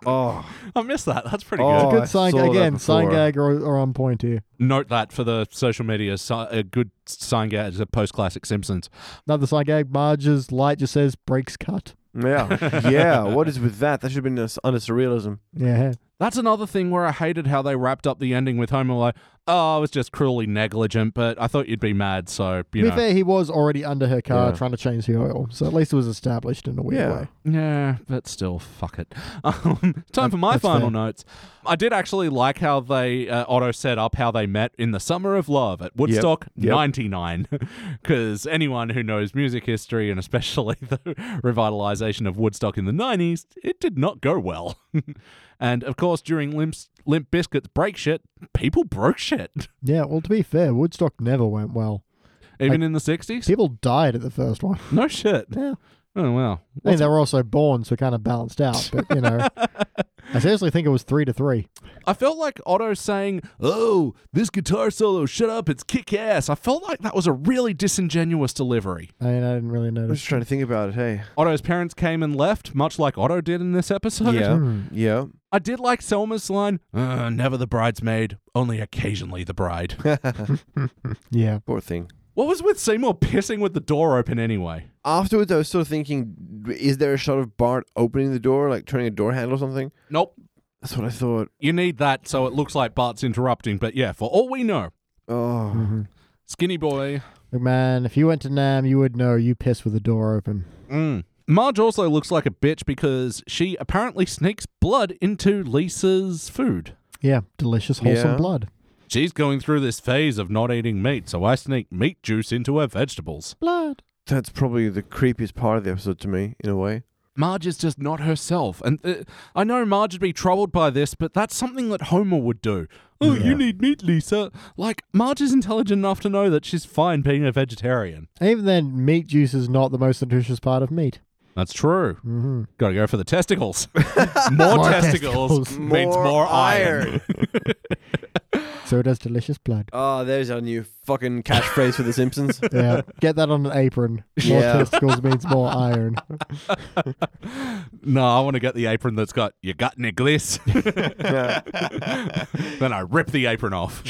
Oh.
I missed that. That's pretty
Oh.
good.
Good
I
sign.
saw that
Again, sign
before.
gag or, or on point here.
Note that for the social media. si- A good sign gag is a post-classic Simpsons.
Another sign gag. Marge's light just says, Breaks cut.
Yeah. Yeah. what is with that? That should have been us- under surrealism.
Yeah.
That's another thing where I hated how they wrapped up the ending with Homer like, oh, I was just cruelly negligent, but I thought you'd be mad, so, you
to be
know.
fair, he was already under her car
Yeah.
trying to change the oil, so at least it was established in a weird
Yeah.
way.
Yeah, but still, fuck it. Um, time for my
that's
final
fair.
notes. I did actually like how they uh, Otto set up how they met in the summer of love at Woodstock
yep.
'99, because anyone who knows music history and especially the revitalization of Woodstock in the '90s, it did not go well. and of course, during Limp's, Limp Biscuits break shit, people broke shit,
Yeah, well, to be fair, Woodstock never went well.
even in the '60s.
People died at the first one.
No shit.
Yeah.
Oh wow.
I mean, they were also born, so kind of balanced out, but, you know. I seriously think it was three to three.
I felt like Otto saying, "Oh, this guitar solo, shut up, it's kick ass." I felt like that was a really disingenuous delivery.
I mean, I didn't really
I was
notice.
just trying to think about it. Hey.
Otto's parents came and left, much like Otto did in this episode.
Hmm.
Yeah.
I did like Selma's line, uh, "Never the bridesmaid, only occasionally the bride."
Yeah.
Poor thing.
what was with Seymour pissing with the door open anyway?
Afterwards, I was sort of thinking, is there a shot of Bart opening the door, like turning a door handle or something?
Nope.
That's what I thought.
You need that so it looks like Bart's interrupting, but yeah, for all we know,
Oh.
Skinny Boy
Look, man, if you went to Nam, you would know you piss with the door open.
Mm. Marge also looks like a bitch because she apparently sneaks blood into Lisa's food.
Yeah, delicious, wholesome
Yeah.
blood.
She's going through this phase of not eating meat, so I sneak meat juice into her vegetables.
Blood.
That's probably the creepiest part of the episode to me, in a way.
Marge is just not herself. And uh, I know Marge would be troubled by this, but that's something that Homer would do. Oh, you need meat, Lisa. Like, Marge is intelligent enough to know that she's fine being a vegetarian.
And even then, meat juice is not the most nutritious part of meat. Mm-hmm.
That's true. Gotta go for the testicles. more, testicles,
testicles.
means more iron.
Mm.
So it has delicious blood.
Oh, there's our new fucking catchphrase for The Simpsons.
Yeah, get that on an apron. More
Yeah.
testicles means more iron.
No, I want to get the apron that's got you got Nicholas. then I rip the apron off.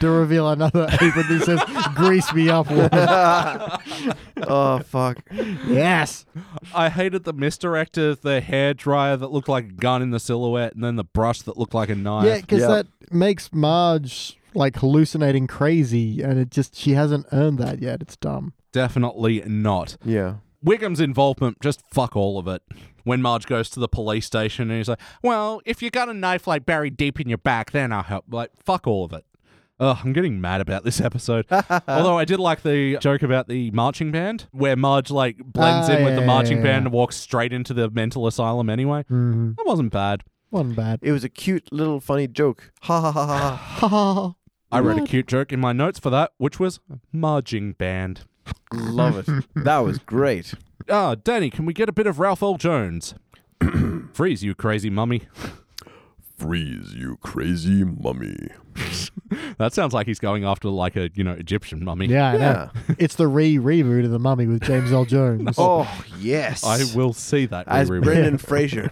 To reveal another apron that says, grease me up, woman.
oh, fuck.
Yes.
I hated the misdirect of the hair dryer that looked like a gun in the silhouette, and then the brush that looked like a knife.
Yeah, because
Yeah.
that makes Marge like hallucinating crazy, and it just, she hasn't earned that yet. It's dumb.
Definitely not.
Yeah.
Wiggum's involvement, just fuck all of it. When Marge goes to the police station and he's like, "Well, if you got a knife like buried deep in your back, then I'll help." Like, fuck all of it. Ugh, I'm getting mad about this episode. Although I did like the joke about the marching band, where Marge like blends
Ah,
in with the
yeah, yeah,
marching
yeah,
band
yeah.
and walks straight into the mental asylum anyway.
Mm-hmm.
Mhm.
That wasn't bad.
Wasn't bad.
It was a cute little funny joke. Ha ha ha ha. ha.
Ha ha ha.
I read a cute joke in my notes for that, which was marching band.
Love it. That was great.
Ah, Danny, can we get a bit of Ralph L. Jones? Freeze, you crazy mummy.
Freeze, you crazy mummy.
That sounds like he's going after like a you know Egyptian mummy.
Yeah, I know.
Yeah.
It's the re reboot of The Mummy with James L. Jones.
Oh, yes.
I will see that.
As
rerun.
Brendan Fraser.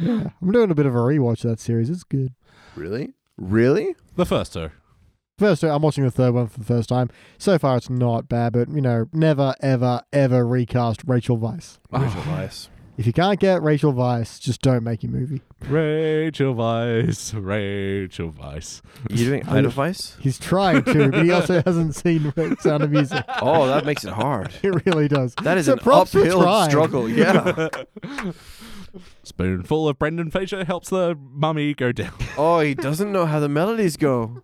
I'm doing a bit of a rewatch of that series. It's good.
Really? Really?
the first two.
First, I'm watching the third one for the first time. So far, it's not bad, but you know, never, ever, ever recast Rachel Vice.
Rachel Weisz.
If you can't get Rachel Vice, just don't make your movie.
Rachel Vice, Rachel Vice.
You doing
I
Ida
just-
Weiss?
He's trying to, but he also hasn't seen Sound of Music.
Oh, that makes it hard.
It really does.
That is
So
an
props for
uphill
trying.
struggle. Yeah.
Spoonful of Brendan Fraser helps the mummy go down.
Oh, he doesn't know how the melodies go.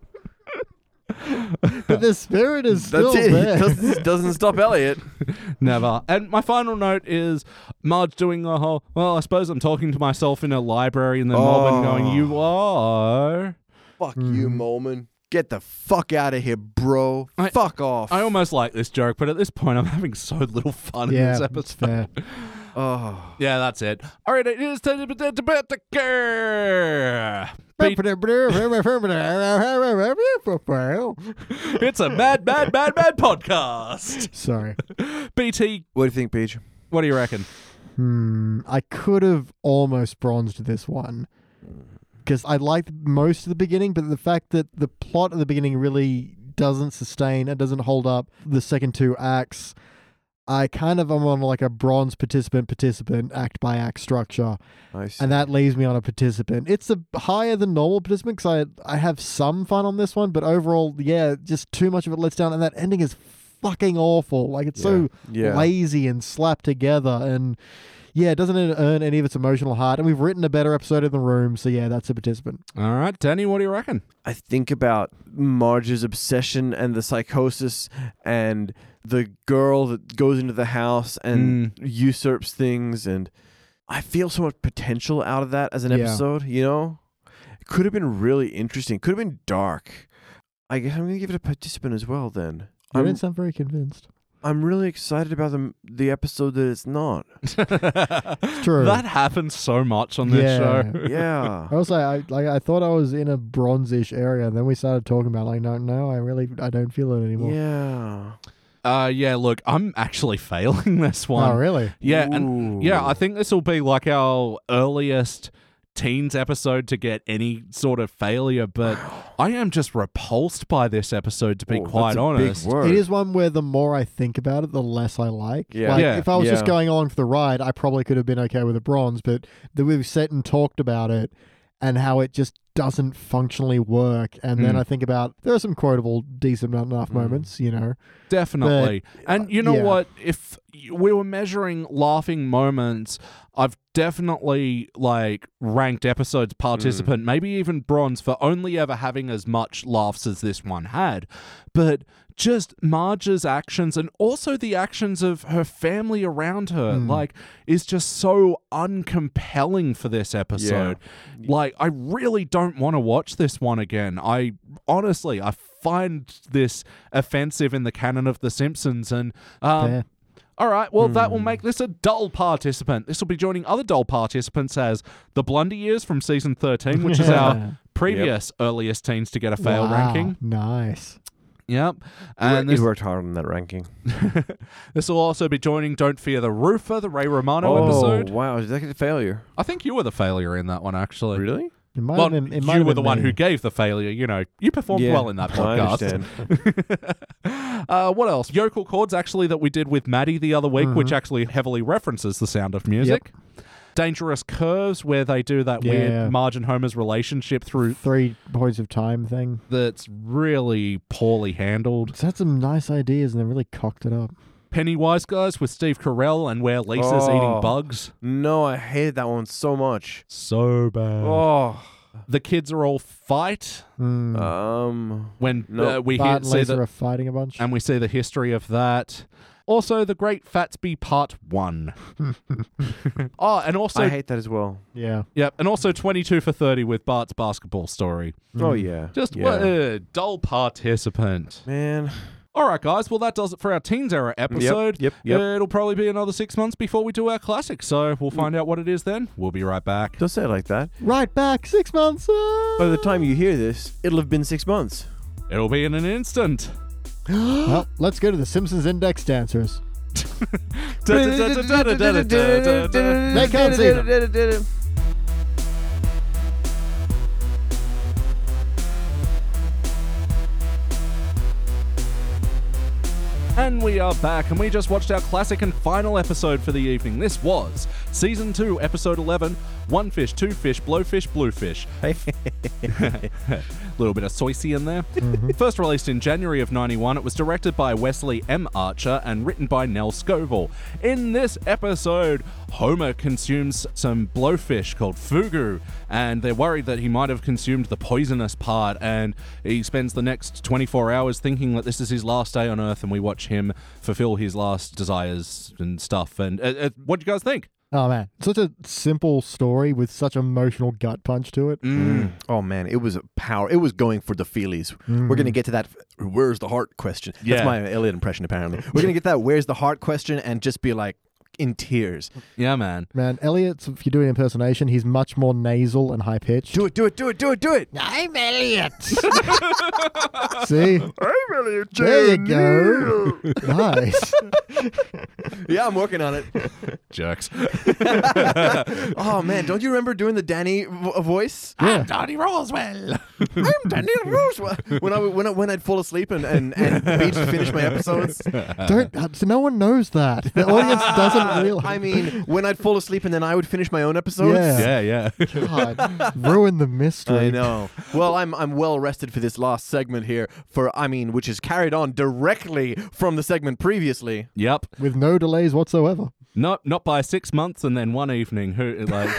But the spirit is still
That's it.
there.
It doesn't, it doesn't stop Elliot.
Never. And my final note is Marge doing a whole. Well, I suppose I'm talking to myself in a library, and then Melbourne
Oh.
going, "You are."
Fuck you, Moman. Get the fuck out of here, bro.
I-
fuck off.
I almost like this joke, but at this point, I'm having so little fun in
yeah,
this
it's
episode.
fair.
oh.
Yeah, that's it. All right, it is time to debate the care. Beat- It's a mad, mad, mad, mad podcast.
Sorry.
BT,
What do you think, Paige?
what do you reckon?
Hmm, I could have almost bronzed this one because I liked most of the beginning, but the fact that the plot at the beginning really doesn't sustain and doesn't hold up the second two acts. I kind of am on like a bronze participant participant act by act structure,
Nice.
and that leaves me on a participant. It's a higher than normal participant because I I have some fun on this one, but overall, yeah, just too much of it lets down, and that ending is fucking awful. Like it's so
yeah.
lazy and slapped together and yeah, it doesn't earn any of its emotional heart. And we've written a better episode of the room, so yeah, that's a participant.
All right, Danny, what do you reckon?
I think about Marge's obsession and the psychosis and the girl that goes into the house and
Mm.
usurps things and I feel so much potential out of that as an
Yeah.
episode, you know? It could have been really interesting. Could have been dark. I guess I'm going to give it a participant as well then.
You
I'm,
don't sound very convinced.
I'm really excited about the the episode that it's not.
true.
That happens so much on this
Yeah.
show.
Yeah.
I also I like I thought I was in a bronzish area, and then we started talking about like no no, I really I don't feel it anymore.
yeah.
Uh, yeah, look, I'm actually failing this one.
Oh really?
Yeah, and yeah,
Ooh.
I think this will be like our earliest teens episode to get any sort of failure, but I am just repulsed by this episode to be
Oh, that's
quite
a big
honest.
word.
It is one where the more I think about it, the less I like.
Yeah.
Like
Yeah.
if I was just
Yeah.
going along for the ride, I probably could have been okay with a bronze, but that we've sat and talked about it and how it just doesn't functionally work. And then
Mm.
I think about there are some quotable, decent
Hmm.
enough moments, you know.
Definitely. and you know
yeah.
what? If y- we were measuring laughing moments, I've definitely like ranked episodes participant, maybe even bronze for only ever having as much laughs as this one had. But just Marge's actions and also the actions of her family around her, like, is just so uncompelling for this episode. Like, I really don't want to watch this one again. I honestly, I find this offensive in the canon of The Simpsons. And um,
Fair.
all right, well, that
Hmm.
will make this a dull participant. This will be joining other dull participants as the Blundy Years from season 13, which is
Yeah.
our previous earliest teens to get a fail
Wow,
ranking.
Nice.
Yep. And
you
this,
worked hard on that ranking.
this will also be joining Don't Fear the Roofer, the Ray Romano
Oh.
episode.
Oh, wow. Did that get a failure?
I think you were the failure in that one, actually.
Really?
It might
Well,
have been, it might
you
have
were
been
the one
me.
who gave the failure. You know, you performed
Yeah,
well in that
I
podcast.
understand.
uh, what else? Yokel chords actually that we did with Maddie the other week,
Mm-hmm.
which actually heavily references the sound of music. Dangerous curves where they do that
Yeah.
weird Marge and Homer's relationship through
Three points of time thing.
that's really poorly handled.
It's had some nice ideas and they really cocked it up.
Pennywise guys with Steve Carell and where Lisa's eating
Oh.
bugs.
No, I hated that one so much.
So bad.
Oh,
The kids are all fight
Mm.
um,
when
No.
uh, we
Bart
hear,
and
see
Lisa
the,
are fighting a bunch.
and we see the history of that. Also, the Great Fatsby Part One. oh, and also
I hate that as well.
yeah.
Yep, and also 22 for 30 with Bart's basketball story.
Oh yeah,
Just
yeah.
what a dull participant.
man.
All right, guys. Well, that does it for our Teens Era episode.
yep, yep.
It'll probably be another six months before we do our classic, so we'll find out what it is then. We'll be right back.
Don't say it like that.
Right back six months. uh,
By the time you hear this, it'll have been six months.
It'll be in an instant.
Well, let's go to the Simpsons Index dancers.
They
can't see
them.
And we are back, and we just watched our classic and final episode for the evening. This was Season 2, Episode 11 One Fish, Two Fish, Blowfish, Bluefish. little bit of soicy in there. First released in January of 91, it was directed by Wesley M. Archer and written by Nell Scovell. In this episode, Homer consumes some blowfish called fugu, and they're worried that he might have consumed the poisonous part, and he spends the next 24 hours thinking that this is his last day on Earth, and we watch him fulfill his last desires and stuff. And uh, uh, what do you guys think?
Oh man, such a simple story with such emotional gut punch to it.
Oh man, it was a power. It was going for the feelies. We're gonna get to that. Where's the heart question?
Yeah.
That's my Elliot impression. Apparently, we're gonna get that. Where's the heart question? And just be like in tears.
Yeah, man.
Man, Elliot's if you do an impersonation, he's much more nasal and high pitched.
Do it. Do it. Do it. Do it. Do it.
I'm Elliot. See,
I'm really
there you go. nice.
Yeah, I'm working on it.
Jerks.
Oh man, don't you remember doing the Danny vo- uh, voice?
Yeah.
Danny Roswell. I'm Danny Roswell. When I w- when I, when I'd fall asleep and and, and beat to finish my episodes.
Don't. uh, so no one knows that. The audience doesn't realize.
Ah, I mean, when I'd fall asleep and then I would finish my own episodes.
Yeah.
yeah, yeah.
God, ruin the mystery.
I know. Well, I'm I'm well rested for this last segment here. For I mean, which is carried on directly from the segment previously.
yep.
With no delays whatsoever.
Not not by six months and then one evening. Who like?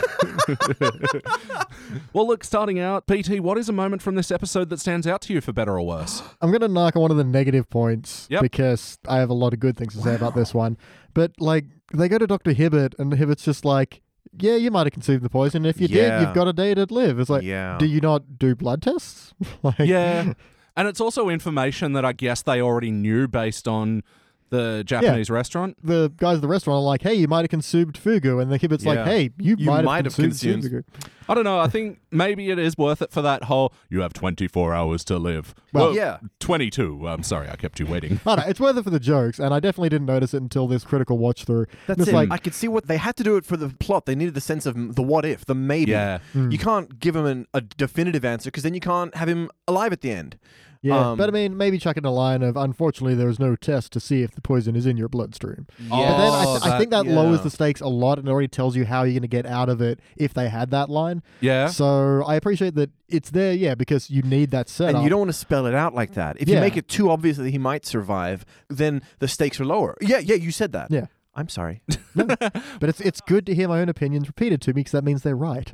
well, look. Starting out, PT. What is a moment from this episode that stands out to you for better or worse?
I'm going to knock on one of the negative points
Yep.
because I have a lot of good things to say about this one. But like they go to Dr. Hibbert and Hibbert's just like, "Yeah, you might have consumed the poison. If you
Yeah.
did, you've got a day to live." It's like,
Yeah.
"Do you not do blood tests?" like,
Yeah. and it's also information that I guess they already knew based on the Japanese restaurant.
The guys at the restaurant are like, "Hey, you might have consumed fugu," and the Hibbert's
Yeah.
like, "Hey, you,
You
might,
might
have
have
consumed,
consumed-
fugu."
I don't know. I think maybe it is worth it for that whole. You have twenty four hours to live.
Well,
Oh, yeah.
twenty two. I'm sorry, I kept you waiting.
I don't know, it's worth it for the jokes, and I definitely didn't notice it until this critical watch through.
That's
it's
it.
like,
I could see what they had to do it for the plot. They needed the sense of m- the what if, the maybe.
Yeah.
Hmm.
You can't give him an, a definitive answer because then you can't have him alive at the end.
yeah,
Um,
but I mean, maybe chuck in a line of, "Unfortunately, there is no test to see if the poison is in your bloodstream." But then I,
Oh,
th- I think that
yeah.
lowers the stakes a lot and already tells you how you're going to get out of it if they had that line.
Yeah.
So I appreciate that it's there, yeah, because you need that setup.
And you don't want to spell it out like that. If you
Yeah.
make it too obvious that he might survive, then the stakes are lower. Yeah, yeah, you said that.
Yeah.
I'm sorry.
But it's it's good to hear my own opinions repeated to me because that means they're right.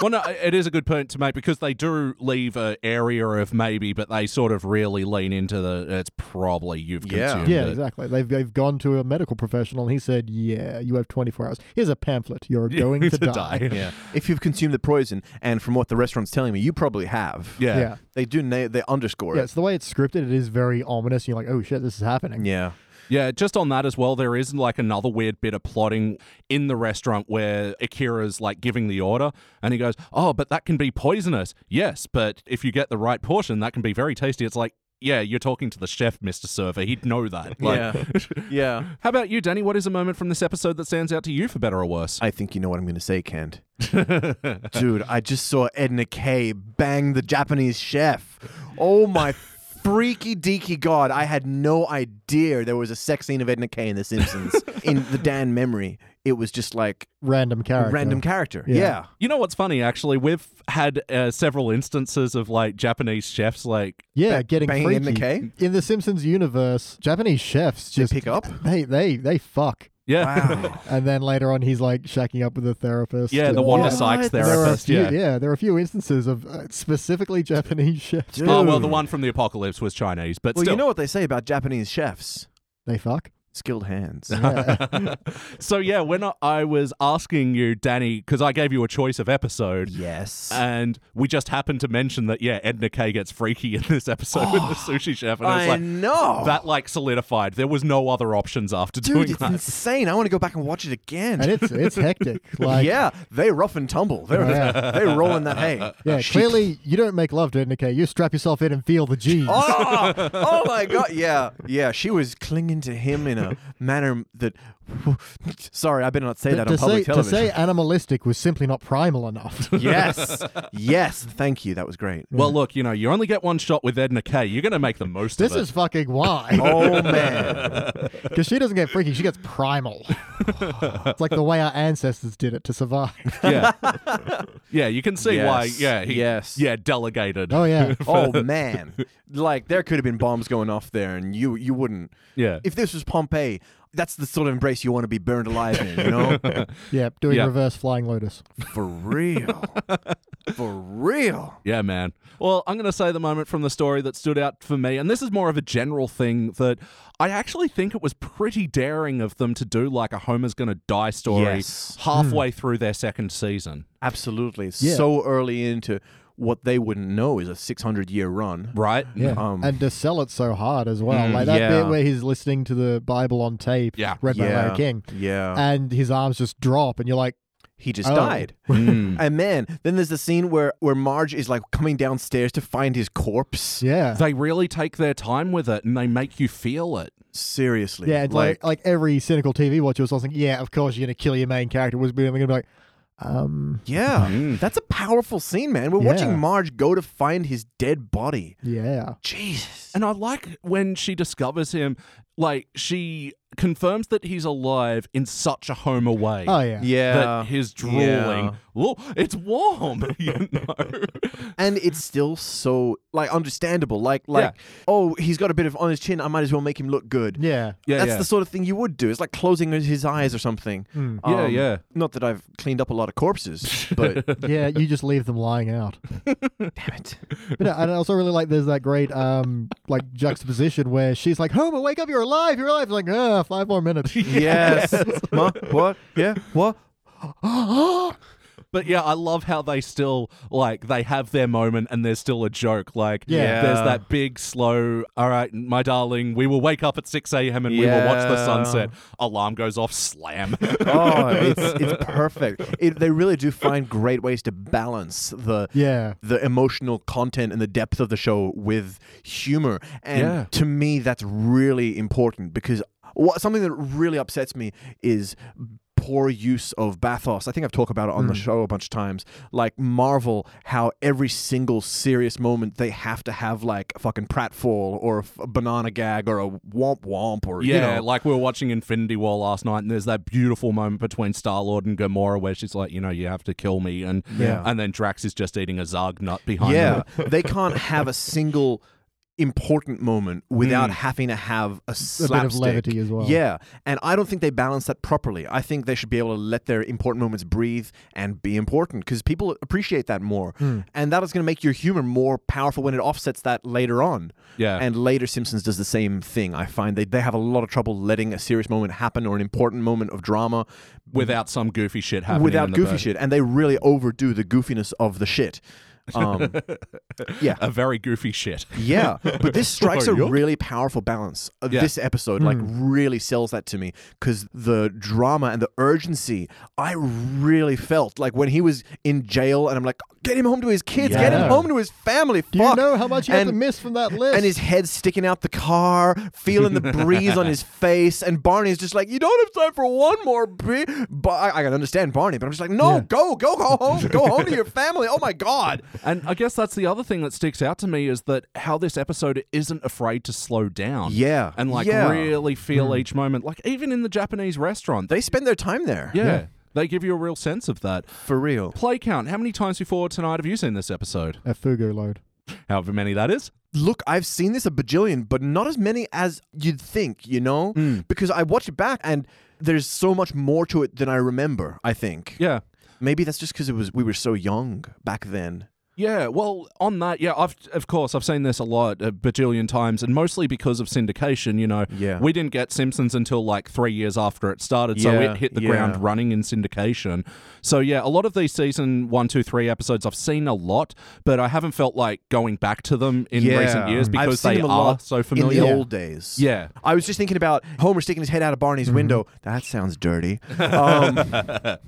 Well, no, it is a good point to make because they do leave an area of maybe, but they sort of really lean into the. It's probably you've
Yeah.
consumed
yeah,
it.
exactly. They've they've gone to a medical professional and he said, "Yeah, you have 24 hours. Here's a pamphlet. You're going to, die."
Yeah.
if you've consumed the poison, and from what the restaurant's telling me, you probably have.
Yeah.
Yeah.
They do na- they underscore
Yeah,
it.
so the way it's scripted, it is very ominous. You're like, "Oh shit, this is happening."
Yeah.
Yeah, just on that as well, there is like another weird bit of plotting in the restaurant where Akira's like giving the order and he goes, Oh, but that can be poisonous. Yes, but if you get the right portion, that can be very tasty. It's like, Yeah, you're talking to the chef, Mr. Server. He'd know that. Like,
yeah. yeah.
How about you, Danny? What is a moment from this episode that stands out to you for better or worse?
I think you know what I'm going to say, Kent. Dude, I just saw Edna Kay bang the Japanese chef. Oh my freaky deaky god! I had no idea there was a sex scene of Edna Kay in The Simpsons in the Dan memory. It was just like
Random character.
random character.
Yeah.
yeah.
You know what's funny, actually? We've had uh, several instances of like Japanese chefs, like,
Yeah,
Ba-
getting
banging
freaky.
in the K?
In the Simpsons universe, Japanese chefs just
pick up?
They they they fuck.
yeah.
Wow.
And then later on, he's like shacking up with a therapist.
Yeah, the
And-
Wanda
What?
Sykes
There
There are a
therapist.
few-
yeah.
there are a few instances of uh, specifically Japanese chefs.
Oh, well,
Dude.
the one from the apocalypse was Chinese, but
well,
still.
you know what they say about Japanese chefs?
They fuck.
Skilled hands.
so yeah, when I- I was asking you, Danny, because I gave you a choice of episode,
yes.
and we just happened to mention that yeah, Edna Kay gets freaky in this episode with the sushi chef, and I was
Oh, I
like,
know.
that like solidified. There was no other options after
Dude,
doing
it's
that.
insane. I want to go back and watch it again.
And it's it's hectic. Like,
yeah, they rough and tumble. They're
Yeah.
they roll in that hay.
yeah,
Sheep.
clearly, you don't make love to Edna Kay. You strap yourself in and feel the G's.
Oh, oh my god. Yeah. Yeah. She was clinging to him in a a manner that. Sorry, I better not say that
to,
on public
say, to
television.
say animalistic was simply not primal enough.
yes, yes. Thank you. That was great.
Well, look, you know, you only get one shot with Edna K. You're going to make the most
this
of it.
is fucking why.
Oh man.
Because she doesn't get freaky, she gets primal. it's like the way our ancestors did it to survive.
yeah, yeah. You can see why.
Yes,
Yeah, he,
yes.
yeah. Delegated.
Oh, yeah.
Oh man. Like there could have been bombs going off there, and you you wouldn't.
yeah.
If this was Pompeii, that's the sort of embrace you want to be burned alive in. You know.
Yeah, doing
Yeah.
reverse flying lotus.
For real. For real.
Yeah, man. Well, I'm going to say the moment from the story that stood out for me, and this is more of a general thing that I actually think it was pretty daring of them to do like a Homer's going to die story
Yes.
Hmm.
halfway through their second season.
Absolutely.
Yeah.
So early into what they wouldn't know is a 600 year run.
Right?
Yeah.
Um,
and to sell it so hard as well.
Mm,
like that
yeah.
bit where he's listening to the Bible on tape,
Yeah.
read by Larry King,
Yeah.
and his arms just drop, and you're like,
he just
Oh.
died.
Mm.
And man, then there's the scene where where Marge is like coming downstairs to find his corpse.
yeah.
They really take their time with it and they make you feel it.
Seriously.
Yeah, it's like, like every cynical TV watcher was like, yeah, of course you're gonna kill your main character. Was being gonna be like, um,
yeah.
Mm.
That's a powerful scene, man. We're
Yeah.
watching Marge go to find his dead body.
yeah,
Jesus.
And I like when she discovers him, like, she confirms that he's alive in such a Homer way.
oh yeah,
That his drooling,
Yeah.
look, it's warm, you know.
and it's still so like understandable. Like like oh, he's got a bit of on his chin. I might as well make him look good.
yeah,
yeah,
That's
yeah.
the sort of thing you would do. It's like closing his eyes or something. Um,
Mm.
Hmm. Yeah, yeah.
Not that I've cleaned up a lot of corpses, but
yeah. You just leave them lying out.
damn it.
But I and I also really like there's that great um like juxtaposition where she's like, Homer, wake up, you're alive, you're alive. like, ah, five more minutes.
Yes. Ma- what? Yeah. What?
But yeah, I love how they still like they have their moment and there's still a joke. Like
Yeah.
there's that big slow. All right, my darling, we will wake up at six a.m. and we will watch the
Yeah.
sunset. Alarm goes off. Slam.
Oh, it's it's perfect. It, they really do find great ways to balance the
Yeah.
the emotional content and the depth of the show with humor. And
Yeah.
to me, that's really important because what something that really upsets me is poor use of bathos. I think I've talked about it on the show a bunch of times. Like Marvel, how every single serious moment they have to have like a fucking pratfall or a f- a banana gag or a womp womp or you
yeah,
know.
like we were watching Infinity War last night, and there's that beautiful moment between Star Lord and Gamora where she's like, you know, you have to kill me, and
Yeah.
and then Drax is just eating a Zarg nut behind.
yeah,
Them.
they can't have a single important moment without having to have a
A
slapstick.
bit of levity as well.
Yeah, and I don't think they balance that properly. I think they should be able to let their important moments breathe and be important because people appreciate that more,
Hmm.
and that is going to make your humor more powerful when it offsets that later on.
Yeah.
and later Simpsons does the same thing. I find they they have a lot of trouble letting a serious moment happen or an important moment of drama
Without some goofy shit happening.
without
in the
goofy
back.
shit, and they really overdo the goofiness of the shit. Um, yeah,
A very goofy shit.
yeah, but this strikes a
Yup.
really powerful balance. Uh,
Yeah.
This episode like really sells that to me because the drama and the urgency I really felt like when he was in jail and I'm like, get him home to his kids, get
Yeah.
him home to his family.
Do
fuck.
you know how much you have to
And-
miss from that list?
And his head sticking out the car, feeling the breeze on his face, and Barney's just like, "You don't have time for one more beer." But I, I can understand Barney, but I'm just like, "No,
Yeah.
go, go, go home, go home to your family." Oh my god!
And I guess that's the other thing that sticks out to me is that how this episode isn't afraid to slow down.
Yeah.
And like
Yeah.
really feel each moment. Like even in the Japanese restaurant. They,
They spend their time there.
yeah, They give you a real sense of that.
for real.
Play count. How many times before tonight have you seen this episode?
a fugu load.
However many that is.
look, I've seen this a bajillion, but not as many as you'd think, you know?
Hmm.
Because I watched it back and there's so much more to it than I remember, I think.
Yeah.
Maybe that's just because it was we were so young back then.
Yeah, well, on that, yeah, I've of course I've seen this a lot, a bajillion times, and mostly because of syndication. You know,
Yeah.
we didn't get Simpsons until like three years after it started, so
Yeah,
it hit the
yeah.
ground running in syndication. So yeah, a lot of these season one, two, three episodes I've seen a lot, but I haven't felt like going back to them in
Yeah.
recent years
I've
because
seen
they
them a
are
lot
so
In
familiar.
the old days.
Yeah. Mm-hmm.
I was just thinking about Homer sticking his head out of Barney's window. That sounds dirty. Um,
Not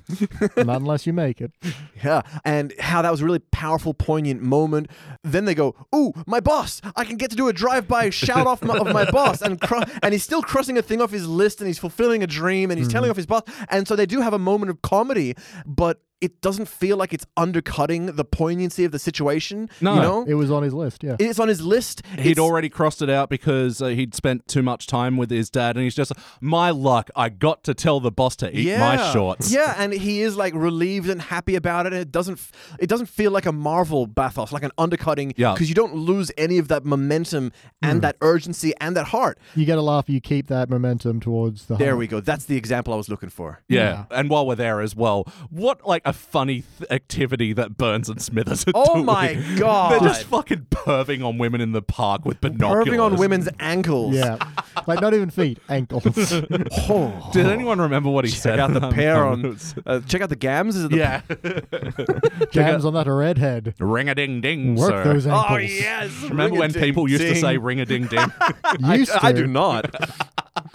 unless you make it.
yeah. And how that was a really powerful poignant moment. Then they go, "Ooh, my boss! I can get to do a drive-by shout off my, of my boss," and cru- and he's still crossing a thing off his list, and he's fulfilling a dream, and he's telling off his boss. And so they do have a moment of comedy, but it doesn't feel like it's undercutting the poignancy of the situation.
No.
you know?
It was on his list, yeah.
it's on his list.
He'd
It's-
already crossed it out because uh, he'd spent too much time with his dad, and he's just my luck. I got to tell the boss to eat my shorts.
Yeah, and he is like relieved and happy about it, and it doesn't f- it doesn't feel like a Marvel bathos, like an undercutting,
Yeah. Mm.
because you don't lose any of that momentum and that urgency and that heart.
Oh
You get a laugh, you keep that momentum towards the
There
heart.
we go. That's the example I was looking for.
Yeah. and while we're there as well, what like a funny th- activity that Burns and Smithers are
Oh
doing.
my God.
They're just fucking perving on women in the park with binoculars.
Irving on women's ankles.
Yeah. like not even feet, ankles.
Oh.
Did anyone remember what he said?
check out the
Um,
pair
um,
on? Uh, check out the gams. Is it the
yeah,
Jams on that redhead.
ring a ding ding,
Work
sir.
those ankles.
Oh yes.
Remember when people used to say
Ring-a-ding-ding.
ring a ding ding?
Used
I, I
to.
do not.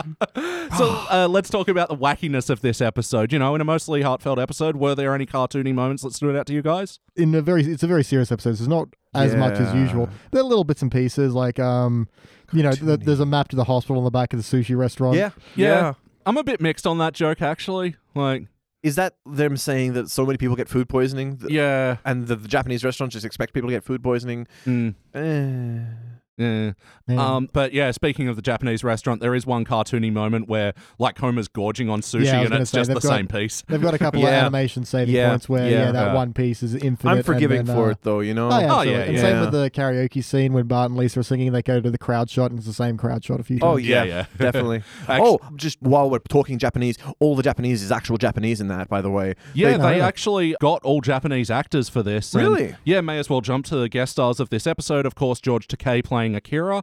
so uh, let's talk about the wackiness of this episode. You know, in a mostly heartfelt episode, were there any cartoony moments that stood out to you guys?
in a very it's a very serious episode. So it's not as much as
Yeah.
usual. There are little bits and pieces like um you know th- there's a map to the hospital on the back of the sushi restaurant.
yeah. Yeah.
I'm a bit mixed on that joke actually. Like,
Is that them saying that so many people get food poisoning? Th-
yeah,
And the, the Japanese restaurants just expect people to get food poisoning.
mm,
Eh.
yeah.
Yeah.
Um, but yeah, speaking of the Japanese restaurant, there is one cartoony moment where like Homer's gorging on sushi
Yeah, I was
and
gonna
it's
say,
just the
they've got-
same piece.
They've got a couple of
yeah.
animation saving
Yeah.
points where yeah,
Yeah.
that
Yeah.
one piece is infinite.
I'm
and
forgiving
then,
for
uh,
it though, you know.
Oh yeah,
Oh,
absolutely.
yeah,
and same
yeah.
with the karaoke scene when Bart and Lisa are singing. They go to the crowd shot and it's the same crowd shot a few times.
Oh
Yeah,
yeah,
yeah.
definitely.
Actu-
oh, just while we're talking Japanese, all the Japanese is actual Japanese in that, by the way.
Yeah,
They-
they,
no, really.
actually got all Japanese actors for this. and
Really?
yeah, may as well jump to the guest stars of this episode. Of course, George Takei playing Akira,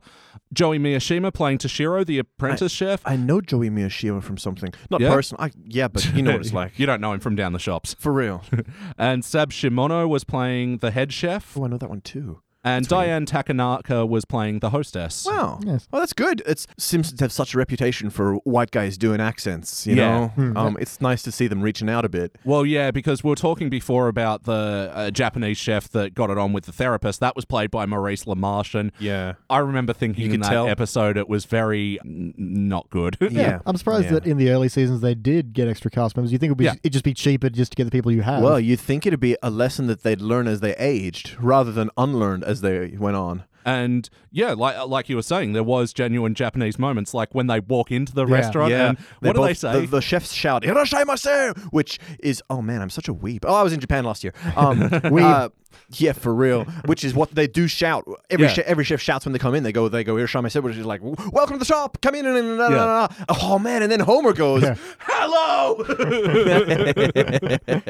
Joey Miyashima playing Toshiro, the apprentice chef.
I know Joey Miyashima from something, not
Yeah?
personal. I, yeah, but you know what it's like.
you don't know him from down the shops.
For real.
And Sab Shimono was playing the head chef,
oh, I know that one too.
and Diane Takanaka was playing the hostess.
Wow.
Yes.
Oh, that's good. It's Simpsons have such a reputation for white guys doing accents. You
Yeah.
know,
Hmm.
um, it's nice to see them reaching out a bit.
Well, yeah, because we were talking before about the uh, Japanese chef that got it on with the therapist. That was played by Maurice LaMarche, and
Yeah.
I remember thinking
You
in
could
that
tell.
episode it was very n- not good.
Yeah.
I'm surprised
Yeah.
that in the early seasons they did get extra cast members. You think it would be
Yeah.
it'd just be cheaper just to get the people you have.
Well, you'd think it'd be a lesson that they'd learn as they aged, rather than unlearned as they went on.
And yeah, like uh, like you were saying, there was genuine Japanese moments, like when they walk into the
Yeah.
restaurant and what do they
both-
say?
The, the chefs shout "Hiroshimasu," which is oh man, I'm such a weeb. Oh, I was in Japan last year. Um, uh, yeah, for real. Which is what they do shout. Every
Yeah.
che- every chef shouts when they come in. They go they go Hiroshimasu, which is like "Welcome to the shop. Come in." And, and, and, and,
Yeah.
and- Oh man, and then Homer goes
Yeah.
"Hello," and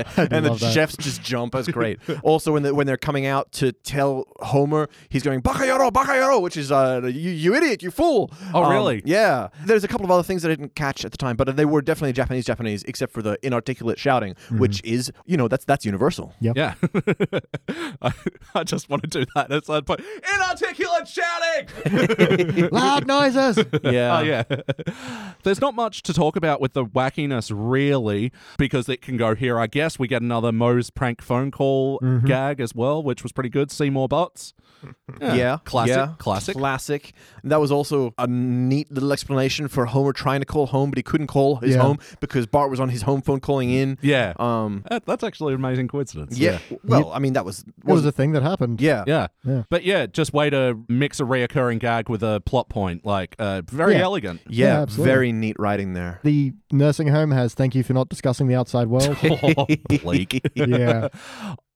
the
love that.
chefs just jump. That's great. also, when they, when they're coming out to tell Homer, he's going "Bakayoro, Bakayoro," which is uh, you, you idiot, you fool.
Oh, really?
Um, Yeah. There's a couple of other things that I didn't catch at the time, but they were definitely Japanese Japanese, except for the inarticulate shouting, which is, you know, that's that's universal.
yeah, I, I just want to do that. That's I'd put inarticulate shouting.
loud noises.
Oh yeah. There's not much to talk about with the wackiness, really, because it can go here. I guess we get another Moe's prank phone call
Mm-hmm.
gag as well, which was pretty good. Seymour Butts.
Yeah.
Classic,
yeah,
classic.
Classic. That was also a neat little explanation for Homer trying to call home, but he couldn't call his
Yeah.
home because Bart was on his home phone calling in.
Yeah.
Um,
That- that's actually an amazing coincidence.
yeah. Well, I mean, that was.
It was
wasn't-
a thing that happened.
yeah.
Yeah.
Yeah.
But yeah, just way to mix a reoccurring gag with a plot point. Like, uh, very
Yeah.
elegant.
Yeah,
Yeah.
absolutely.
very neat writing there.
The nursing home has thank you for not discussing the outside world.
Bleak.
yeah.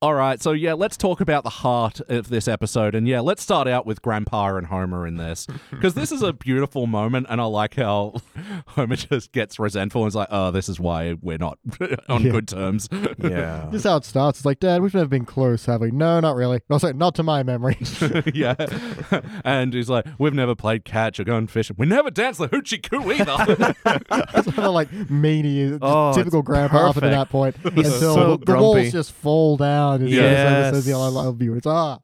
All right. So, yeah, let's talk about the heart of this episode. And yeah, let's start out with Grandpa and Homer in this. Because this is a beautiful moment. And I like how Homer just gets resentful and is like, oh, this is why we're not on
Yeah.
good terms.
Yeah.
This is how it starts. It's like, Dad, we've never been close, have we? No, not really. No, sorry, not to my memory.
yeah. and he's like, we've never played catch or gone fishing. We never danced the hoochie coo either.
That's what I like mean he is. Just
Oh,
typical
it's
grandpa up until
perfect.
that point. until
so
the, the walls
grumpy.
just fall down. And
Yes.
says, I love you. It's ah.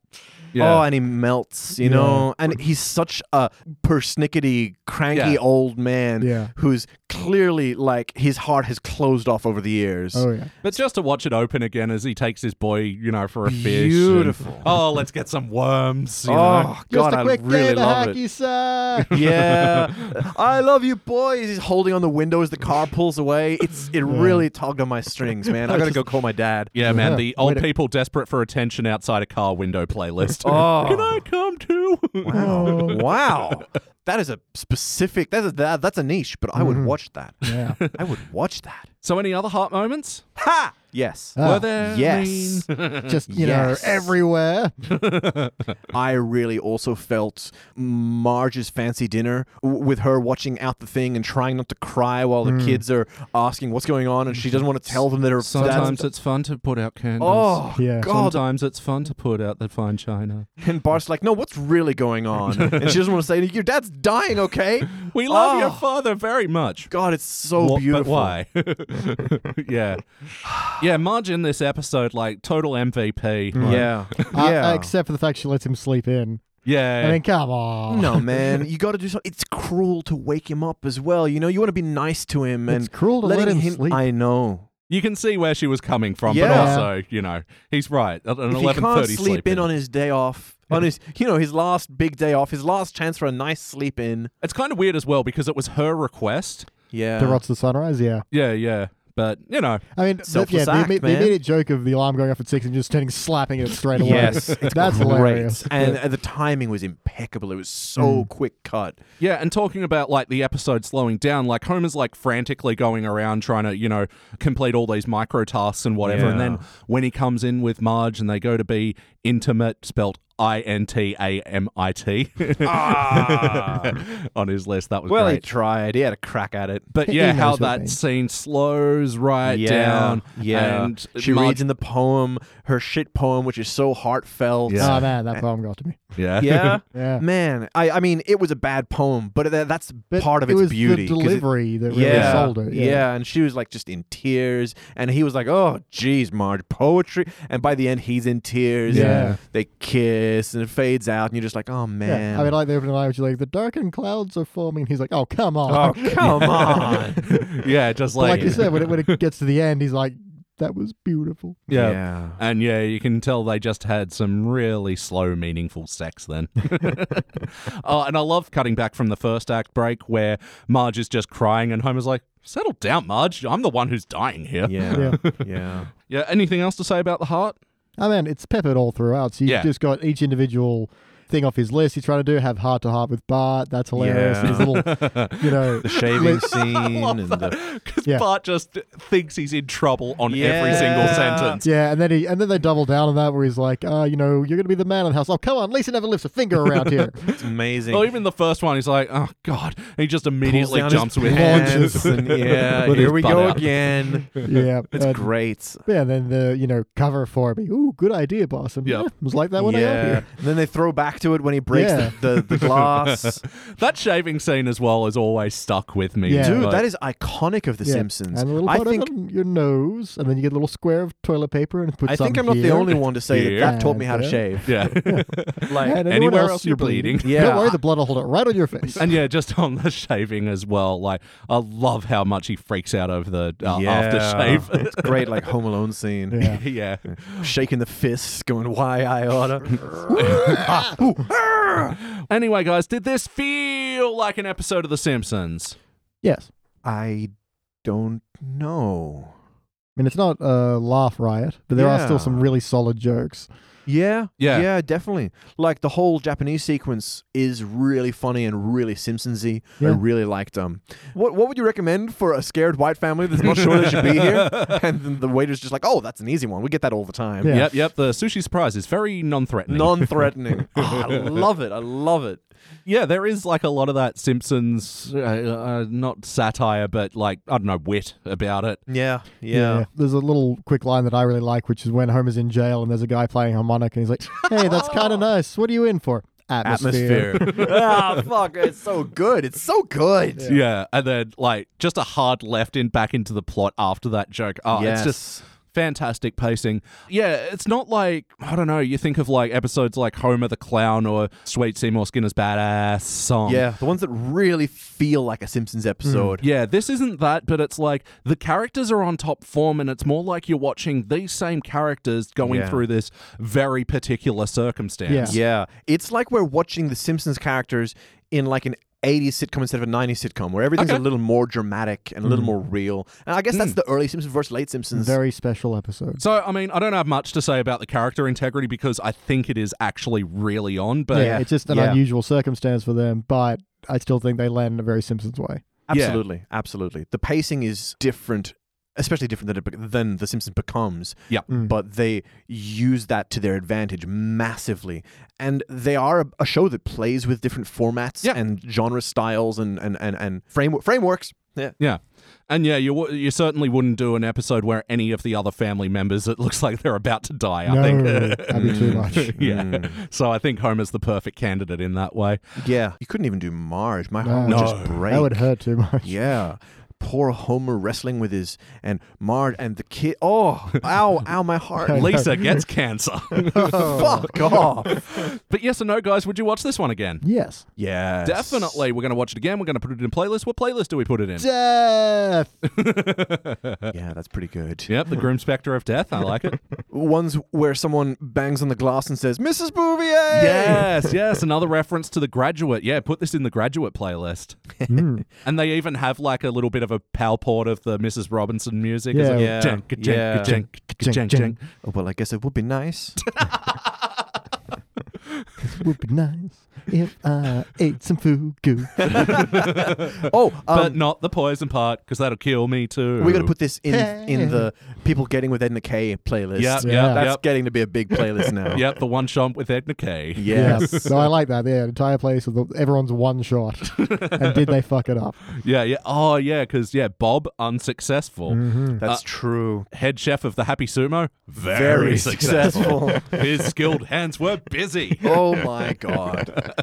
yeah.
Oh, and he melts, you know, and he's such a persnickety, cranky
Yeah.
old man
Yeah.
who's clearly like his heart has closed off over the years.
Oh yeah.
But just to watch it open again as he takes his boy, you know, for a fish.
Beautiful.
and, oh, let's get some worms. You know?
Oh, God,
Just a quick
I really
day in the
love
hacky
it.
sack.
Yeah, I love you, boys. He's holding on the window as the car pulls away. It's it really tugged on my strings, man. I gotta go call my dad.
Yeah, man.
Yeah.
The old
Way to-
people desperate for attention outside a car window playlist.
Oh.
Can I come too?
Wow, wow. That is a specific. That's a that, that's a niche, but I would watch that.
Mm-hmm. yeah.
I would watch that.
so, any other heart moments?
Ha! Yes.
Ah,
Were there?
yes.
Lean?
Just you
Yes.
know, everywhere.
I really also felt Marge's fancy dinner w- with her watching out the thing and trying not to cry while the
Hmm.
kids are asking what's going on, and she doesn't want to tell them that her
Sometimes
dad's.
it's fun to put out candles.
Oh
Yeah.
God!
Sometimes it's fun to put out the fine china.
And Bart's like, "No, what's really going on?" and she doesn't want to say, "Your dad's dying, okay?"
We love
Oh,
your father very much.
God, it's so
Wha-
beautiful.
But why? yeah. Yeah, Marge in this episode, like, total MVP. Like,
Mm. Yeah,
Uh,
yeah. Eh.
except for the fact she lets him sleep in.
Yeah.
I mean, come on.
no, man, you got to do something. It's cruel to wake him up as well. You know, you want to be nice to him and
It's cruel to let
letting
him sleep.
I know.
you can see where she was coming from, but
Yeah.
also, you know, he's right. At An
if he
eleven
can't
thirty
sleep, in on his day off, on his, you know, his last big day off, his last chance for a nice sleep in.
it's kind of weird as well because it was her request.
Yeah.
The rots of the sunrise. Yeah.
Yeah, yeah, but you know,
I mean, the, yeah,
Selfless
the,
act,
imme- the
man.
immediate joke of the alarm going off at six and just standing slapping it straight away.
Yes, it's
that's
great.
hilarious. Mm.
And uh, the timing was impeccable. It was so quick cut.
yeah. And talking about like the episode slowing down, like Homer's like frantically going around trying to you know complete all these micro tasks and whatever. And then
Yeah.
when he comes in with Marge and they go to be intimate, spelt I N T A M I T, on his list. That was
Well, he
great.
tried. He had a crack at it.
But
He
yeah,
knows
how
what
that
they-
scene slows right down.
Yeah.
and
um, she
Marge-
reads in the poem, her shit poem, which is so heartfelt.
Yeah.
Oh man, that poem got to me.
Yeah,
Yeah.
Yeah.
Man, I, I mean, it was a bad poem, but tha- that's
But
part of
it
its
was
beauty.
The
'cause it-
delivery that really
yeah,
sold it.
yeah, and she was like just in tears, and he was like, "Oh, geez, Marge, poetry." And by the end, he's in tears.
Yeah.
and they kiss, and it fades out, and you're just like, "Oh man,
Yeah. I mean, like the opening line, which is like the darkened clouds are forming. And he's like, "Oh, come on!"
oh come on."
yeah, just
But like
like,
you said, when it, when it gets to the end, he's like, "That was beautiful."
yeah. And yeah, you can tell they just had some really slow, meaningful sex then. uh, and I love cutting back from the first act break where Marge is just crying and Homer's like, settle down, Marge. I'm the one who's dying here. Yeah.
yeah, yeah. yeah.
anything else to say about the heart?
I mean, it's peppered all throughout. So you've
Yeah.
just got each individual thing off his list. He's trying to do have heart to heart with Bart. That's hilarious.
Yeah.
His little, you know,
The shaving scene and the
Because
Yeah.
Bart just thinks he's in trouble on every
Yeah.
single sentence.
Yeah, and then he and then they double down on that where he's like, uh, you know, you're gonna be the man in the house. Oh, come on, Lisa never lifts a finger around here.
It's amazing.
Or even the first one, he's like, "Oh God!" And he just immediately
down his
jumps with
pants.
hands.
Launches.
and yeah,
With his
here we
butt
go
out.
again.
yeah,
It's
and,
great.
Yeah, and then the you know cover for me. Ooh, good idea, boss. And
Yep.
yeah, was like that when I got
yeah.
here.
And then they throw back to it when he breaks
Yeah.
the, the, the glass.
That shaving scene as well has always stuck with me.
Yeah.
Dude,
Like-
that is iconic of The
Yeah.
Simpsons.
And a little
I
part
think
of it on your nose, and then you get a little square of toilet paper and put
I think
some
I'm not the
here.
only one to say
Here.
that that taught me how to
Yeah.
shave.
yeah.
Like
And anyone
Anywhere else you're bleeding.
Yeah.
Don't worry, the blood will hold it right on your face.
And yeah, just on the shaving as well. Like, I love how much he freaks out over the uh, aftershave.
it's great, like Home Alone scene.
yeah.
yeah.
Shaking the fists, going why I oughta.
Anyway, guys, did this feel like an episode of The Simpsons?
Yes.
I don't know.
I mean, it's not a laugh riot, but there are
Yeah.
still some really solid jokes.
Yeah,
Yeah.
yeah, definitely. Like the whole Japanese sequence is really funny and really Simpsonsy. I
Yeah.
really liked them. What What would you recommend for a scared white family that's not sure they should be here? And then the waiter's just like, "Oh, that's an easy one. We get that all the time.
Yeah.
Yep, yep. The sushi surprise is very non threatening.
Non-threatening. Oh, I love it. I love it.
yeah, there is like a lot of that Simpsons, uh, uh, not satire, but like, I don't know, wit about it.
Yeah, yeah.
There's a little quick line that I really like, which is when Homer's in jail and there's a guy playing harmonica and he's like, hey, that's kind of nice. What are you in for?
ah, fuck. It's so good. It's so good.
Yeah. And then, like, just a hard left in back into the plot after that joke. Oh, it's just fantastic pacing. Yeah, it's not like I don't know. You think of like episodes like Homer the Clown or Sweet Seymour Skinner's Badass Song.
Yeah, the ones that really feel like a
Mm.
Simpsons episode.
Yeah, this isn't that, but it's like the characters are on top form, and it's more like you're watching these same characters going
Yeah.
through this very particular circumstance.
Yeah.
Yeah, it's like we're watching the Simpsons characters in like an 80s sitcom instead of a 90s sitcom, where everything's
Okay. Mm.
a little more dramatic and a little more real. And I guess that's the early Simpsons versus late Simpsons.
Very special episode.
So, I mean, I don't have much to say about the character integrity because I think it is actually really on, but
yeah, it's just an
Yeah.
unusual circumstance for them, but I still think they land in a very Simpsons way.
Yeah.
absolutely, absolutely. The pacing is different, especially different than it, bec- than the Simpsons becomes.
Yeah.
Mm.
but they use that to their advantage massively. And they are a, a show that plays with different formats
Yeah.
and genre styles and and and, and framework frameworks. Yeah.
Yeah. And yeah, you w- you certainly wouldn't do an episode where any of the other family members it looks like they're about to die. I
no,
think.
that'd be too much.
Mm.
yeah. So I think Homer's the perfect candidate in that way.
Yeah, you couldn't even do Marge. My heart
No.
would just
No.
break.
That would hurt too much.
Yeah. Poor Homer wrestling with his and Marge and the kid. Oh, ow, ow, my heart.
Lisa gets cancer.
Fuck off.
but yes or no, guys, would you watch this one again?
Yes.
Yeah.
Definitely. We're going to watch it again. We're going to put it in playlist. What playlist do we put it in?
Death.
Yeah, that's pretty good.
Yep, the Grim Spectre of Death. I like it.
Ones where someone bangs on the glass and says, Mrs. Bouvier.
yes, yes. Another reference to The Graduate. Yeah, put this in the Graduate playlist.
Hmm.
And they even have like a little bit of a palport of the Mrs. Robinson music. It's
Yeah.
like,
Yeah.
"Jenk, jenk,
Yeah.
jenk, jenk,
Jenk,
jenk."
Oh, well, I guess it would be nice.
would be nice if I ate some fugu.
oh, um,
but not the poison part because that'll kill me too.
we're gonna put this in
Hey.
in the people getting with Edna K playlist.
Yep,
Yeah.
yep,
that's
yep,
getting to be a big playlist now.
yep. The one shot with Edna K.
Yes.
Yeah. No, I like that. Yeah, entire place with the- everyone's one shot. and did they fuck it up?
Mm.
yeah, yeah. Oh, yeah, because yeah, Bob unsuccessful. Uh,
That's true.
Head chef of the Happy Sumo, very,
Very
successful.
successful.
His skilled hands were busy.
oh my god.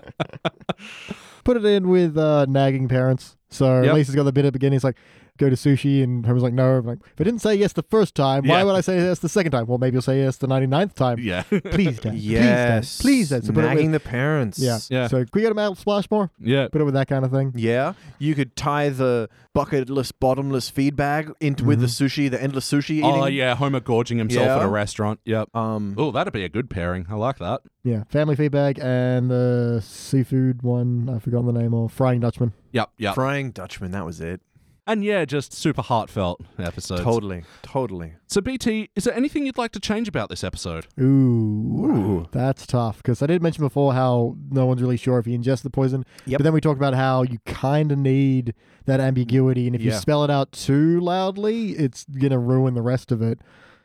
Put it in with uh, nagging parents. So
Yep.
Lisa's got the bit at the beginning. He's like, go to sushi. And Homer's like, no. I'm like, if I didn't say yes the first time,
Yeah.
why would I say yes the second time? Well, maybe you'll say yes the 99th time.
Yeah,
Please, Dad.
Yes.
Please, Dad. Please, Dad. So put it
nagging
with,
the parents.
yeah.
Yeah.
So can we get a mouth splash more?
yeah.
Put it with that kind of thing.
Yeah, you could tie the bucketless, bottomless feed bag into with the
Mm-hmm.
sushi, the endless sushi eating.
Oh yeah, Homer gorging himself
Yeah.
at a restaurant. Yep.
Um,
Oh, that'd be a good pairing. I like that.
Yeah. Family feedback and the seafood one. I've forgotten the name of. Frying Dutchman.
Yep, yep.
frying Dutchman. That was it.
And yeah, just super heartfelt episodes.
Totally, totally.
So BT, is there anything you'd like to change about this episode?
Ooh, that's tough because I did mention before how no one's really sure if he ingests the poison.
Yep.
But then we talked about how you kind of need that ambiguity, and if you
Yeah.
spell it out too loudly, it's gonna ruin the rest of it.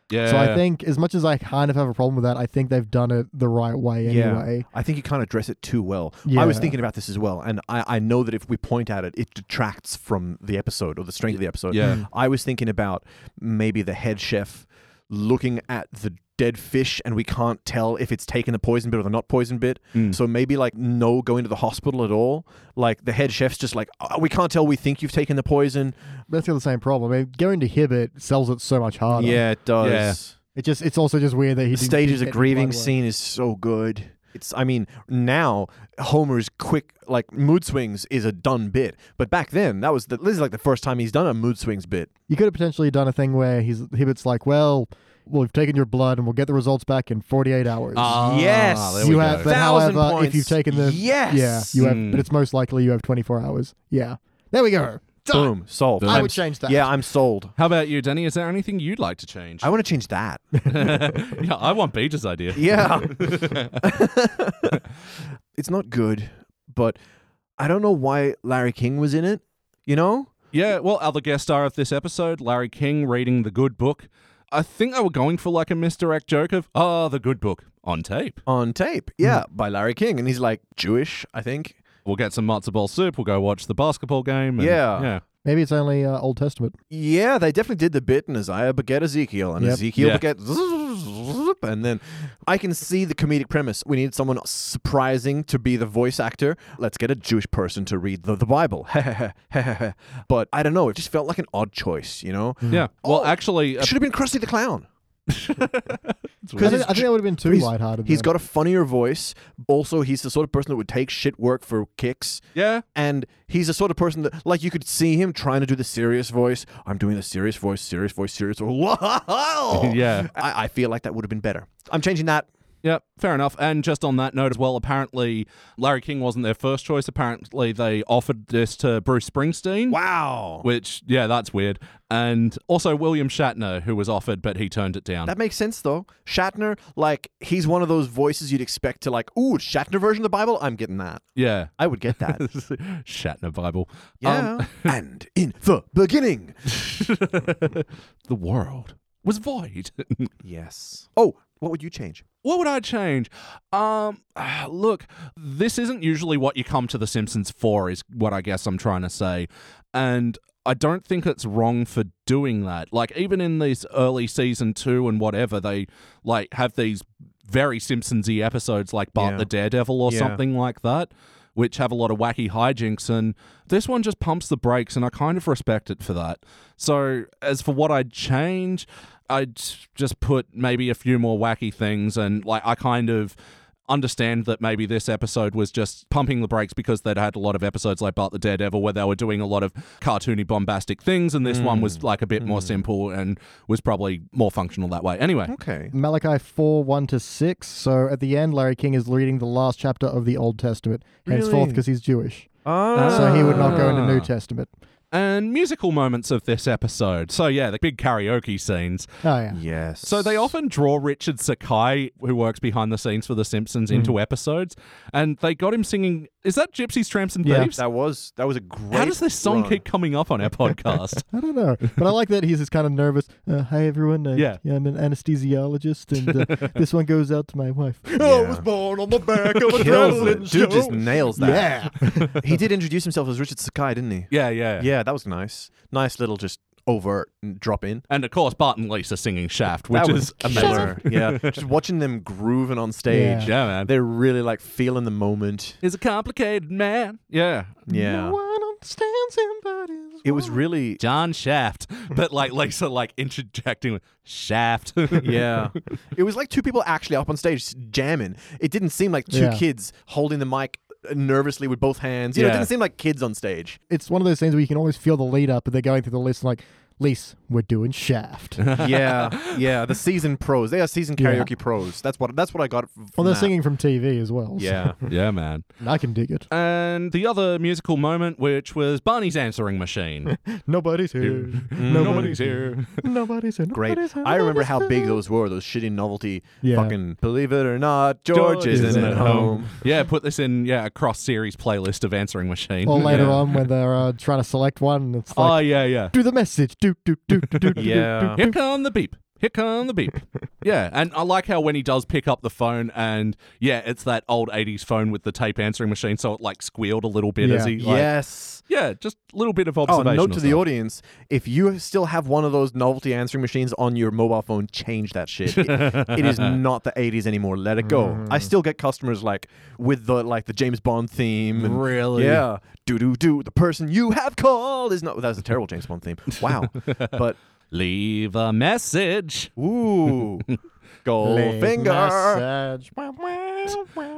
Yeah.
So I think, as much as I kind of have a problem with that, I think they've done it the right way anyway.
I think you can't address it too well. I was
Yeah.
thinking about this as well, and I, I know that if we point at it, it detracts from the episode or the strength of the episode.
Yeah. Mm.
I was thinking about maybe the head chef looking at the dead fish and we can't tell if it's taken the poison bit or the not poison bit.
Mm.
So maybe like no going to the hospital at all. Like the head chef's just like, oh, we can't tell we think you've taken the poison.
But That's got the same problem. I mean, going to Hibbert sells it so much harder.
Yeah, it does.
It just it's also just weird that he
The
didn't
stage
keep
is a
getting
grieving
blood work.
scene is so good. It's I mean now Homer's quick like mood swings is a done bit, but back then that was the, this is like the first time he's done a mood swings bit.
You could have potentially done a thing where he's Hibbert's like, well, we've taken your blood and we'll get the results back in 48 hours.
Ah,
Yes.
there we
you
go.
have, but
Thousand
however, if
points.
you've taken the
Yes.
yeah, you have,
Mm.
but it's most likely you have 24 hours. Yeah, there we go. Done.
Boom, solved.
I
I'm-
would change that.
Yeah, I'm sold.
How about you, Denny? Is there anything you'd like to change?
I want to change that.
yeah, I want Beach's idea.
Yeah. it's not good, but I don't know why Larry King was in it. You know?
Yeah, well, other guest star of this episode, Larry King, reading the good book. I think they were going for like a misdirect joke of, oh, the good book on tape.
On tape. Yeah,
Mm.
by Larry King. And he's like Jewish, I think.
We'll get some matzo ball soup. We'll go watch the basketball game. and-
Yeah.
Yeah.
Maybe it's only uh, Old Testament.
Yeah, they definitely did the bit in Isaiah beget Ezekiel, and
Yep.
Ezekiel
Yeah.
beget, zzzz, and then I can see the comedic premise. We need someone surprising to be the voice actor. Let's get a Jewish person to read the, the Bible. but I don't know. It just felt like an odd choice, you know.
Yeah. Well,
Oh,
actually, uh,
It should have been Krusty the Clown.
I
Because
think,
it's
I think that would have been
but
too
he's-
lighthearted.
He's
though.
got a funnier voice. Also, he's the sort of person that would take shit work for kicks.
Yeah.
And he's the sort of person that, like, you could see him trying to do the serious voice. I'm doing the serious voice, serious voice, serious voice.
Yeah.
I, I feel like that would have been better. I'm changing that.
Yep, fair enough. And just on that note as well, apparently Larry King wasn't their first choice. Apparently they offered this to Bruce Springsteen.
Wow.
Which, yeah, that's weird. And also William Shatner, who was offered, but he turned it down.
That makes sense though. Shatner, like he's one of those voices you'd expect to like, ooh, Shatner version of the Bible. I'm getting that.
yeah.
I would get that.
um, Shatner Bible.
yeah.
Um,
and in the beginning.
the world was void.
Yes. Oh, what would you change?
what would I change? Um, look, this isn't usually what you come to The Simpsons for, is what I guess I'm trying to say. And I don't think it's wrong for doing that. Like, even in these early season two and whatever, they like have these very Simpsons-y episodes like Bart
Yeah.
the Daredevil or
Yeah.
something like that, which have a lot of wacky hijinks. And this one just pumps the brakes, and I kind of respect it for that. So, as for what I'd change, I'd just put maybe a few more wacky things, and like I kind of. Understand that maybe this episode was just pumping the brakes because they'd had a lot of episodes like Bart the Daredevil where they were doing a lot of cartoony, bombastic things, and this one was like a bit more simple and was probably more functional that way. Anyway,
Okay.
Malachi 4 1 to 6. So at the end, Larry King is reading the last chapter of the Old Testament, henceforth
Really?
because he's Jewish.
Uh,
Ah.
So he would not go into New
Ah.
Testament. Oh,
and musical moments of this episode. So yeah, the big karaoke scenes.
Oh, yeah.
Yes.
So they often draw Richard Sakai, who works behind the scenes for The Simpsons,
Hmm.
into episodes, and they got him singing. Is that Gypsies, Tramps, and
Yeah.
Thieves?
that was that was a great.
How does this song
run.
keep coming up on our podcast?
I don't know. But I like that he's just kind of nervous. Uh, Hi, everyone. Uh,
Yeah.
I'm an anesthesiologist, and uh, this one goes out to my wife.
Yeah.
born on the back of a
Kills
traveling
it. Dude just
show.
nails that. Yeah. he did introduce himself as Richard Sakai, didn't he?
yeah, yeah,
Yeah, that was nice. Nice little just overt drop in.
And of course, Bart and Lisa singing Shaft, which
that
is
was
amazing.
killer. yeah, just watching them grooving on
Yeah.
stage.
Yeah, man.
They're really like feeling the moment.
He's a complicated man. Yeah.
Yeah.
one understands him, but is
It was really
John Shaft, but like Lisa, like interjecting with Shaft.
yeah. it was like two people actually up on stage s- jamming. It didn't seem like two
Yeah.
kids holding the mic nervously with both hands. You know,
Yeah.
it didn't seem like kids on stage.
It's one of those things where you can always feel the lead up, but they're going through the list like, Lise, we're doing Shaft. well,
yeah. Yeah, the season pros. They are season
Yeah.
karaoke pros. That's what that's what I got from
they're
that.
singing from TV as well. so-
Yeah.
yeah, man.
I can dig it.
And the other musical moment, which was Barney's answering machine.
Nobody's here. Mm.
Nobody's here.
Nobody's here.
Great.
Nobody's here.
I remember
Nobody's
how
here.
big those were, those shitty novelty
Yeah.
fucking believe it or not, George, isn't, at home.
Yeah, put this in yeah a cross series playlist of answering machine.
Or later
Yeah.
on when they're uh, trying to select one, it's like,
oh yeah, yeah.
do the message. Do, do, do, do, do, do,
Yeah.
Here come the beep. Here come the beep. yeah, and I like how when he does pick up the phone, and yeah, it's that old '80s phone with the tape answering machine, so it like squealed a little bit as
Yeah.
he like,
yes.
yeah, just a little bit of
Oh,
observation.
note to the audience: if you still have one of those novelty answering machines on your mobile phone, change that shit. It- it is not the '80s anymore. Let it go. I still get customers like with the like the James Bond theme. and-
Really?
Yeah. Do do do. The person you have called is not. That was a terrible James Bond theme. Wow. but
Leave a message.
ooh, Goldfinger.
Message.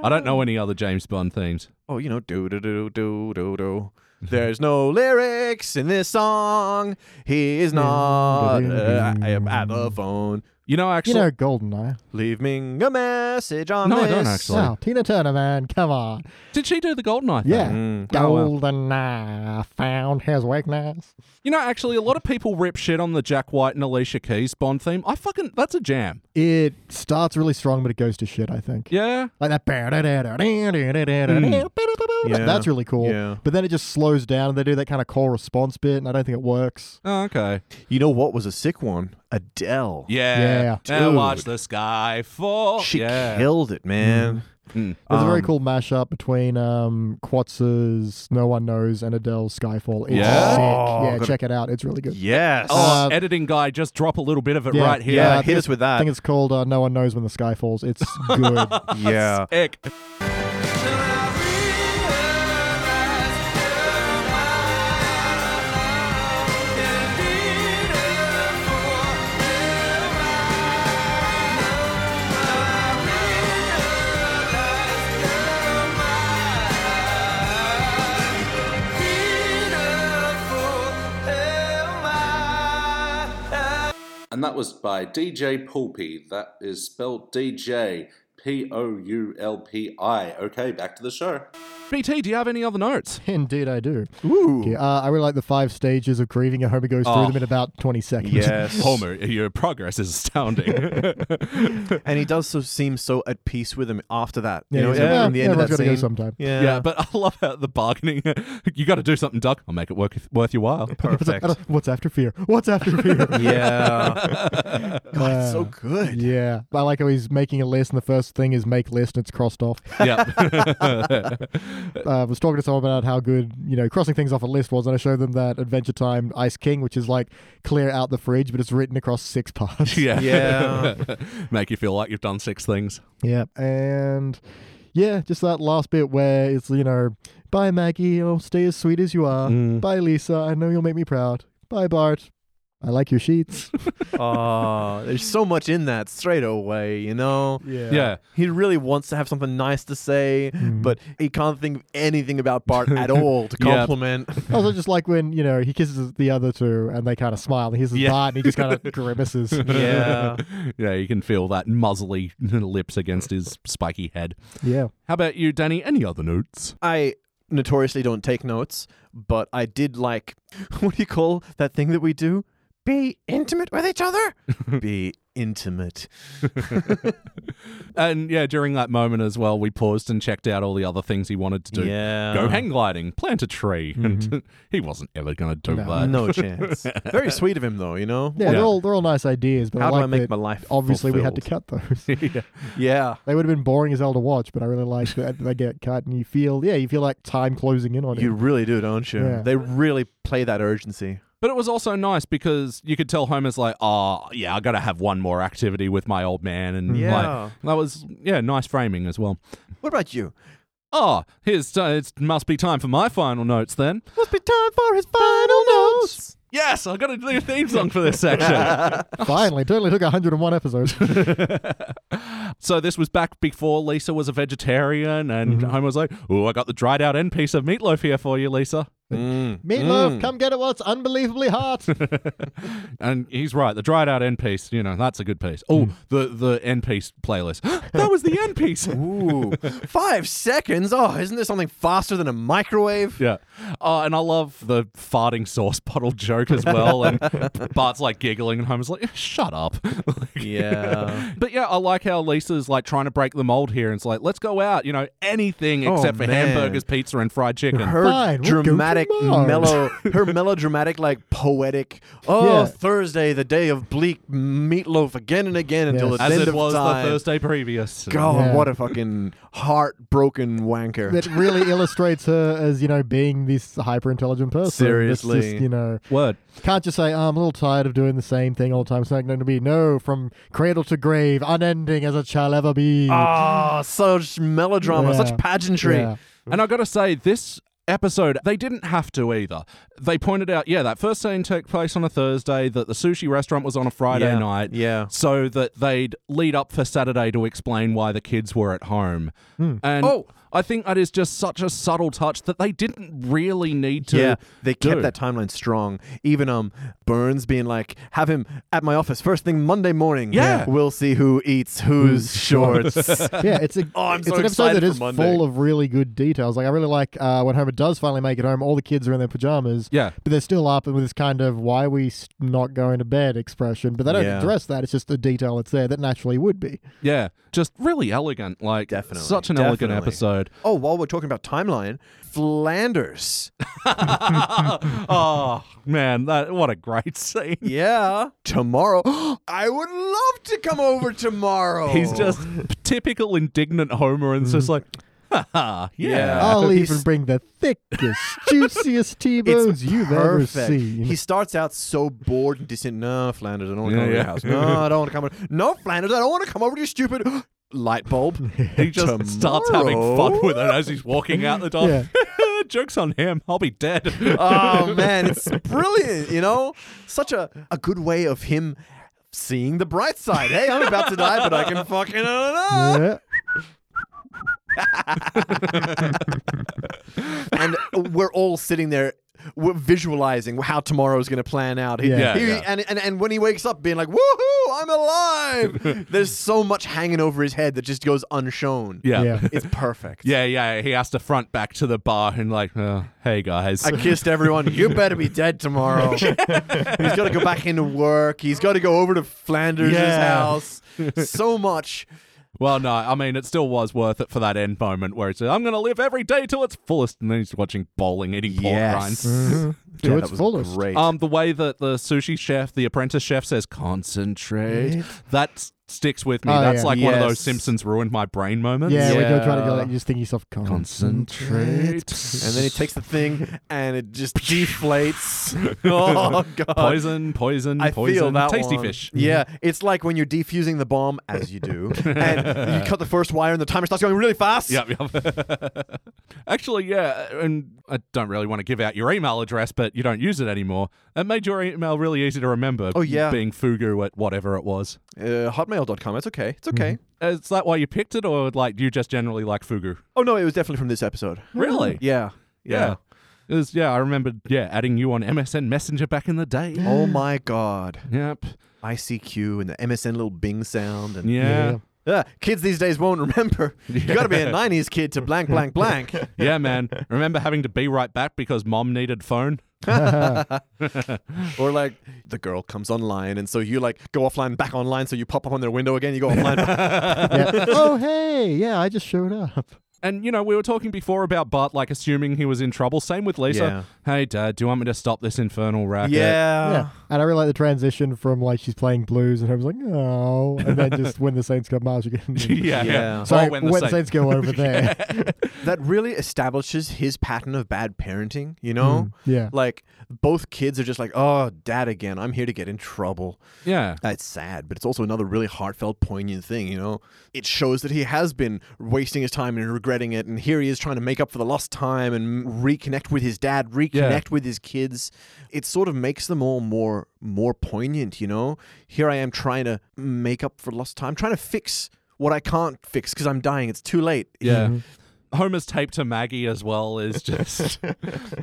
I don't know any other James Bond themes.
Oh, you know, do do do do do do. There's no lyrics in this song. He is not uh, at the phone.
You know,
You
actually,
know, Goldeneye.
Leave me a message on
No, I
this.
don't actually.
Oh, Tina Turner, man. Come on.
did she do the Goldeneye? thing?
Yeah.
Mm.
Oh, wow.
Goldeneye found his weakness.
You know, actually, a lot of people rip shit on the Jack White and Alicia Keys Bond theme. I fucking that's a jam.
It starts really strong, but it goes to shit, I think.
Yeah.
Like that.
Yeah.
That's really cool.
Mm. Yeah.
But then it just slows down and they do that kind of call response bit, and I don't think it works.
Oh, okay.
You know what was a sick one? Adele.
Yeah.
Yeah.
Now
Dude.
watch the sky fall.
She
yeah.
killed it, man.
Mm.
There's a very
Um,
cool mashup between um, Quatz's No One Knows and Adele's Skyfall. It's
Yeah?
sick.
Oh,
Yeah,
good.
check it out. It's really good.
Yes.
Oh,
Uh,
editing guy, just drop a little bit of it
yeah,
right here.
yeah,
I
hit
think
us with
I
that.
think it's called uh, No One Knows When the Sky Falls. It's good.
yeah.
Sick.
And that was by DJ Pulpy. That is spelled DJ P O U L P I. Okay, back to the show.
BT, do you have any other notes?
Indeed, I do.
Ooh.
Okay, uh, I really like the five stages of grieving at home. It goes through
Oh.
them in about 20 seconds.
Yes.
Homer, your progress is astounding.
And he does so seem so at peace with him after that.
Yeah,
you know,
he's
in-
like,
in the
"Yeah,
end of that
everyone's gotta
scene.
go sometime.
Yeah.
yeah, but I love how the bargaining. you got to do something, Doug. I'll make it work worth your while.
Perfect.
I don't- What's after fear? What's after fear?
yeah. God, Oh, it's so
Uh,
good.
Yeah, I like how he's making a list, and the first thing is make list, and it's crossed off.
yeah.
uh, was talking to someone about how good you know crossing things off a list was, and I showed them that Adventure Time Ice King, which is like clear out the fridge, but it's written across six parts.
yeah.
Yeah.
Make you feel like you've done six things.
yeah, and yeah, just that last bit where it's you know, bye Maggie, oh stay as sweet as you are.
Mm.
Bye Lisa, I know you'll make me proud. Bye Bart, I like your sheets.
Aw, there's so much in that straight away, you know?
yeah,
Yeah.
He really wants to have something nice to say,
Mm.
but he can't think of anything about Bart at all to
Mm-hmm. Yeah.
compliment.
Also, just like when you know he kisses the other two, and they kind of smile, and he kisses
Yeah.
Bart, and he just kind of grimaces.
Yeah.
yeah, you can feel that muzzly lips against his spiky head.
Yeah.
How about you, Danny? Any other notes?
I notoriously don't take notes, but I did like what do you call that thing that we do? Be intimate with each other. Be intimate.
And yeah, during that moment as well, we paused and checked out all the other things he wanted to do.
Yeah. Mm-hmm.
Go hang gliding, plant a tree. And he wasn't ever going to do
No.
that.
No chance. Very sweet of him, though. You know.
Yeah, they're all they're all nice ideas, but
How
I
do
like
I make
that
my life
Obviously, we had to cut those.
Yeah.
Yeah.
They would have been boring as hell to watch, but I really liked that they get cut, and you feel yeah, you feel like time closing in on
You
you.
really do, don't you?
Yeah.
They really play that urgency.
But it was also nice because you could tell Homer's like, oh, yeah, I got to have one more activity with my old man. And like,
Yeah.
that was, yeah, nice framing as well.
What about you?
Oh, here's t- it must be time for my final notes then.
Must be time for his final notes.
Yes, I got to do a theme song for this section.
Finally, totally took 101 episodes.
so this was back before Lisa was a vegetarian, and
Mm-hmm.
Homer was like, "Oh, I got the dried out end piece of meatloaf here for you, Lisa."
Meatloaf,
Hmm.
come get it! What's unbelievably hot?
And he's right. The dried out end piece, you know, that's a good piece. Oh,
Hmm.
the the end piece playlist. that was the end piece.
Ooh, five seconds. Oh, isn't there something faster than a microwave?
Yeah. Oh, and I love the farting sauce bottle joke as well. And Bart's like giggling, and Homer's like, shut up. Like-
Yeah.
But yeah, I like how Lisa's like trying to break the mold here. And it's like, let's go out, you know, anything
Oh,
except for
man.
hamburgers, pizza, and fried chicken.
Her
Fine, we'll go to
dramatic,
Mars.
mellow, her melodramatic, like poetic. Oh,
Yeah.
Thursday, the day of bleak meatloaf again and again until
Yes.
the
as
end
it
of
was
time.
the Thursday previous.
God,
Yeah.
what a fucking heartbroken wanker.
that really illustrates her as you know being this hyper intelligent person. It's
Seriously.
just, you know,
Word.
can't just say oh, I'm a little tired of doing the same thing all the time. It's not going to be no from cradle to grave, unending as it shall ever be.
Ah, such melodrama,
Yeah.
such pageantry.
Yeah.
Mm-hmm. And I got to say, this episode, they didn't have to either. They pointed out, yeah, that first scene took place on a Thursday, that the sushi restaurant was on a Friday
Yeah,
night.
yeah.
So that they'd lead up for Saturday to explain why the kids were at home. And
Oh.
I think that is just such a subtle touch that they didn't really need to.
yeah, they kept
do.
that timeline strong. Even um Burns being like, have him at my office first thing Monday morning.
Yeah.
We'll see who eats whose shorts.
yeah, it's a
Oh, I'm
it's
so
an episode
excited
that
for
is
Monday.
full of really good details. Like I really like uh, when Homer does finally make it home. All the kids are in their pajamas.
Yeah.
but they're still up and with this kind of "why are we s- not going to bed" expression. But they don't
Yeah.
address that. It's just a detail that's there that naturally would be.
Yeah. Just really elegant. Like,
Definitely,
such an elegant
definitely.
episode.
Oh, while we're talking about timeline, Flanders.
oh, man. That, what a great scene.
Yeah. Tomorrow. I would love to come over tomorrow.
He's just typical indignant Homer and it's just like, ha ha, yeah.
Mm. Yeah.
I'll
Uh, he's-
even bring the thickest, juiciest T-bones
it's
you've ever
perfect.
seen.
He starts out so bored and distant. No, Flanders, I don't want to
Yeah,
come
yeah.
over to your house. No, I don't want to come over. No, Flanders, I don't want to come over to your stupid light bulb.
He just starts having fun with it as he's walking out the door.
Yeah.
Joke's on him. I'll be dead.
oh man, it's brilliant. You know, such a, a good way of him seeing the bright side. Hey, I'm about to die, but I can fucking.
Yeah.
And we're all sitting there w- visualizing how tomorrow's going to plan out. He-
Yeah.
he-
Yeah.
And, and and when he wakes up, being like, "Woohoo, I'm alive!" There's so much hanging over his head that just goes unshown.
Yeah.
Yeah.
Yeah.
it's perfect.
yeah, He has to front back to the bar and like, uh, hey guys.
I kissed everyone. You better be dead tomorrow. He's got to go back into work. He's got to go over to Flanders'
Yeah.
house. So much.
well, no, I mean, it still was worth it for that end moment where it's, I'm going to live every day till it's fullest. And then he's watching bowling, eating pork
Yes.
rinds.
Mhm.
Yeah,
to
that
its
was
fullest.
Great.
Um, the way that the sushi chef, the apprentice chef, says concentrate, that s- sticks with me.
Oh,
That's
yeah.
like one of
Yes.
those Simpsons ruined my brain moments.
Yeah, we do try to
Yeah.
go like just thinking yourself
Concentrate.
concentrate.
and then he takes the thing and it just deflates. oh god.
Uh, poison, poison,
I
poison.
feel that
Tasty
one.
fish.
Yeah, it's like when you're defusing the bomb, as you do, and you cut the first wire, and the timer starts going really fast.
Yep, yep. Actually, yeah, and I don't really want to give out your email address, but you don't use it anymore. It made your email really easy to remember.
Oh, yeah.
being fugu at whatever it was.
Uh, Hotmail.com. It's okay. It's okay.
Is that why you picked it, or like do you just generally like fugu?
Oh no, it was definitely from this episode.
Really?
Yeah.
Yeah. It was, yeah, I remembered. Yeah, adding you on MSN Messenger back in the day.
Oh my god.
Yep.
ICQ and the MSN little Bing sound and
Yeah.
Yeah.
Ah, kids these days won't remember. You got to be a '90s kid to blank blank blank.
Yeah, man. Remember having to be right back because mom needed phone?
Or like the girl comes online, and so you like go offline, back online, so you pop up on their window again. You go offline.
Yeah. Oh hey, yeah, I just showed up.
And, you know, we were talking before about Bart, like, assuming he was in trouble. Same with Lisa. Hey, Dad, do you want me to stop this infernal racket?
yeah,
Ah.
and I really like the transition from like she's playing blues and her was like, oh, and then just when the Saints go march again.
yeah.
Yeah.
Or
Sorry,
when
when
the
the,
Saints-
Saints go over there.
that really establishes his pattern of bad parenting, you
Hmm.
know?
yeah.
Like both kids are just like, "Oh, dad again. I'm here to get in trouble."
yeah.
That's sad, but it's also another really heartfelt, poignant thing, you know? It shows that he has been wasting his time and regretting it, and here he is trying to make up for the lost time and reconnect with his dad, reconnect with his kids. It sort of makes them all more more poignant, you know? Here I am trying to make up for lost time, trying to fix what I can't fix because I'm dying. It's too late.
Yeah.
Mm-hmm.
Homer's tape to Maggie as well is just.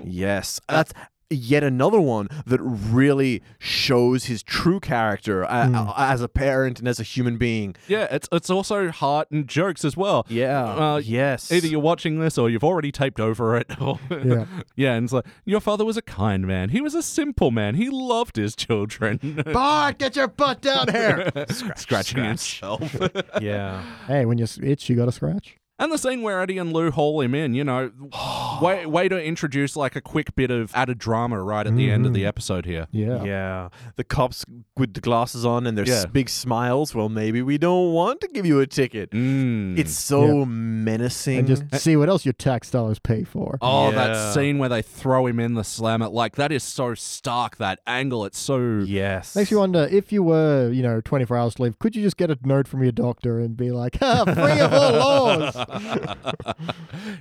Yes,
Uh,
that's yet another one that really shows his true character uh,
Hmm.
as a parent and as a human being.
yeah, it's, it's also heart and jokes as well.
Yeah.
Uh,
yes.
Either you're watching this or you've already taped over it. Or
Yeah.
yeah, and it's like, your father was a kind man. He was a simple man. He loved his children.
Bart, get your butt down here.
Scratching himself.
yeah.
hey, when you s- itch, you got to scratch.
and the scene where Eddie and Lou haul him in, you know, way, way to introduce like a quick bit of added drama right at the end of the
Mm.
episode here.
Yeah.
Yeah. The cops with the glasses on and their
Yeah.
s big smiles. Well, maybe we don't want to give you a ticket.
Mm.
It's so menacing.
And just see what else your tax dollars pay for.
Oh,
Yeah.
that scene where they throw him in the slammer. Like, that is so stark, that angle. It's so.
yes.
Makes you wonder if you were, you know, 24 hours to live, could you just get a note from your doctor and be like, ah, free of all laws?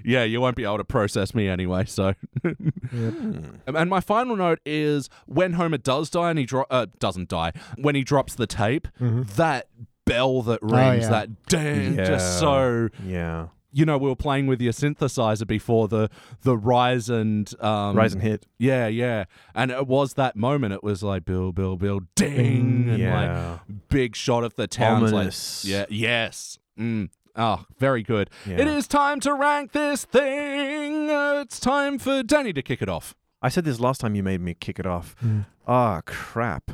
yeah, you won't be able to process me anyway. So, Um, and my final note is when Homer does die and he dro- uh, doesn't die when he drops the tape, that bell that rings,
yeah.
that dang, just
Yeah.
so
Yeah.
you know we were playing with your synthesizer before the the rise and um,
Rise and hit.
yeah, yeah, and it was that moment. It was like bill, bill, bill, ding, and
Yeah.
like big shot of the town's like-
Ominous.
yeah, yes. Mm. Oh, very good.
Yeah.
It is time to rank this thing. Uh, It's time for Danny to kick it off.
I said this last time you made me kick it off.
Hmm.
Ah, crap.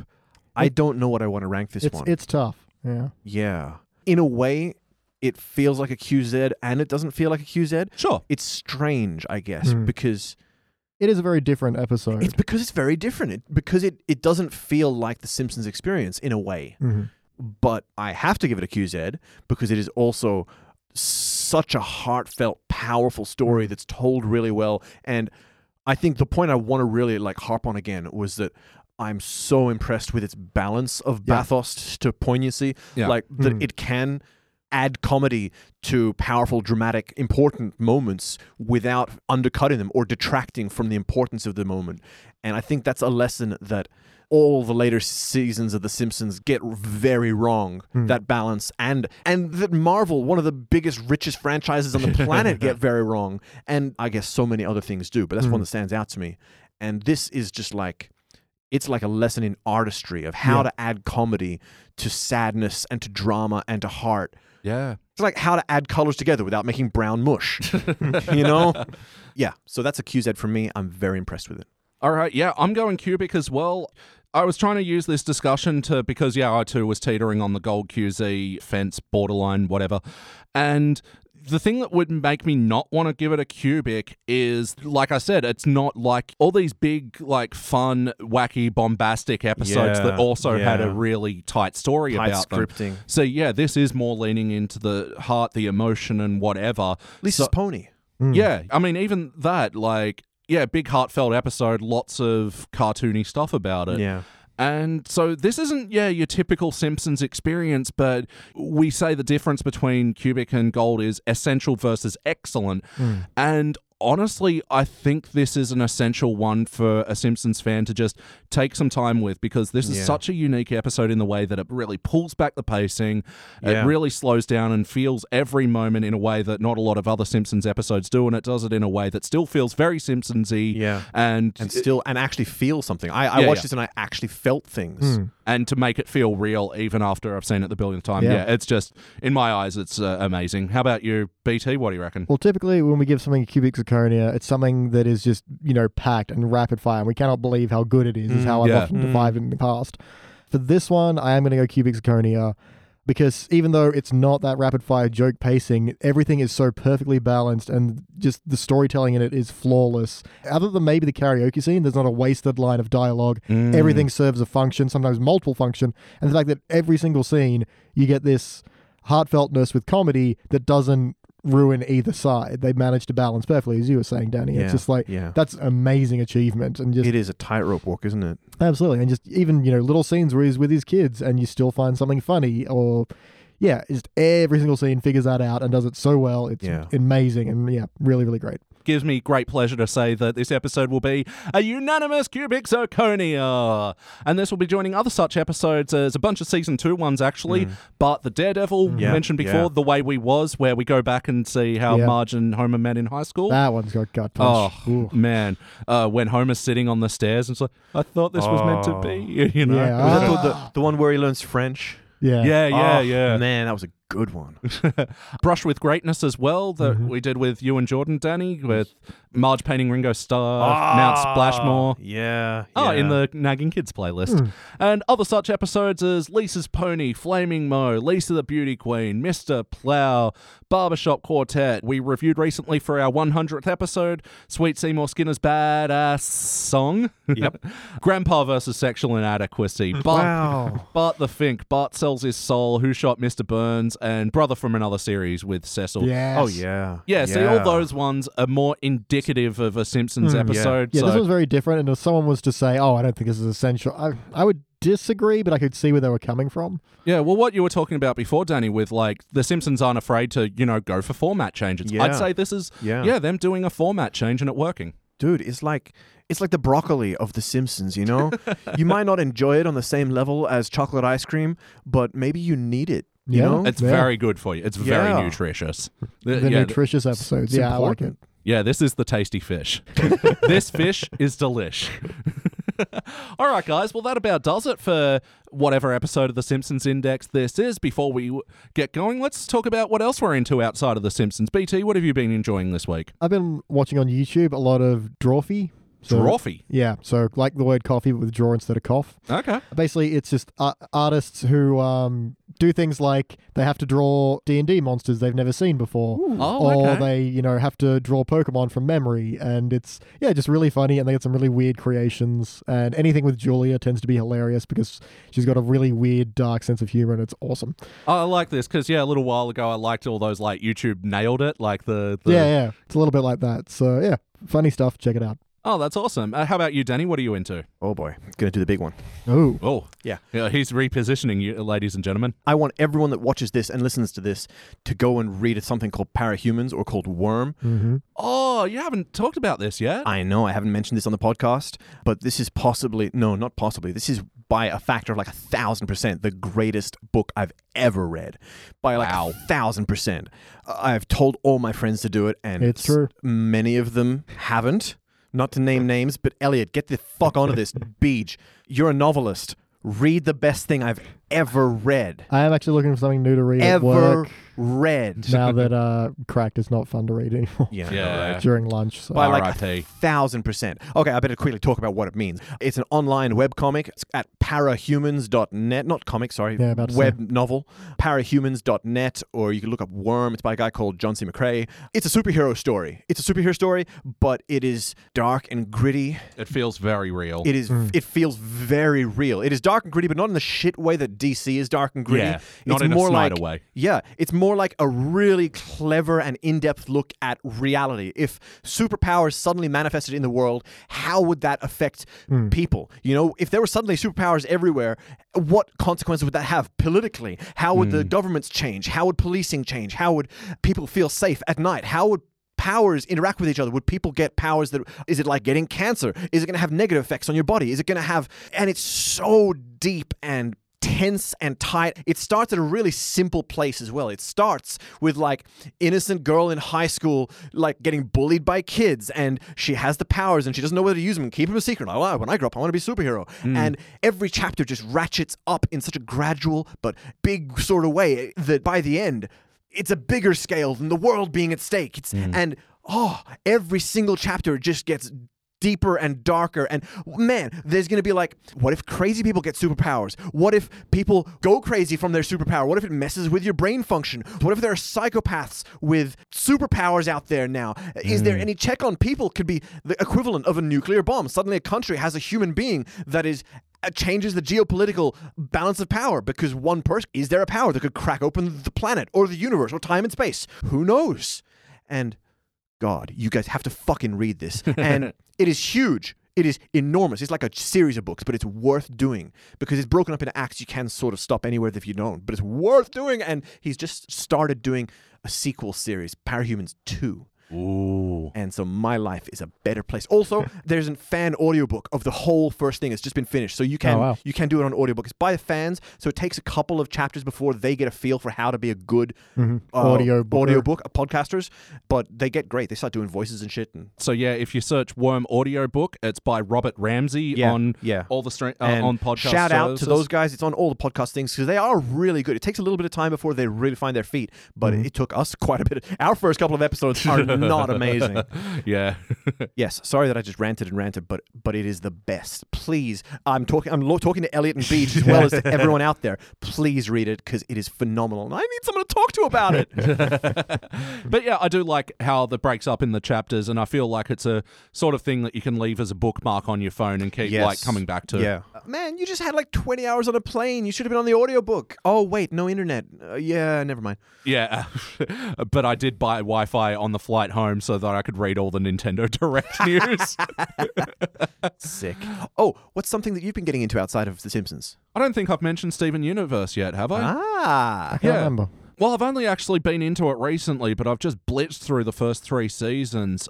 I don't know what I want to rank this
it's,
one.
it's tough. Yeah.
Yeah. In a way, it feels like a QZ and it doesn't feel like a QZ.
Sure.
It's strange, I guess,
Mm.
because
It is a very different episode.
it's because it's very different. It, because it, it doesn't feel like the Simpsons experience in a way.
Mhm.
But I have to give it a QZ because it is also such a heartfelt, powerful story that's told really well. And I think the point I want to really like harp on again was that I'm so impressed with its balance of
Yeah.
bathos to poignancy.
Yeah.
Like that
Mm.
it can add comedy to powerful, dramatic, important moments without undercutting them or detracting from the importance of the moment. And I think that's a lesson that all the later seasons of The Simpsons get very wrong that balance and and that Marvel, one of the biggest, richest franchises on the planet, get very wrong. And I guess so many other things do, but that's one that stands out to me. and this is just like it's like a lesson in artistry of how
Yeah.
to add comedy to sadness and to drama and to heart.
Yeah.
It's like how to add colors together without making brown mush. you know? Yeah. So that's a QZ from me. I'm very impressed with it.
All right, yeah, I'm going cubic as well. I was trying to use this discussion to because yeah, I too was teetering on the gold QZ fence, borderline, whatever. And the thing that would make me not want to give it a cubic is, like I said, it's not like all these big, like fun, wacky, bombastic episodes
Yeah,
that also had a
yeah.
really tight story
Tight
about
scripting.
them. So yeah, this is more leaning into the heart, the emotion, and whatever.
Lisa's
So-
pony.
yeah, I mean, even that, like, yeah, big heartfelt episode, lots of cartoony stuff about it.
Yeah.
And so this isn't, yeah, your typical Simpsons experience, but we say the difference between cubic and gold is essential versus excellent.
Hmm.
And honestly, I think this is an essential one for a Simpsons fan to just take some time with because this is
Yeah.
such a unique episode in the way that it really pulls back the pacing. It
Yeah.
really slows down and feels every moment in a way that not a lot of other Simpsons episodes do. And it does it in a way that still feels very Simpsons-y.
Yeah.
And,
And still and actually feel something. I, I
Yeah, yeah.
watched
Hmm.
this and I actually felt things.
and to make it feel real even after I've seen it the billionth time. Yeah,
Yeah.
it's just in my eyes, it's uh, amazing. How about you, BT? What do you reckon?
Well, typically when we give something a cubic zirconia, it's something that is just you know packed and rapid fire, and we cannot believe how good it is. is how I've
yeah.
Mm.
often defined it in the past. For this one, I am going to go cubic zirconia because even though it's not that rapid fire joke pacing, everything is so perfectly balanced, and just the storytelling in it is flawless. Other than maybe the karaoke scene, there's not a wasted line of dialogue.
Mm.
Everything serves a function, sometimes multiple function, and the fact that every single scene you get this heartfeltness with comedy that doesn't ruin either side. They managed to balance perfectly, as you were saying, Danny.
Yeah,
It's just like
yeah.
that's amazing achievement, and just
It is a tightrope walk, isn't it?
absolutely, and just even you know little scenes where he's with his kids, and you still find something funny, or yeah, just every single scene figures that out and does it so well. It's
Yeah.
amazing, and yeah, really, really great.
Gives me great pleasure to say that this episode will be a unanimous cubic zirconia. And this will be joining other such episodes as a bunch of season two ones, actually. But the Daredevil
Yeah,
mentioned before,
yeah.
The Way We Was, where we go back and see how
Yeah.
Marge and Homer met in high school.
That one's got gut punch.
Oh
Ooh.
man! Uh, when Homer's sitting on the stairs and it's like, I thought this was meant to be, you know.
Yeah.
Was that
Ah.
the, the, the one where he learns French?
Yeah,
yeah, yeah,
Oh,
yeah.
Man, that was a good one.
Brush with Greatness as well that we did with you and Jordan, Danny, with Marge painting Ringo Starr, Mount Splashmore.
Yeah.
Oh, in
yeah.
the Nagging Kids playlist. And other such episodes as Lisa's Pony, Flaming Mo, Lisa the Beauty Queen, Mr. Plow, Barbershop Quartet. We reviewed recently for our 100th episode Sweet Seymour Skinner's Badass Song. Yep. Grandpa versus Sexual Inadequacy. Bart,
Wow.
Bart the Fink, Bart Sells His Soul, Who Shot Mr. Burns, and Brother from Another Series with Cecil.
Yes.
Oh yeah.
Yeah, see, all those ones are more indicative of a Simpsons episode.
Yeah,
so,
this one's very different. And if someone was to say, "Oh, I don't think this is essential," I, I would disagree, but I could see where they were coming from.
yeah, well, what you were talking about before, Danny, with like the Simpsons aren't afraid to, you know, go for format changes.
Yeah.
I'd say this is, yeah.
Yeah.
them doing a format change and it working.
Dude, it's like it's like the broccoli of the Simpsons, you know? you might not enjoy it on the same level as chocolate ice cream, but maybe you need it, you
Yeah.
know?
It's
Yeah.
very good for you. It's very
Yeah.
nutritious. Th-
The
yeah, th-
nutritious episodes.
Uh, It's
Yeah, I like
important.
it.
yeah, this is the tasty fish. this fish is delish. All right, guys. Well, that about does it for whatever episode of The Simpsons Index this is. Before we w- get going, let's talk about what else we're into outside of The Simpsons. BT, what have you been enjoying this week?
I've been watching on YouTube a lot of drawfee. So,
Drawfee.
Yeah, so like the word coffee but with draw instead of cough.
Okay.
Basically, it's just uh, artists who um, do things like they have to draw D and D monsters they've never seen before,
Oh,
or
okay.
they you know have to draw Pokemon from memory, and it's yeah just really funny, and they get some really weird creations, and anything with Julia tends to be hilarious because she's got a really weird dark sense of humor, and it's awesome.
I like this because yeah, a little while ago I liked all those like YouTube nailed it, like the, the
yeah, yeah, it's a little bit like that. So yeah, funny stuff. Check it out.
Oh, that's awesome. Uh, how about you, Danny? What are you into?
oh boy, gonna do the big one.
Oh,
Oh,
Yeah.
yeah. He's repositioning you, ladies and gentlemen.
I want everyone that watches this and listens to this to go and read something called Parahumans or called Worm.
Mm-hmm.
Oh, you haven't talked about this yet.
I know I haven't mentioned this on the podcast, but this is possibly, no, not possibly, this is by a factor of like a thousand percent the greatest book I've ever read. By like
Wow.
a thousand percent. I've told all my friends to do it, and
It's true.
many of them haven't. Not to name names, but Elliot, get the fuck onto this beach. You're a novelist. Read the best thing I've ever read.
I am actually looking for something new to read at
Ever
work
read.
now that uh, cracked is not fun to read anymore
Yeah. I know,
Yeah.
right?
during lunch. So.
By like
RIP.
a thousand percent. Okay, I better quickly talk about what it means. It's an online webcomic. It's at parahumans.net. Not comic, sorry.
Yeah, about to
web novel. Parahumans.net, or you can look up Worm. It's by a guy called John C. McCrae. It's a superhero story. It's a superhero story, but it is dark and gritty.
It feels very real.
It is. It feels very real. It is dark and gritty, but not in the shit way that DC is dark and gritty.
Yeah, not
it's
in a
more
Snyder
like,
way.
Yeah, it's more like a really clever and in-depth look at reality. If superpowers suddenly manifested in the world, how would that affect
Mm.
people? You know, if there were suddenly superpowers everywhere, what consequences would that have politically? How would
Mm.
the governments change? How would policing change? How would people feel safe at night? How would powers interact with each other? Would people get powers that is it like getting cancer? Is it going to have negative effects on your body? Is it going to have and it's so deep and tense and tight. It starts at a really simple place as well. It starts with like innocent girl in high school like getting bullied by kids and she has the powers and she doesn't know whether to use them and keep them a secret. Like, "Oh, when I grow up I want to be a superhero. And every chapter just ratchets up in such a gradual but big sort of way that by the end it's a bigger scale than the world being at stake. It's and oh, every single chapter just gets deeper and darker and man there's going to be like what if crazy people get superpowers what if people go crazy from their superpower what if it messes with your brain function what if there are psychopaths with superpowers out there now is there any check on people could be the equivalent of a nuclear bomb suddenly a country has a human being that is uh, changes the geopolitical balance of power because one person is there a power that could crack open the planet or the universe or time and space who knows and god you guys have to fucking read this and it is huge it is enormous it's like a series of books but it's worth doing because it's broken up into acts you can sort of stop anywhere if you don't but it's worth doing and he's just started doing a sequel series parahumans 2
Ooh.
and so my life is a better place. Also, there's a fan audiobook of the whole first thing. It's just been finished. So you can
Oh, wow.
you can do it on audiobook. It's by the fans, so it takes a couple of chapters before they get a feel for how to be a good
Mm-hmm.
uh,
Audio booker.
audiobook uh, podcasters, but they get great. They start doing voices and shit and
So yeah, if you search Worm audiobook, it's by Robert Ramsey
Yeah,
on
yeah.
all the stra- uh,
and
on podcast
shout out to
services.
those guys. It's on all the podcast things because they are really good. It takes a little bit of time before they really find their feet, but
Mm-hmm.
it took us quite a bit. Our first couple of episodes are not amazing.
Yeah.
Yes, sorry that I just ranted and ranted, but but it is the best. Please, I'm talking I'm lo- talking to Elliot and Beach as well as to everyone out there. Please read it because it is phenomenal, and I need someone to talk to about it.
but yeah, I do like how that breaks up in the chapters, and I feel like it's a sort of thing that you can leave as a bookmark on your phone and keep like coming back to.
Yeah, Uh, man, you just had like 20 hours on a plane. You should have been on the audiobook. Oh wait, no internet. Uh, yeah, never mind.
Yeah. but I did buy Wi Fi on the flight home so that I could read all the Nintendo Direct news.
Sick. Oh, what's something that you've been getting into outside of The Simpsons?
I don't think I've mentioned Steven Universe yet, have I?
Ah,
I
yeah.
remember.
Well, I've only actually been into it recently, but I've just blitzed through the first three seasons.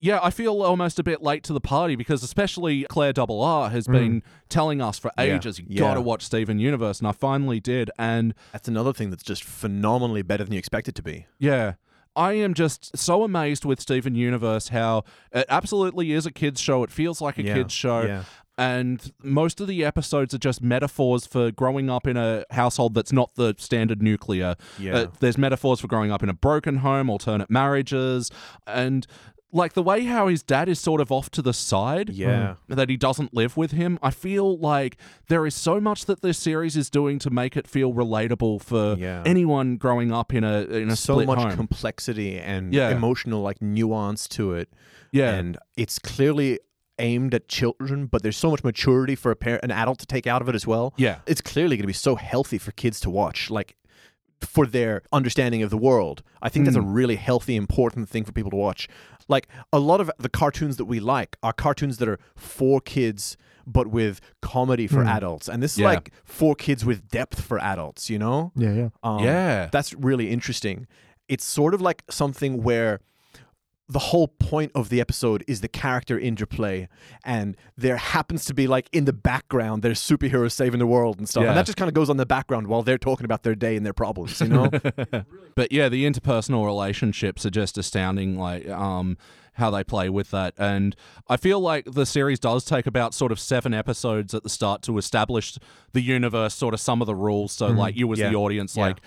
Yeah, I feel almost a bit late to the party because especially Claire Double R has been telling us for ages, you
Hmm. Yeah.
gotta watch Steven Universe, and I finally did, and
that's another thing that's just phenomenally better than you expect it to be.
yeah. I am just so amazed with Steven Universe how it absolutely is a kids show. It feels like a
Yeah,
kids show.
yeah.
And most of the episodes are just metaphors for growing up in a household that's not the standard nuclear. Uh,
Yeah.
there's metaphors for growing up in a broken home, alternate marriages, and like the way how his dad is sort of off to the side
Yeah.
that he doesn't live with him. I feel like there is so much that this series is doing to make it feel relatable for
Yeah.
anyone growing up in a in a
so
split
much
home.
complexity and
Yeah.
emotional like nuance to it.
Yeah.
And it's clearly aimed at children, but there's so much maturity for a parent an adult to take out of it as well.
Yeah.
It's clearly gonna be so healthy for kids to watch. Like for their understanding of the world. I think
Hmm.
that's a really healthy, important thing for people to watch. Like a lot of the cartoons that we like are cartoons that are for kids, but with comedy for adults. And this is
Hmm. Yeah.
like for kids with depth for adults, you know?
Yeah, yeah.
Um,
Yeah.
That's really interesting. It's sort of like something where the whole point of the episode is the character interplay, and there happens to be like in the background there's superheroes saving the world and stuff,
Yeah.
and that just kind of goes on the background while they're talking about their day and their problems, you know?
but yeah, the interpersonal relationships are just astounding. Like, um, how they play with that. And I feel like the series does take about sort of seven episodes at the start to establish the universe, sort of some of the rules. So, like, you as
Mm-hmm. Yeah.
the audience,
Yeah.
like,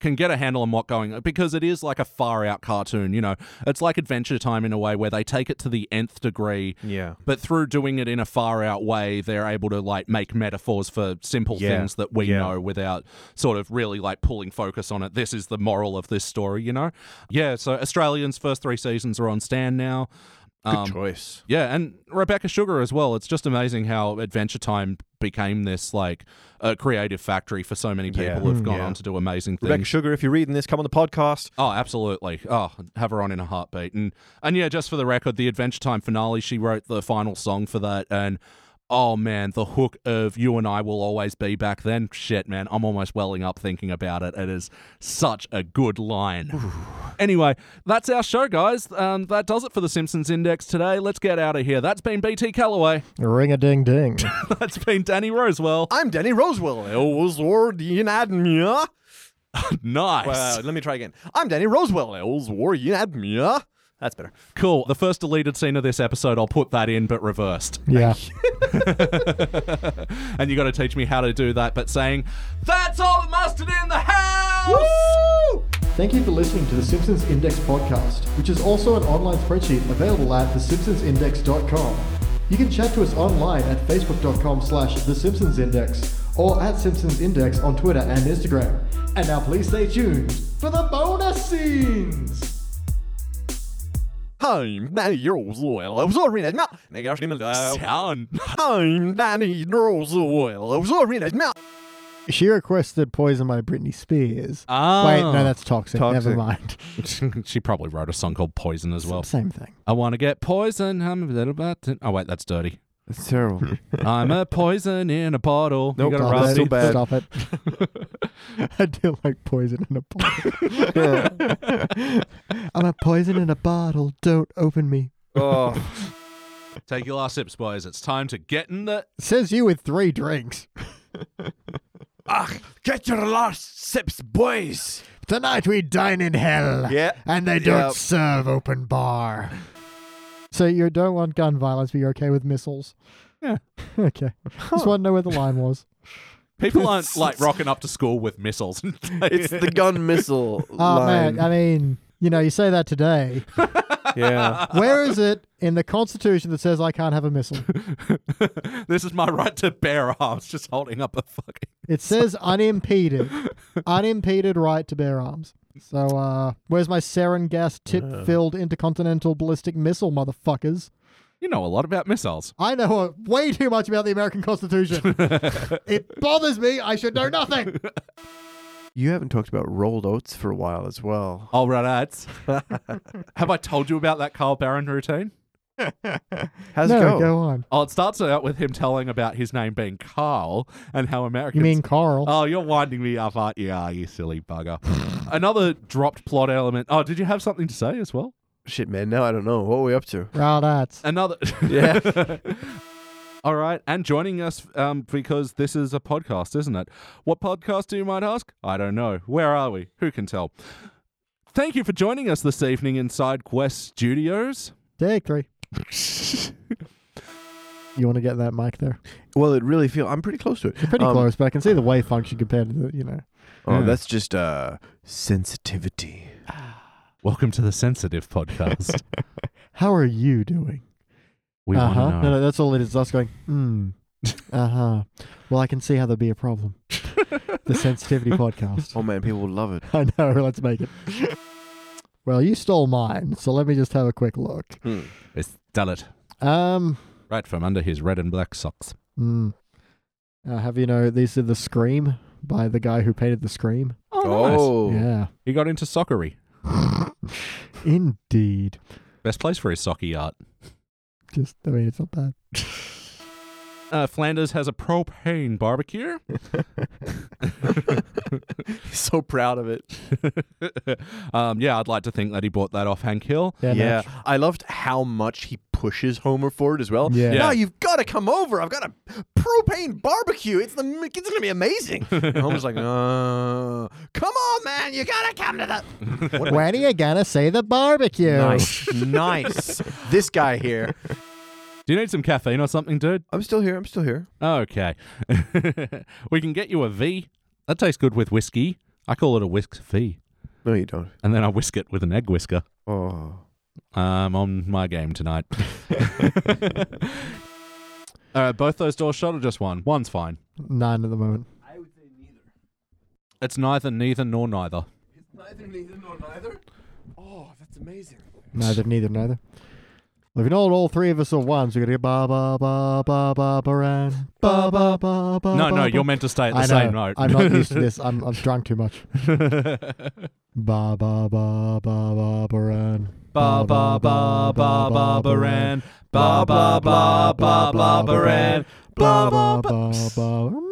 can get a handle on what going because it is like a far out cartoon you know it's like adventure time in a way where they take it to the nth degree
Yeah.
but through doing it in a far out way they're able to like make metaphors for simple
Yeah.
things that we
Yeah.
know without sort of really like pulling focus on it this is the moral of this story you know yeah so australians first three seasons are on stand now Um,
Good choice.
yeah, and Rebecca Sugar as well. It's just amazing how Adventure Time became this like uh, creative factory for so many people
Yeah. Mm,
who've gone
Yeah.
on to do amazing things.
Rebecca Sugar, if you're reading this, come on the podcast.
Oh, absolutely. Oh, have her on in a heartbeat. And and yeah, just for the record, the Adventure Time finale, she wrote the final song for that and oh man, the hook of you and I will always be back then. Shit, man, I'm almost welling up thinking about it. It is such a good line. Anyway, that's our show, guys. Um, that does it for the Simpsons Index today. Let's get out of here. That's been BT Calloway.
Ring a ding ding.
That's been Danny Rosewell.
I'm Danny Rosewell. I was Lord Unadmia.
nice.
Well, let me try again. I'm Danny Rosewell. I was Lord Unadmia. That's better.
Cool. The first deleted scene of this episode, I'll put that in, but reversed.
Yeah.
and you got to teach me how to do that. But saying, "That's all the mustard in the house."
Thank you for listening to the Simpsons Index podcast, which is also an online spreadsheet available at thesimpsonsindex.com. You can chat to us online at facebook.com slash thesimpsonsindex or at simpsonsindex on Twitter and Instagram. And now please stay tuned for the bonus scenes!
I'm Danny Rosewell. I was Lord Unadmia. Make it out in the-
Down.
I'm Danny Rosewell. I was Lord Unadmia.
She requested Poison by Britney Spears.
Ah.
Wait, no, that's toxic. Never
Toxic.
mind.
she probably wrote a song called "Poison" as well.
Same thing.
I want to get poison. I'm a little bit. Oh wait, that's dirty.
That's terrible.
I'm a poison in a bottle.
Nope.
You gotta
Stop
rub
it.
it.
too bad.
Stop it. I do like poison in a bottle. I'm a poison in a bottle. Don't open me.
oh,
Take your last sips, boys. It's time to get in the.
Says you with three drinks.
ach, get your last sips, boys.
Tonight we dine in hell.
Yeah.
And they don't
Yep.
serve open bar. So you don't want gun violence, but you're okay with missiles.
Yeah.
Okay. Just want to know where the line was.
People aren't like rocking up to school with missiles.
It's the gun missile
Oh
line.
man, I mean, you know, you say that today.
yeah.
Where is it in the Constitution that says I can't have a missile?
this is my right to bear arms. Just holding up a fucking.
It says unimpeded, unimpeded right to bear arms. So, uh, where's my sarin gas tip filled intercontinental ballistic missile, motherfuckers?
You know a lot about missiles.
I know uh, way too much about the American Constitution. it bothers me. I should know nothing.
You haven't talked about rolled oats for a while as well.
All right, ads. Have I told you about that Carl Barron routine?
How's
no,
it go?
on.
Oh, it starts out with him telling about his name being Carl and how Americans.
You mean Carl?
Oh, you're winding me up, aren't you? Ah, you silly bugger. Another dropped plot element. Oh, did you have something to say as well?
Shit, man. Now I don't know. What are we up to?
Right, that's.
Another.
Yeah.
All right, and joining us um, because this is a podcast, isn't it? What podcast do you might ask? I don't know. Where are we? Who can tell? Thank you for joining us this evening inside Quest Studios.
Take three. You want to get that mic there?
Well, it really feel I'm pretty close to it.
Pretty
Um,
close, but I can see the wave function compared to the, you know.
Oh, that's just uh sensitivity.
Welcome to the Sensitive Podcast.
How are you doing?
We
uh huh.
want to know.
No, no, that's all it is. Us going, hmm. Uh huh. Well, I can see how there'd be a problem. the sensitivity podcast.
Oh man, people would love it.
I know. Let's make it. well, you stole mine, so let me just have a quick look.
It's Dalit,
Um,
right from under his red and black socks.
mm, uh, have you know these are the Scream by the guy who painted the Scream?
Oh,
Yeah,
He got into sockery.
indeed.
Best place for his socky art.
Just, I mean, it's not bad.
Uh, Flanders has a propane barbecue.
he's Oh. so proud of it.
um, yeah, I'd like to think that he bought that off Hank Hill.
Yeah,
Yeah,
no,
I loved how much he pushes Homer forward as well.
Yeah.
Yeah.
Now you've got to come over. I've got a propane barbecue. It's the it's gonna be amazing. And Homer's like, uh, come on, man, you gotta come to the. What
When are you gonna see the barbecue?
Nice, nice. This guy here.
Do you need some caffeine or something, dude?
I'm still here. I'm still here.
Okay. we can get you a V. That tastes good with whiskey. I call it a whisk V.
No, you don't.
And then I whisk it with an egg whisker.
Oh.
I'm on my game tonight. All right, Uh, both those doors shut or just one? One's fine.
None at the moment.
It's neither, neither, nor neither.
Neither, neither, nor neither. Oh, that's amazing.
Neither, neither, neither. Well, if you know what all three of us are ones, we're gonna go ba ba ba ba ba ba ran, ba ba ba ba.
No,
ba,
no,
ba.
you're meant to stay at the
I know.
same note.
I'm not used to this. I'm I'm drunk too much. Ba ba ba ba ba ba ran.
Ba ba ba ba ba ba ran. Ba ba ba ba ba ba ran. Ba ba ba.
ba ba.